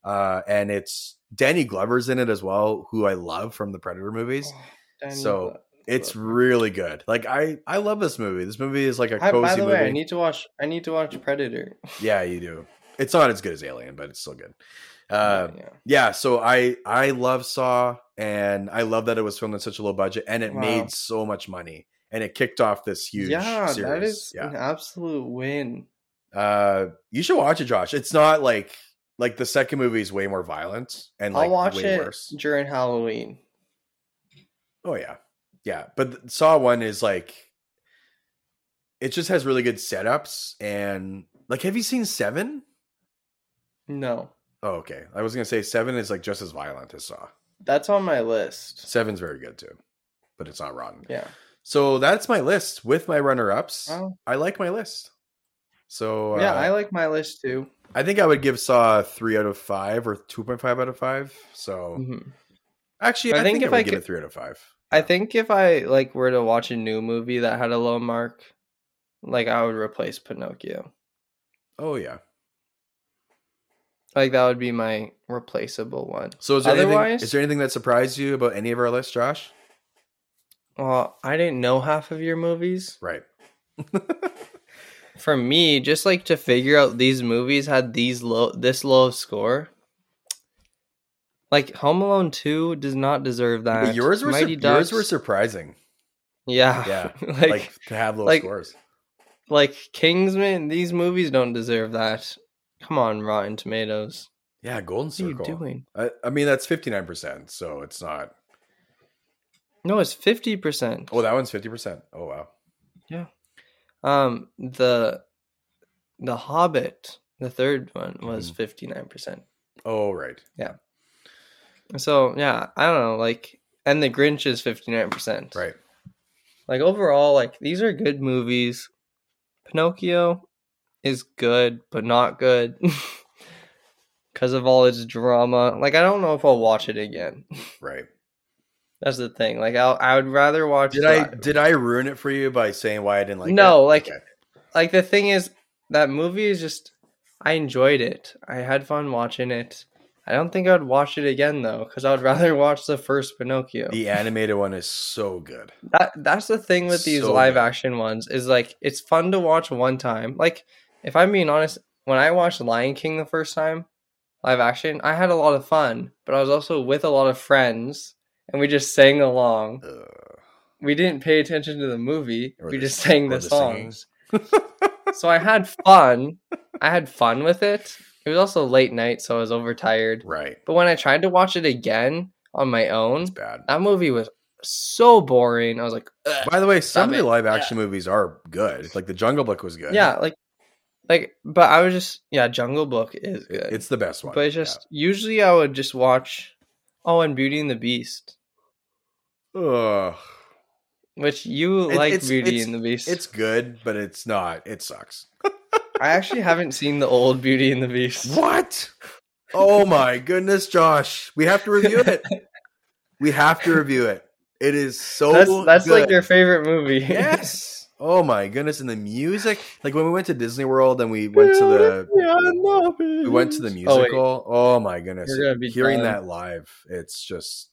Speaker 2: uh and it's danny glover's in it as well who i love from the predator movies
Speaker 1: Oh, Danny
Speaker 2: so,
Speaker 1: Glover.
Speaker 2: it's really good like i i love this movie this movie is like a
Speaker 1: I,
Speaker 2: cozy
Speaker 1: by the
Speaker 2: movie
Speaker 1: way, I need to watch. I need to watch Predator.
Speaker 2: yeah you do it's not as good as alien but it's still good uh
Speaker 1: *laughs* yeah.
Speaker 2: yeah so i i love saw and i love that it was filmed in such a low budget and it
Speaker 1: Wow.
Speaker 2: made so much money and it kicked off this huge
Speaker 1: yeah,
Speaker 2: series
Speaker 1: that is
Speaker 2: yeah
Speaker 1: an absolute win.
Speaker 2: uh you should watch it josh it's not like like the second movie is way more violent and like
Speaker 1: I'll watch
Speaker 2: way
Speaker 1: it
Speaker 2: worse
Speaker 1: during Halloween.
Speaker 2: oh yeah yeah but th- saw one is like it just has really good setups and like have you seen seven?
Speaker 1: No,
Speaker 2: Oh, okay i was gonna say seven is like just as violent as saw
Speaker 1: that's on my list.
Speaker 2: seven's very good too but it's not rotten
Speaker 1: Yeah.
Speaker 2: So that's my list with my runner ups.
Speaker 1: Wow.
Speaker 2: I like my list. So uh,
Speaker 1: Oh. yeah, I like my list too.
Speaker 2: I think I would give Saw a three out of five or two point five out of five. So
Speaker 1: Mhm.
Speaker 2: actually, I,
Speaker 1: I think
Speaker 2: think,
Speaker 1: if
Speaker 2: I would
Speaker 1: I
Speaker 2: give
Speaker 1: could-
Speaker 2: it three out of five.
Speaker 1: I think if I like were to watch a new movie that had a low mark, like I would replace Pinocchio.
Speaker 2: Oh yeah.
Speaker 1: Like that would be my replaceable one.
Speaker 2: So is there anything?
Speaker 1: Otherwise-
Speaker 2: Is there anything that surprised you about any of our lists, Josh?
Speaker 1: Well, I didn't know half of your movies.
Speaker 2: Right.
Speaker 1: for me, just like to figure out these movies had these low this low of score. Like Home Alone Two does not deserve that.
Speaker 2: Well, yours were sur-
Speaker 1: Uh, Mighty
Speaker 2: yours
Speaker 1: Ducks-
Speaker 2: were surprising.
Speaker 1: yeah,
Speaker 2: Yeah,
Speaker 1: *laughs* like,
Speaker 2: Like,
Speaker 1: like
Speaker 2: to have low
Speaker 1: like-
Speaker 2: scores.
Speaker 1: Kingsman. These movies don't deserve that. Come on, Rotten Tomatoes.
Speaker 2: Yeah, Golden
Speaker 1: What are you
Speaker 2: Circle.
Speaker 1: doing?
Speaker 2: I, I mean, that's fifty nine percent. So it's not.
Speaker 1: No, it's fifty percent.
Speaker 2: Oh, that one's fifty percent. Oh wow.
Speaker 1: Um, the the Hobbit, the third one, was
Speaker 2: Mhm.
Speaker 1: fifty nine percent.
Speaker 2: Oh right.
Speaker 1: So yeah, I don't know. Like, and the Grinch is fifty nine percent.
Speaker 2: Right.
Speaker 1: like overall like these are good movies pinocchio is good but not good *laughs* because of all its drama like i don't know if i'll watch it again *laughs*
Speaker 2: Right.
Speaker 1: that's the thing like I'll, i would rather watch
Speaker 2: Did I did I ruin it for you by saying why I didn't like it?
Speaker 1: No, like-
Speaker 2: Okay.
Speaker 1: like the thing is that movie is just i enjoyed it i had fun watching it i don't think i would watch it again though because i would *laughs* rather watch the first pinocchio
Speaker 2: the animated one is so good.
Speaker 1: That that's the thing with these
Speaker 2: So
Speaker 1: live
Speaker 2: good.
Speaker 1: action ones is like it's fun to watch one time. Like if I'm being honest, when I watched Lion King the first time, live action, I had a lot of fun, but I was also with a lot of friends and we just sang along.
Speaker 2: Ugh.
Speaker 1: We didn't pay attention to the movie.
Speaker 2: Or
Speaker 1: we
Speaker 2: the-
Speaker 1: just sang the
Speaker 2: or the singing.
Speaker 1: songs. so I had fun. I had fun with it. It It was also late night, so I was overtired.
Speaker 2: Right.
Speaker 1: But when I tried to watch it again on my own,
Speaker 2: It's bad.
Speaker 1: that movie was so boring. I was like, "Ugh."
Speaker 2: By the way,
Speaker 1: Stop
Speaker 2: some of the
Speaker 1: it.
Speaker 2: live action movies are good. Like the Jungle Book was good. *laughs*
Speaker 1: yeah, like, like, but I was just, yeah, Jungle Book is
Speaker 2: It-
Speaker 1: good.
Speaker 2: it's the best one.
Speaker 1: but it's just usually I would just watch, oh, and Beauty and the Beast,
Speaker 2: yeah. Ugh.
Speaker 1: which you
Speaker 2: It-
Speaker 1: like
Speaker 2: it's-
Speaker 1: Beauty
Speaker 2: it's-
Speaker 1: and the Beast.
Speaker 2: it's good, but it's not. It sucks.
Speaker 1: I actually haven't seen the old Beauty and the
Speaker 2: *laughs*
Speaker 1: Beast.
Speaker 2: What? Oh my goodness, Josh. We have to review
Speaker 1: *laughs*
Speaker 2: it. We have to review it. It is so
Speaker 1: that's that's like
Speaker 2: good.
Speaker 1: your favorite movie. *laughs*
Speaker 2: Yes. Oh my goodness. And the music. Like when we went to Disney World and we went to the we went to the
Speaker 1: Oh, wait.
Speaker 2: musical. Oh, my goodness.
Speaker 1: We're gonna be
Speaker 2: Hearing
Speaker 1: done.
Speaker 2: that live, it's just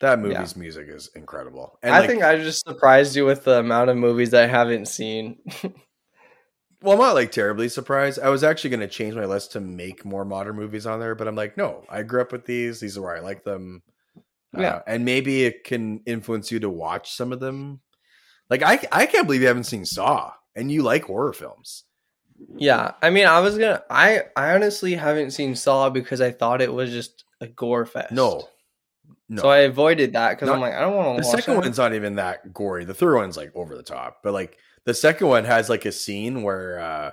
Speaker 2: that
Speaker 1: Yeah.
Speaker 2: movie's music is incredible. And
Speaker 1: I
Speaker 2: like,
Speaker 1: think I just surprised you with the amount of movies I haven't seen. *laughs*
Speaker 2: well, I'm not like terribly surprised. I was actually going to change my list to make more modern movies on there, but I'm like, no, I grew up with these. These are where I like them.
Speaker 1: Yeah.
Speaker 2: Uh, and maybe it can influence you to watch some of them. Like I, I can't believe you haven't seen Saw, and you like horror films.
Speaker 1: yeah, I mean, I was gonna. I I honestly haven't seen Saw because I thought it was just a gore fest.
Speaker 2: No, no.
Speaker 1: so I avoided that because I'm
Speaker 2: Not-
Speaker 1: like, I don't want
Speaker 2: the
Speaker 1: to. watch
Speaker 2: second
Speaker 1: that.
Speaker 2: one's not even that gory. The third one's like over the top, but like the second one has like a scene where uh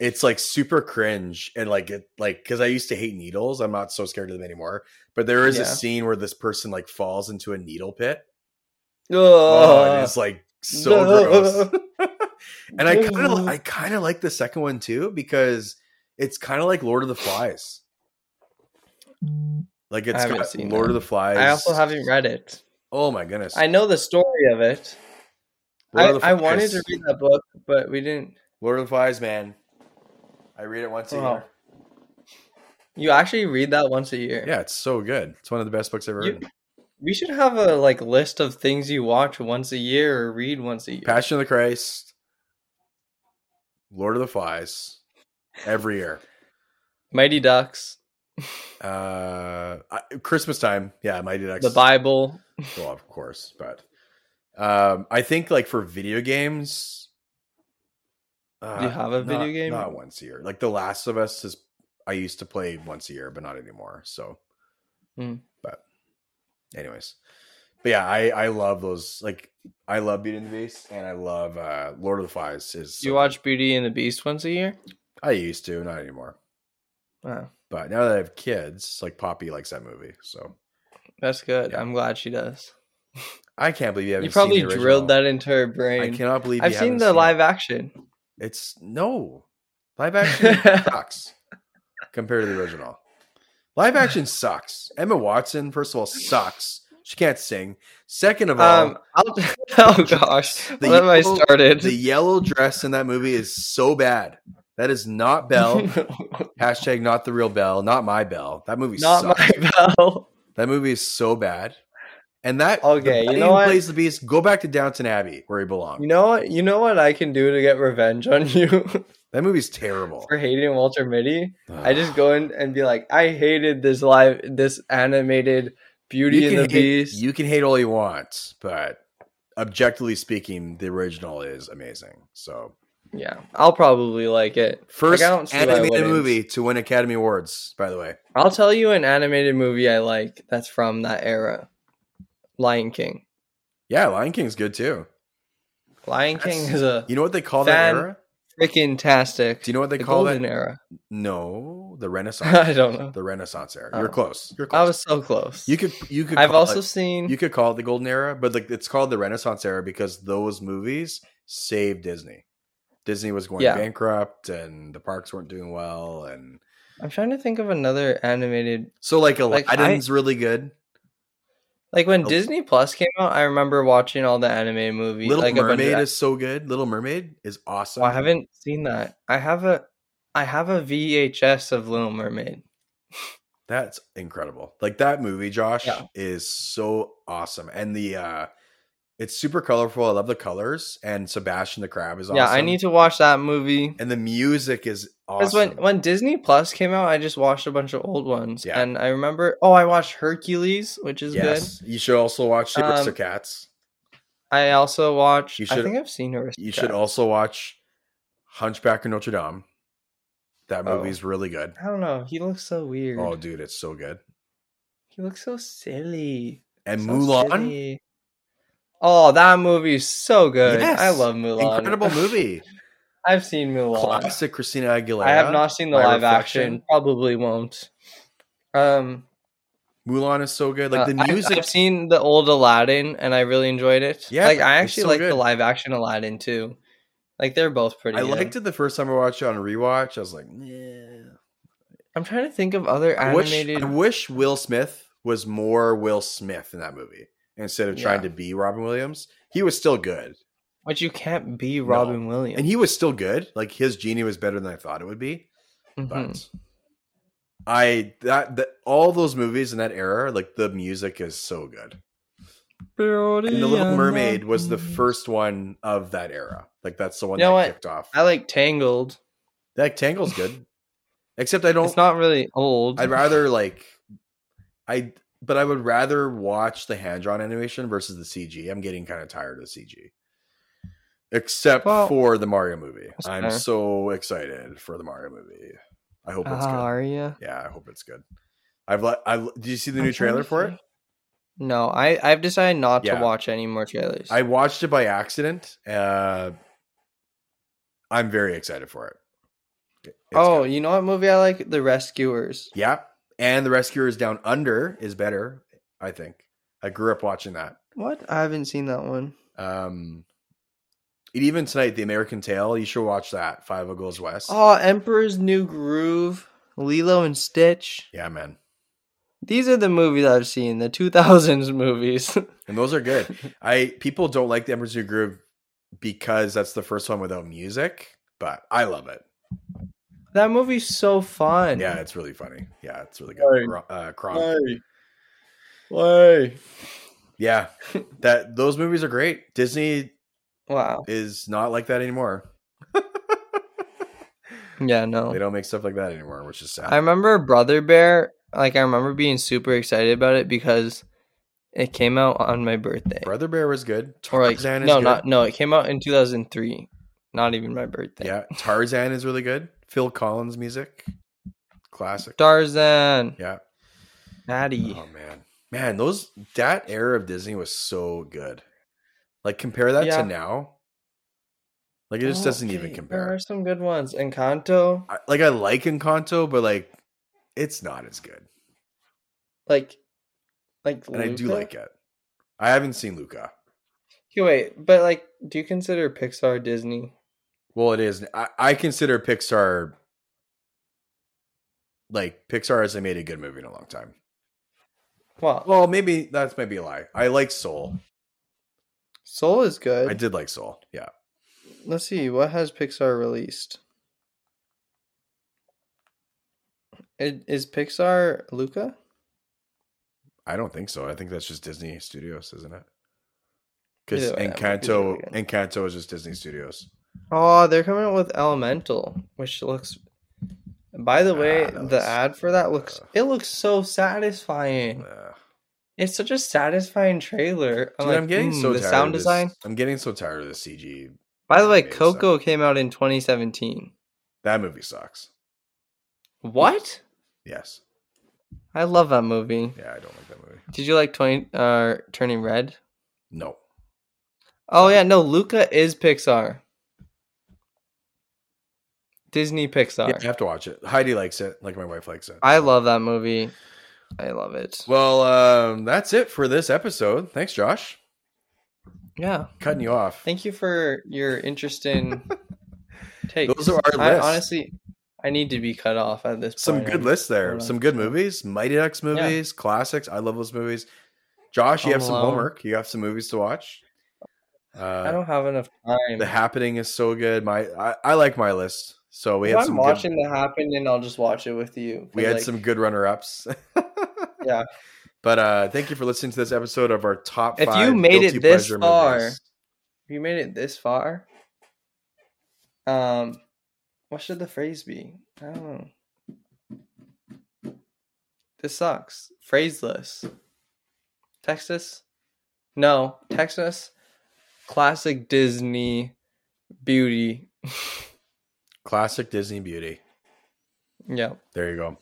Speaker 2: it's like super cringe and like it like because I used to hate needles. I'm not so scared of them anymore. But there is
Speaker 1: Yeah.
Speaker 2: a scene where this person like falls into a needle pit. Oh, and
Speaker 1: Ugh.
Speaker 2: it's like so gross.
Speaker 1: *laughs*
Speaker 2: and I kind of I kind of like the second one too because it's kind of like Lord of the Flies. Like it's
Speaker 1: haven't
Speaker 2: got
Speaker 1: seen
Speaker 2: Lord
Speaker 1: that.
Speaker 2: of the Flies.
Speaker 1: I also haven't read it.
Speaker 2: Oh my goodness!
Speaker 1: I know the story of it. I,
Speaker 2: Lord of the
Speaker 1: I wanted to
Speaker 2: Flies.
Speaker 1: read that book, but we didn't.
Speaker 2: Lord of the Flies, man. I read it once a
Speaker 1: Wow.
Speaker 2: year.
Speaker 1: You actually read that once a year.
Speaker 2: Yeah, it's so good. It's one of the best books I've ever
Speaker 1: You-
Speaker 2: read.
Speaker 1: We should have a like list of things you watch once a year or read once a year.
Speaker 2: Passion of the Christ, Lord of the Flies, every year.
Speaker 1: Mighty Ducks,
Speaker 2: Uh, I, Christmas time, yeah, Mighty Ducks.
Speaker 1: the Bible.
Speaker 2: well, of course, but um, I think like for video games, uh,
Speaker 1: Do you have a video
Speaker 2: not-
Speaker 1: game?
Speaker 2: Not once a year. Like The Last of Us is, I used to play once a year, but not anymore. So,
Speaker 1: Hmm.
Speaker 2: but, anyways, but yeah, I I love those. Like I love Beauty and the Beast, and I love uh Lord of the Flies. Is
Speaker 1: you
Speaker 2: so-
Speaker 1: watch Beauty and the Beast once a year?
Speaker 2: I used to, not anymore.
Speaker 1: Wow,
Speaker 2: But now that I have kids, like Poppy likes that movie, so
Speaker 1: that's good.
Speaker 2: Yeah.
Speaker 1: I'm glad she does.
Speaker 2: I can't believe you haven't.
Speaker 1: You probably
Speaker 2: seen the
Speaker 1: drilled
Speaker 2: original.
Speaker 1: that into her brain.
Speaker 2: I cannot believe
Speaker 1: I've
Speaker 2: you
Speaker 1: seen
Speaker 2: haven't
Speaker 1: the
Speaker 2: seen it.
Speaker 1: live action.
Speaker 2: It's no live action
Speaker 1: *laughs*
Speaker 2: sucks compared to the original. Live action sucks. Emma Watson, first of all, sucks. She can't sing. Second of all,
Speaker 1: Um, I'll, *laughs* oh gosh,
Speaker 2: The
Speaker 1: when have I
Speaker 2: yellow-
Speaker 1: started?
Speaker 2: the yellow dress in that movie is so bad. That is not
Speaker 1: *laughs*
Speaker 2: Belle. Hashtag not the real Belle. Not my Belle. That movie
Speaker 1: Not
Speaker 2: sucks.
Speaker 1: my bell.
Speaker 2: That movie is so bad. And that
Speaker 1: Okay,
Speaker 2: the guy
Speaker 1: you know
Speaker 2: who
Speaker 1: what?
Speaker 2: plays the beast. Go back to Downton Abbey where he belongs.
Speaker 1: You know what? You know what I can do to get revenge on you *laughs*
Speaker 2: that movie's terrible.
Speaker 1: for hating Walter Mitty. I just go in and be like, I hated this live, this animated Beauty
Speaker 2: you
Speaker 1: and
Speaker 2: can
Speaker 1: the
Speaker 2: hate-
Speaker 1: Beast.
Speaker 2: You can hate all you want, but objectively speaking, the original is amazing. So
Speaker 1: yeah, I'll probably like it.
Speaker 2: first
Speaker 1: I don't see why I
Speaker 2: animated
Speaker 1: wouldn't.
Speaker 2: movie to win Academy Awards, by the way.
Speaker 1: I'll tell you an animated movie I like that's from that era. Lion King.
Speaker 2: Yeah, Lion King's good too.
Speaker 1: Lion
Speaker 2: That's-
Speaker 1: King is a
Speaker 2: You know what they call
Speaker 1: Fan-
Speaker 2: that era?
Speaker 1: freaking tastic.
Speaker 2: Do you know what they
Speaker 1: the
Speaker 2: call
Speaker 1: golden
Speaker 2: that?
Speaker 1: era. *laughs*
Speaker 2: No, the
Speaker 1: I
Speaker 2: Renaissance.
Speaker 1: don't know.
Speaker 2: the Renaissance era.
Speaker 1: Oh.
Speaker 2: You're close. You're
Speaker 1: I
Speaker 2: close.
Speaker 1: was so close.
Speaker 2: you could you could
Speaker 1: I've
Speaker 2: call
Speaker 1: also
Speaker 2: it,
Speaker 1: seen.
Speaker 2: you could call it the golden era, but like it's called the Renaissance era because those movies saved Disney. Disney was going
Speaker 1: Yeah.
Speaker 2: bankrupt and the parks weren't doing well and
Speaker 1: I'm trying to think of another animated.
Speaker 2: So like
Speaker 1: Like, I-
Speaker 2: Aladdin's really good.
Speaker 1: Like when
Speaker 2: Oh.
Speaker 1: Disney Plus came out, I remember watching all the anime movies.
Speaker 2: Little
Speaker 1: like a bunch of
Speaker 2: Mermaid is so good. Little Mermaid is awesome.
Speaker 1: Oh, I haven't seen that. I have a I have a VHS of Little Mermaid.
Speaker 2: That's incredible. Like that movie, Josh,
Speaker 1: Yeah.
Speaker 2: is so awesome. And the uh it's super colorful. I love the colors and Sebastian the Crab is awesome.
Speaker 1: Yeah, I need to watch that movie.
Speaker 2: and the music is
Speaker 1: Because
Speaker 2: awesome.
Speaker 1: when, when Disney Plus came out, I just watched a bunch of old ones.
Speaker 2: Yeah.
Speaker 1: And I remember oh I watched Hercules, which is good.
Speaker 2: yes. You should also watch the
Speaker 1: Um,
Speaker 2: Aristocats.
Speaker 1: I also watched
Speaker 2: You
Speaker 1: I
Speaker 2: should-
Speaker 1: think I've seen her.
Speaker 2: You should also watch Hunchback of Notre Dame. That
Speaker 1: Oh.
Speaker 2: movie's really good.
Speaker 1: I don't know. He looks so weird.
Speaker 2: Oh, dude, it's so good.
Speaker 1: He looks so silly.
Speaker 2: And
Speaker 1: So
Speaker 2: Mulan,
Speaker 1: silly. Oh, that movie is so good.
Speaker 2: Yes.
Speaker 1: I love Mulan. *laughs*
Speaker 2: incredible movie,
Speaker 1: I've seen Mulan.
Speaker 2: classic Christina Aguilera.
Speaker 1: I have not seen the
Speaker 2: My
Speaker 1: live
Speaker 2: Reflection.
Speaker 1: action. Probably won't. Um,
Speaker 2: Mulan is so good. Like the
Speaker 1: uh, I-
Speaker 2: music,
Speaker 1: I've, seen the old Aladdin, and I really enjoyed it.
Speaker 2: Yeah,
Speaker 1: like I
Speaker 2: it's
Speaker 1: actually
Speaker 2: so
Speaker 1: like the
Speaker 2: good.
Speaker 1: live action Aladdin too. Like they're both pretty.
Speaker 2: I
Speaker 1: good.
Speaker 2: liked it the first time I watched it on rewatch. I was like, yeah.
Speaker 1: I'm trying to think of other
Speaker 2: I wish,
Speaker 1: animated.
Speaker 2: I wish Will Smith was more Will Smith in that movie instead of trying
Speaker 1: Yeah.
Speaker 2: to be Robin Williams. He was still good,
Speaker 1: But you can't be
Speaker 2: No.
Speaker 1: Robin Williams.
Speaker 2: and he was still good. Like his genie was better than I thought it would be.
Speaker 1: Mhm.
Speaker 2: But I that, that all those movies in that era, like the music is so good. And The Little Mermaid was the
Speaker 1: Mm-hmm.
Speaker 2: first one of that era. Like that's the one
Speaker 1: You know
Speaker 2: that
Speaker 1: what?
Speaker 2: kicked off.
Speaker 1: I like Tangled. *laughs*
Speaker 2: That Tangle's good, except I don't.
Speaker 1: It's not really old.
Speaker 2: I'd rather like I, but I would rather watch the hand drawn animation versus the CG. I'm getting kind of tired of the CG, except
Speaker 1: Well,
Speaker 2: for the Mario movie.
Speaker 1: that's
Speaker 2: I'm
Speaker 1: fair.
Speaker 2: so excited for the Mario movie. I hope
Speaker 1: Ah,
Speaker 2: it's good.
Speaker 1: Aria.
Speaker 2: Yeah, I hope it's good. I've let. I did you see the new trailer for it?
Speaker 1: No, I I've decided not
Speaker 2: Yeah.
Speaker 1: to watch any more trailers.
Speaker 2: I watched it by accident. Uh, I'm very excited for it. It's
Speaker 1: oh,
Speaker 2: good.
Speaker 1: you know what movie I like? The Rescuers.
Speaker 2: yeah, and the Rescuers Down Under is better. I think I grew up watching that.
Speaker 1: What? I haven't seen that one.
Speaker 2: Um, and even tonight, The American Tale. You should watch that. Five of Goes West.
Speaker 1: Oh, Emperor's New Groove, Lilo and Stitch.
Speaker 2: Yeah, man.
Speaker 1: These are the movies I've seen. The 2000s movies. *laughs*
Speaker 2: And those are good. I people don't like The Emperor's New Groove because that's the first one without music, but I love it.
Speaker 1: that movie's so fun.
Speaker 2: Yeah, it's really funny. Yeah, it's really
Speaker 1: Right.
Speaker 2: good. Cro- Uh, Kronk.
Speaker 1: Why? *laughs*
Speaker 2: Yeah, that those movies are great. Disney
Speaker 1: Wow.
Speaker 2: is not like that anymore.
Speaker 1: Yeah, no.
Speaker 2: They don't make stuff like that anymore, which is sad.
Speaker 1: I remember Brother Bear, like I remember being super excited about it because it came out on my birthday.
Speaker 2: Brother Bear was good.
Speaker 1: or like
Speaker 2: Tarzan is
Speaker 1: no,
Speaker 2: good.
Speaker 1: not no, it came out in 2003. Not even my birthday.
Speaker 2: yeah. Tarzan is really good. Phil Collins music, classic.
Speaker 1: Tarzan,
Speaker 2: Yeah.
Speaker 1: Maddie.
Speaker 2: Oh man, man, those that era of Disney was so good. Like compare that
Speaker 1: Yeah. Oh,
Speaker 2: to now. Like it just doesn't even
Speaker 1: Okay, There
Speaker 2: compare.
Speaker 1: are some good ones. Encanto,
Speaker 2: I, like I like Encanto, but like it's not as good.
Speaker 1: like like
Speaker 2: And I do like it. I haven't seen Luca.
Speaker 1: Okay, wait, but like do you consider Pixar Disney?
Speaker 2: Well, it is. I, I consider Pixar like Pixar hasn't made a good movie in a long time.
Speaker 1: Well,
Speaker 2: Well, maybe that's maybe a lie. I like Soul.
Speaker 1: Soul is good.
Speaker 2: I did like Soul. Yeah.
Speaker 1: Let's see what has Pixar released. It, is Pixar Luca?
Speaker 2: I don't think so. I think that's just Disney Studios, isn't it? Because
Speaker 1: Either way, that
Speaker 2: Encanto,
Speaker 1: movie's really
Speaker 2: Encanto is just Disney Studios.
Speaker 1: Oh, they're coming out with Elemental, which looks. By the way,
Speaker 2: Ah, that
Speaker 1: the
Speaker 2: looks-
Speaker 1: ad for that looks
Speaker 2: uh,
Speaker 1: it looks so satisfying.
Speaker 2: Uh,
Speaker 1: It's such a satisfying trailer.
Speaker 2: dude, I'm,
Speaker 1: like,
Speaker 2: getting
Speaker 1: "Mm,
Speaker 2: so
Speaker 1: the
Speaker 2: tired
Speaker 1: sound
Speaker 2: of this-
Speaker 1: design.
Speaker 2: I'm getting so tired of the CG.
Speaker 1: By the way,
Speaker 2: animated stuff.
Speaker 1: Coco came out in 2017.
Speaker 2: That movie sucks.
Speaker 1: What?
Speaker 2: Yes.
Speaker 1: I love that movie.
Speaker 2: Yeah, I don't like that movie.
Speaker 1: Did you like 20 uh Turning Red?
Speaker 2: No.
Speaker 1: Oh yeah, no, Luca is Pixar. Disney
Speaker 2: Yeah,
Speaker 1: Pixar.
Speaker 2: I have to watch it. Heidi likes it, like my wife likes it.
Speaker 1: I love that movie. I love it.
Speaker 2: Well, um, that's it for this episode. Thanks, Josh.
Speaker 1: Yeah.
Speaker 2: Cutting you off.
Speaker 1: Thank you for your interest
Speaker 2: *laughs*
Speaker 1: in takes.
Speaker 2: Those are our
Speaker 1: I,
Speaker 2: lists.
Speaker 1: honestly I need to be cut off at this
Speaker 2: Some
Speaker 1: point.
Speaker 2: good
Speaker 1: I'm-
Speaker 2: lists there.
Speaker 1: hold on.
Speaker 2: Some good movies. Mighty Ducks movies, classics. I love those movies. Josh, you
Speaker 1: Home
Speaker 2: have some
Speaker 1: Alone.
Speaker 2: homework. You have some movies to watch.
Speaker 1: I
Speaker 2: Uh,
Speaker 1: don't have enough time.
Speaker 2: the happening is so good. My I, I like my list. So we
Speaker 1: if
Speaker 2: had
Speaker 1: I'm
Speaker 2: some
Speaker 1: watching
Speaker 2: good,
Speaker 1: the happen and I'll just watch it with you. 'cause,
Speaker 2: we had
Speaker 1: like,
Speaker 2: some good runner *laughs* ups.
Speaker 1: Yeah.
Speaker 2: But uh thank you for listening to this episode of our top
Speaker 1: If you
Speaker 2: five
Speaker 1: made it
Speaker 2: guilty
Speaker 1: this
Speaker 2: pleasure
Speaker 1: far-
Speaker 2: movies.
Speaker 1: if you made it this far. Um what should the phrase be? I don't know. This sucks. Phraseless. Text us? No. Text us classic Disney beauty
Speaker 2: Classic Disney Beauty.
Speaker 1: Yeah.
Speaker 2: There you go.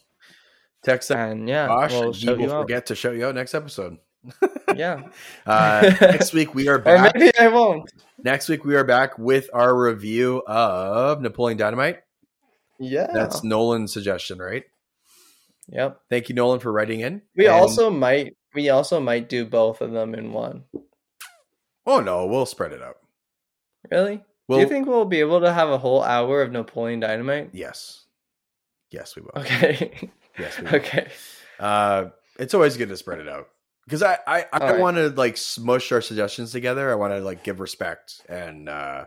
Speaker 2: Text that.
Speaker 1: And yeah,
Speaker 2: Josh,
Speaker 1: we'll
Speaker 2: he
Speaker 1: shout
Speaker 2: will
Speaker 1: you out.
Speaker 2: forget to shout you out next
Speaker 1: *laughs*
Speaker 2: episode.
Speaker 1: Yeah.
Speaker 2: *laughs* Uh, next week we are
Speaker 1: Or
Speaker 2: back.
Speaker 1: maybe I won't.
Speaker 2: Next week we are back with our review of Napoleon Dynamite.
Speaker 1: Yeah.
Speaker 2: That's Nolan's suggestion, right?
Speaker 1: yep.
Speaker 2: Thank you, Nolan, for writing in.
Speaker 1: We
Speaker 2: And-
Speaker 1: also might we also might do both of them in one.
Speaker 2: oh no, we'll spread it out.
Speaker 1: Really?
Speaker 2: We'll,
Speaker 1: Do you think we'll be able to have a whole hour of Napoleon Dynamite?
Speaker 2: Yes, yes, we will.
Speaker 1: Okay. *laughs*
Speaker 2: Yes, we will.
Speaker 1: okay.
Speaker 2: Uh, it's always good to spread it out because I I, I
Speaker 1: All right.
Speaker 2: want to like smush our suggestions together. I want to like give respect and uh,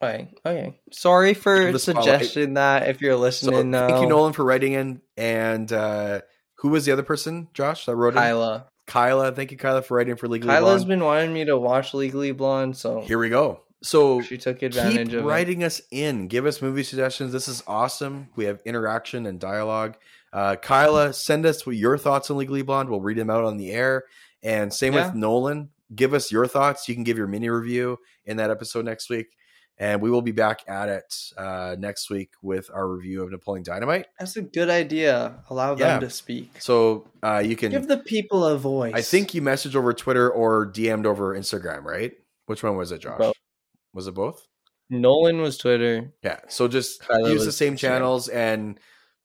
Speaker 1: Okay. Okay. Sorry for
Speaker 2: Give the spotlight.
Speaker 1: suggesting that if you're
Speaker 2: so
Speaker 1: listening now.
Speaker 2: thank you, Nolan, for writing in. And uh, who was the other person, Josh? That wrote in?
Speaker 1: Kyla.
Speaker 2: Kyla. Thank you, Kyla, for writing in for legally.
Speaker 1: Kyla's
Speaker 2: Blonde.
Speaker 1: been wanting me to watch Legally Blonde, so
Speaker 2: Here we go. So
Speaker 1: she took advantage
Speaker 2: keep
Speaker 1: of it.
Speaker 2: writing us in. Give us movie suggestions. This is awesome. We have interaction and dialogue. Uh, Kyla, send us what your thoughts on Legally Blonde. We'll read them out on the air. And same
Speaker 1: Yeah.
Speaker 2: with Nolan. Give us your thoughts. You can give your mini review in that episode next week. And we will be back at it uh, next week with our review of Napoleon Dynamite.
Speaker 1: That's a good idea. Allow
Speaker 2: Yeah.
Speaker 1: them to speak.
Speaker 2: So uh, you can,
Speaker 1: Give the people a voice.
Speaker 2: I think you messaged over Twitter or DM'd over Instagram, right? Which one was it, Josh?
Speaker 1: Both.
Speaker 2: Was it both?
Speaker 1: Nolan was Twitter.
Speaker 2: Yeah. So just
Speaker 1: Kylo
Speaker 2: use the
Speaker 1: was
Speaker 2: same
Speaker 1: sure.
Speaker 2: channels and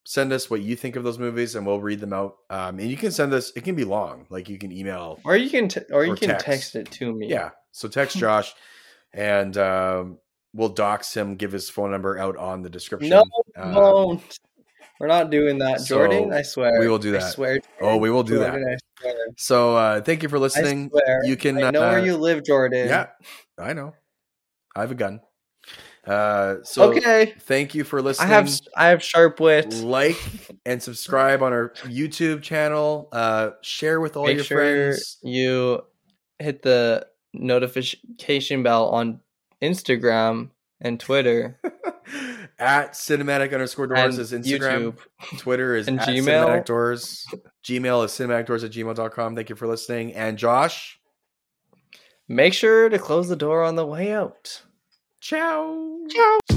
Speaker 2: send us what you think of those movies and we'll read them out. Um, and you can send us, it can be long. Like you can email.
Speaker 1: Or you can t- or you
Speaker 2: Or
Speaker 1: can
Speaker 2: text.
Speaker 1: text. it to me.
Speaker 2: Yeah.
Speaker 1: *laughs*
Speaker 2: So text Josh and um, we'll dox him, give his phone number out on the description.
Speaker 1: No,
Speaker 2: Uh,
Speaker 1: won't. We're not doing that,
Speaker 2: so
Speaker 1: Jordan. I swear.
Speaker 2: we will do
Speaker 1: I
Speaker 2: that.
Speaker 1: swear.
Speaker 2: Oh, we will do that.
Speaker 1: Jordan, I swear.
Speaker 2: So uh, thank you for
Speaker 1: I
Speaker 2: listening.
Speaker 1: swear.
Speaker 2: You can,
Speaker 1: I know
Speaker 2: uh,
Speaker 1: where you live, Jordan.
Speaker 2: yeah, I know. I have a gun. Uh, so
Speaker 1: okay.
Speaker 2: thank you for
Speaker 1: I
Speaker 2: listening.
Speaker 1: have I have sharp wit.
Speaker 2: like and subscribe on our YouTube channel. Uh, share with all
Speaker 1: Make
Speaker 2: your
Speaker 1: sure
Speaker 2: friends. *laughs*
Speaker 1: you hit the notification bell on Instagram and
Speaker 2: *laughs*
Speaker 1: Twitter
Speaker 2: at cinematic underscore doors
Speaker 1: and
Speaker 2: is Instagram.
Speaker 1: YouTube.
Speaker 2: Twitter is
Speaker 1: And
Speaker 2: at
Speaker 1: Gmail.
Speaker 2: cinematic doors. Gmail is cinematicdoors at gmail.com. Thank you for listening. And Josh,
Speaker 1: Make sure to close the door on the way out.
Speaker 2: ciao.
Speaker 1: Ciao.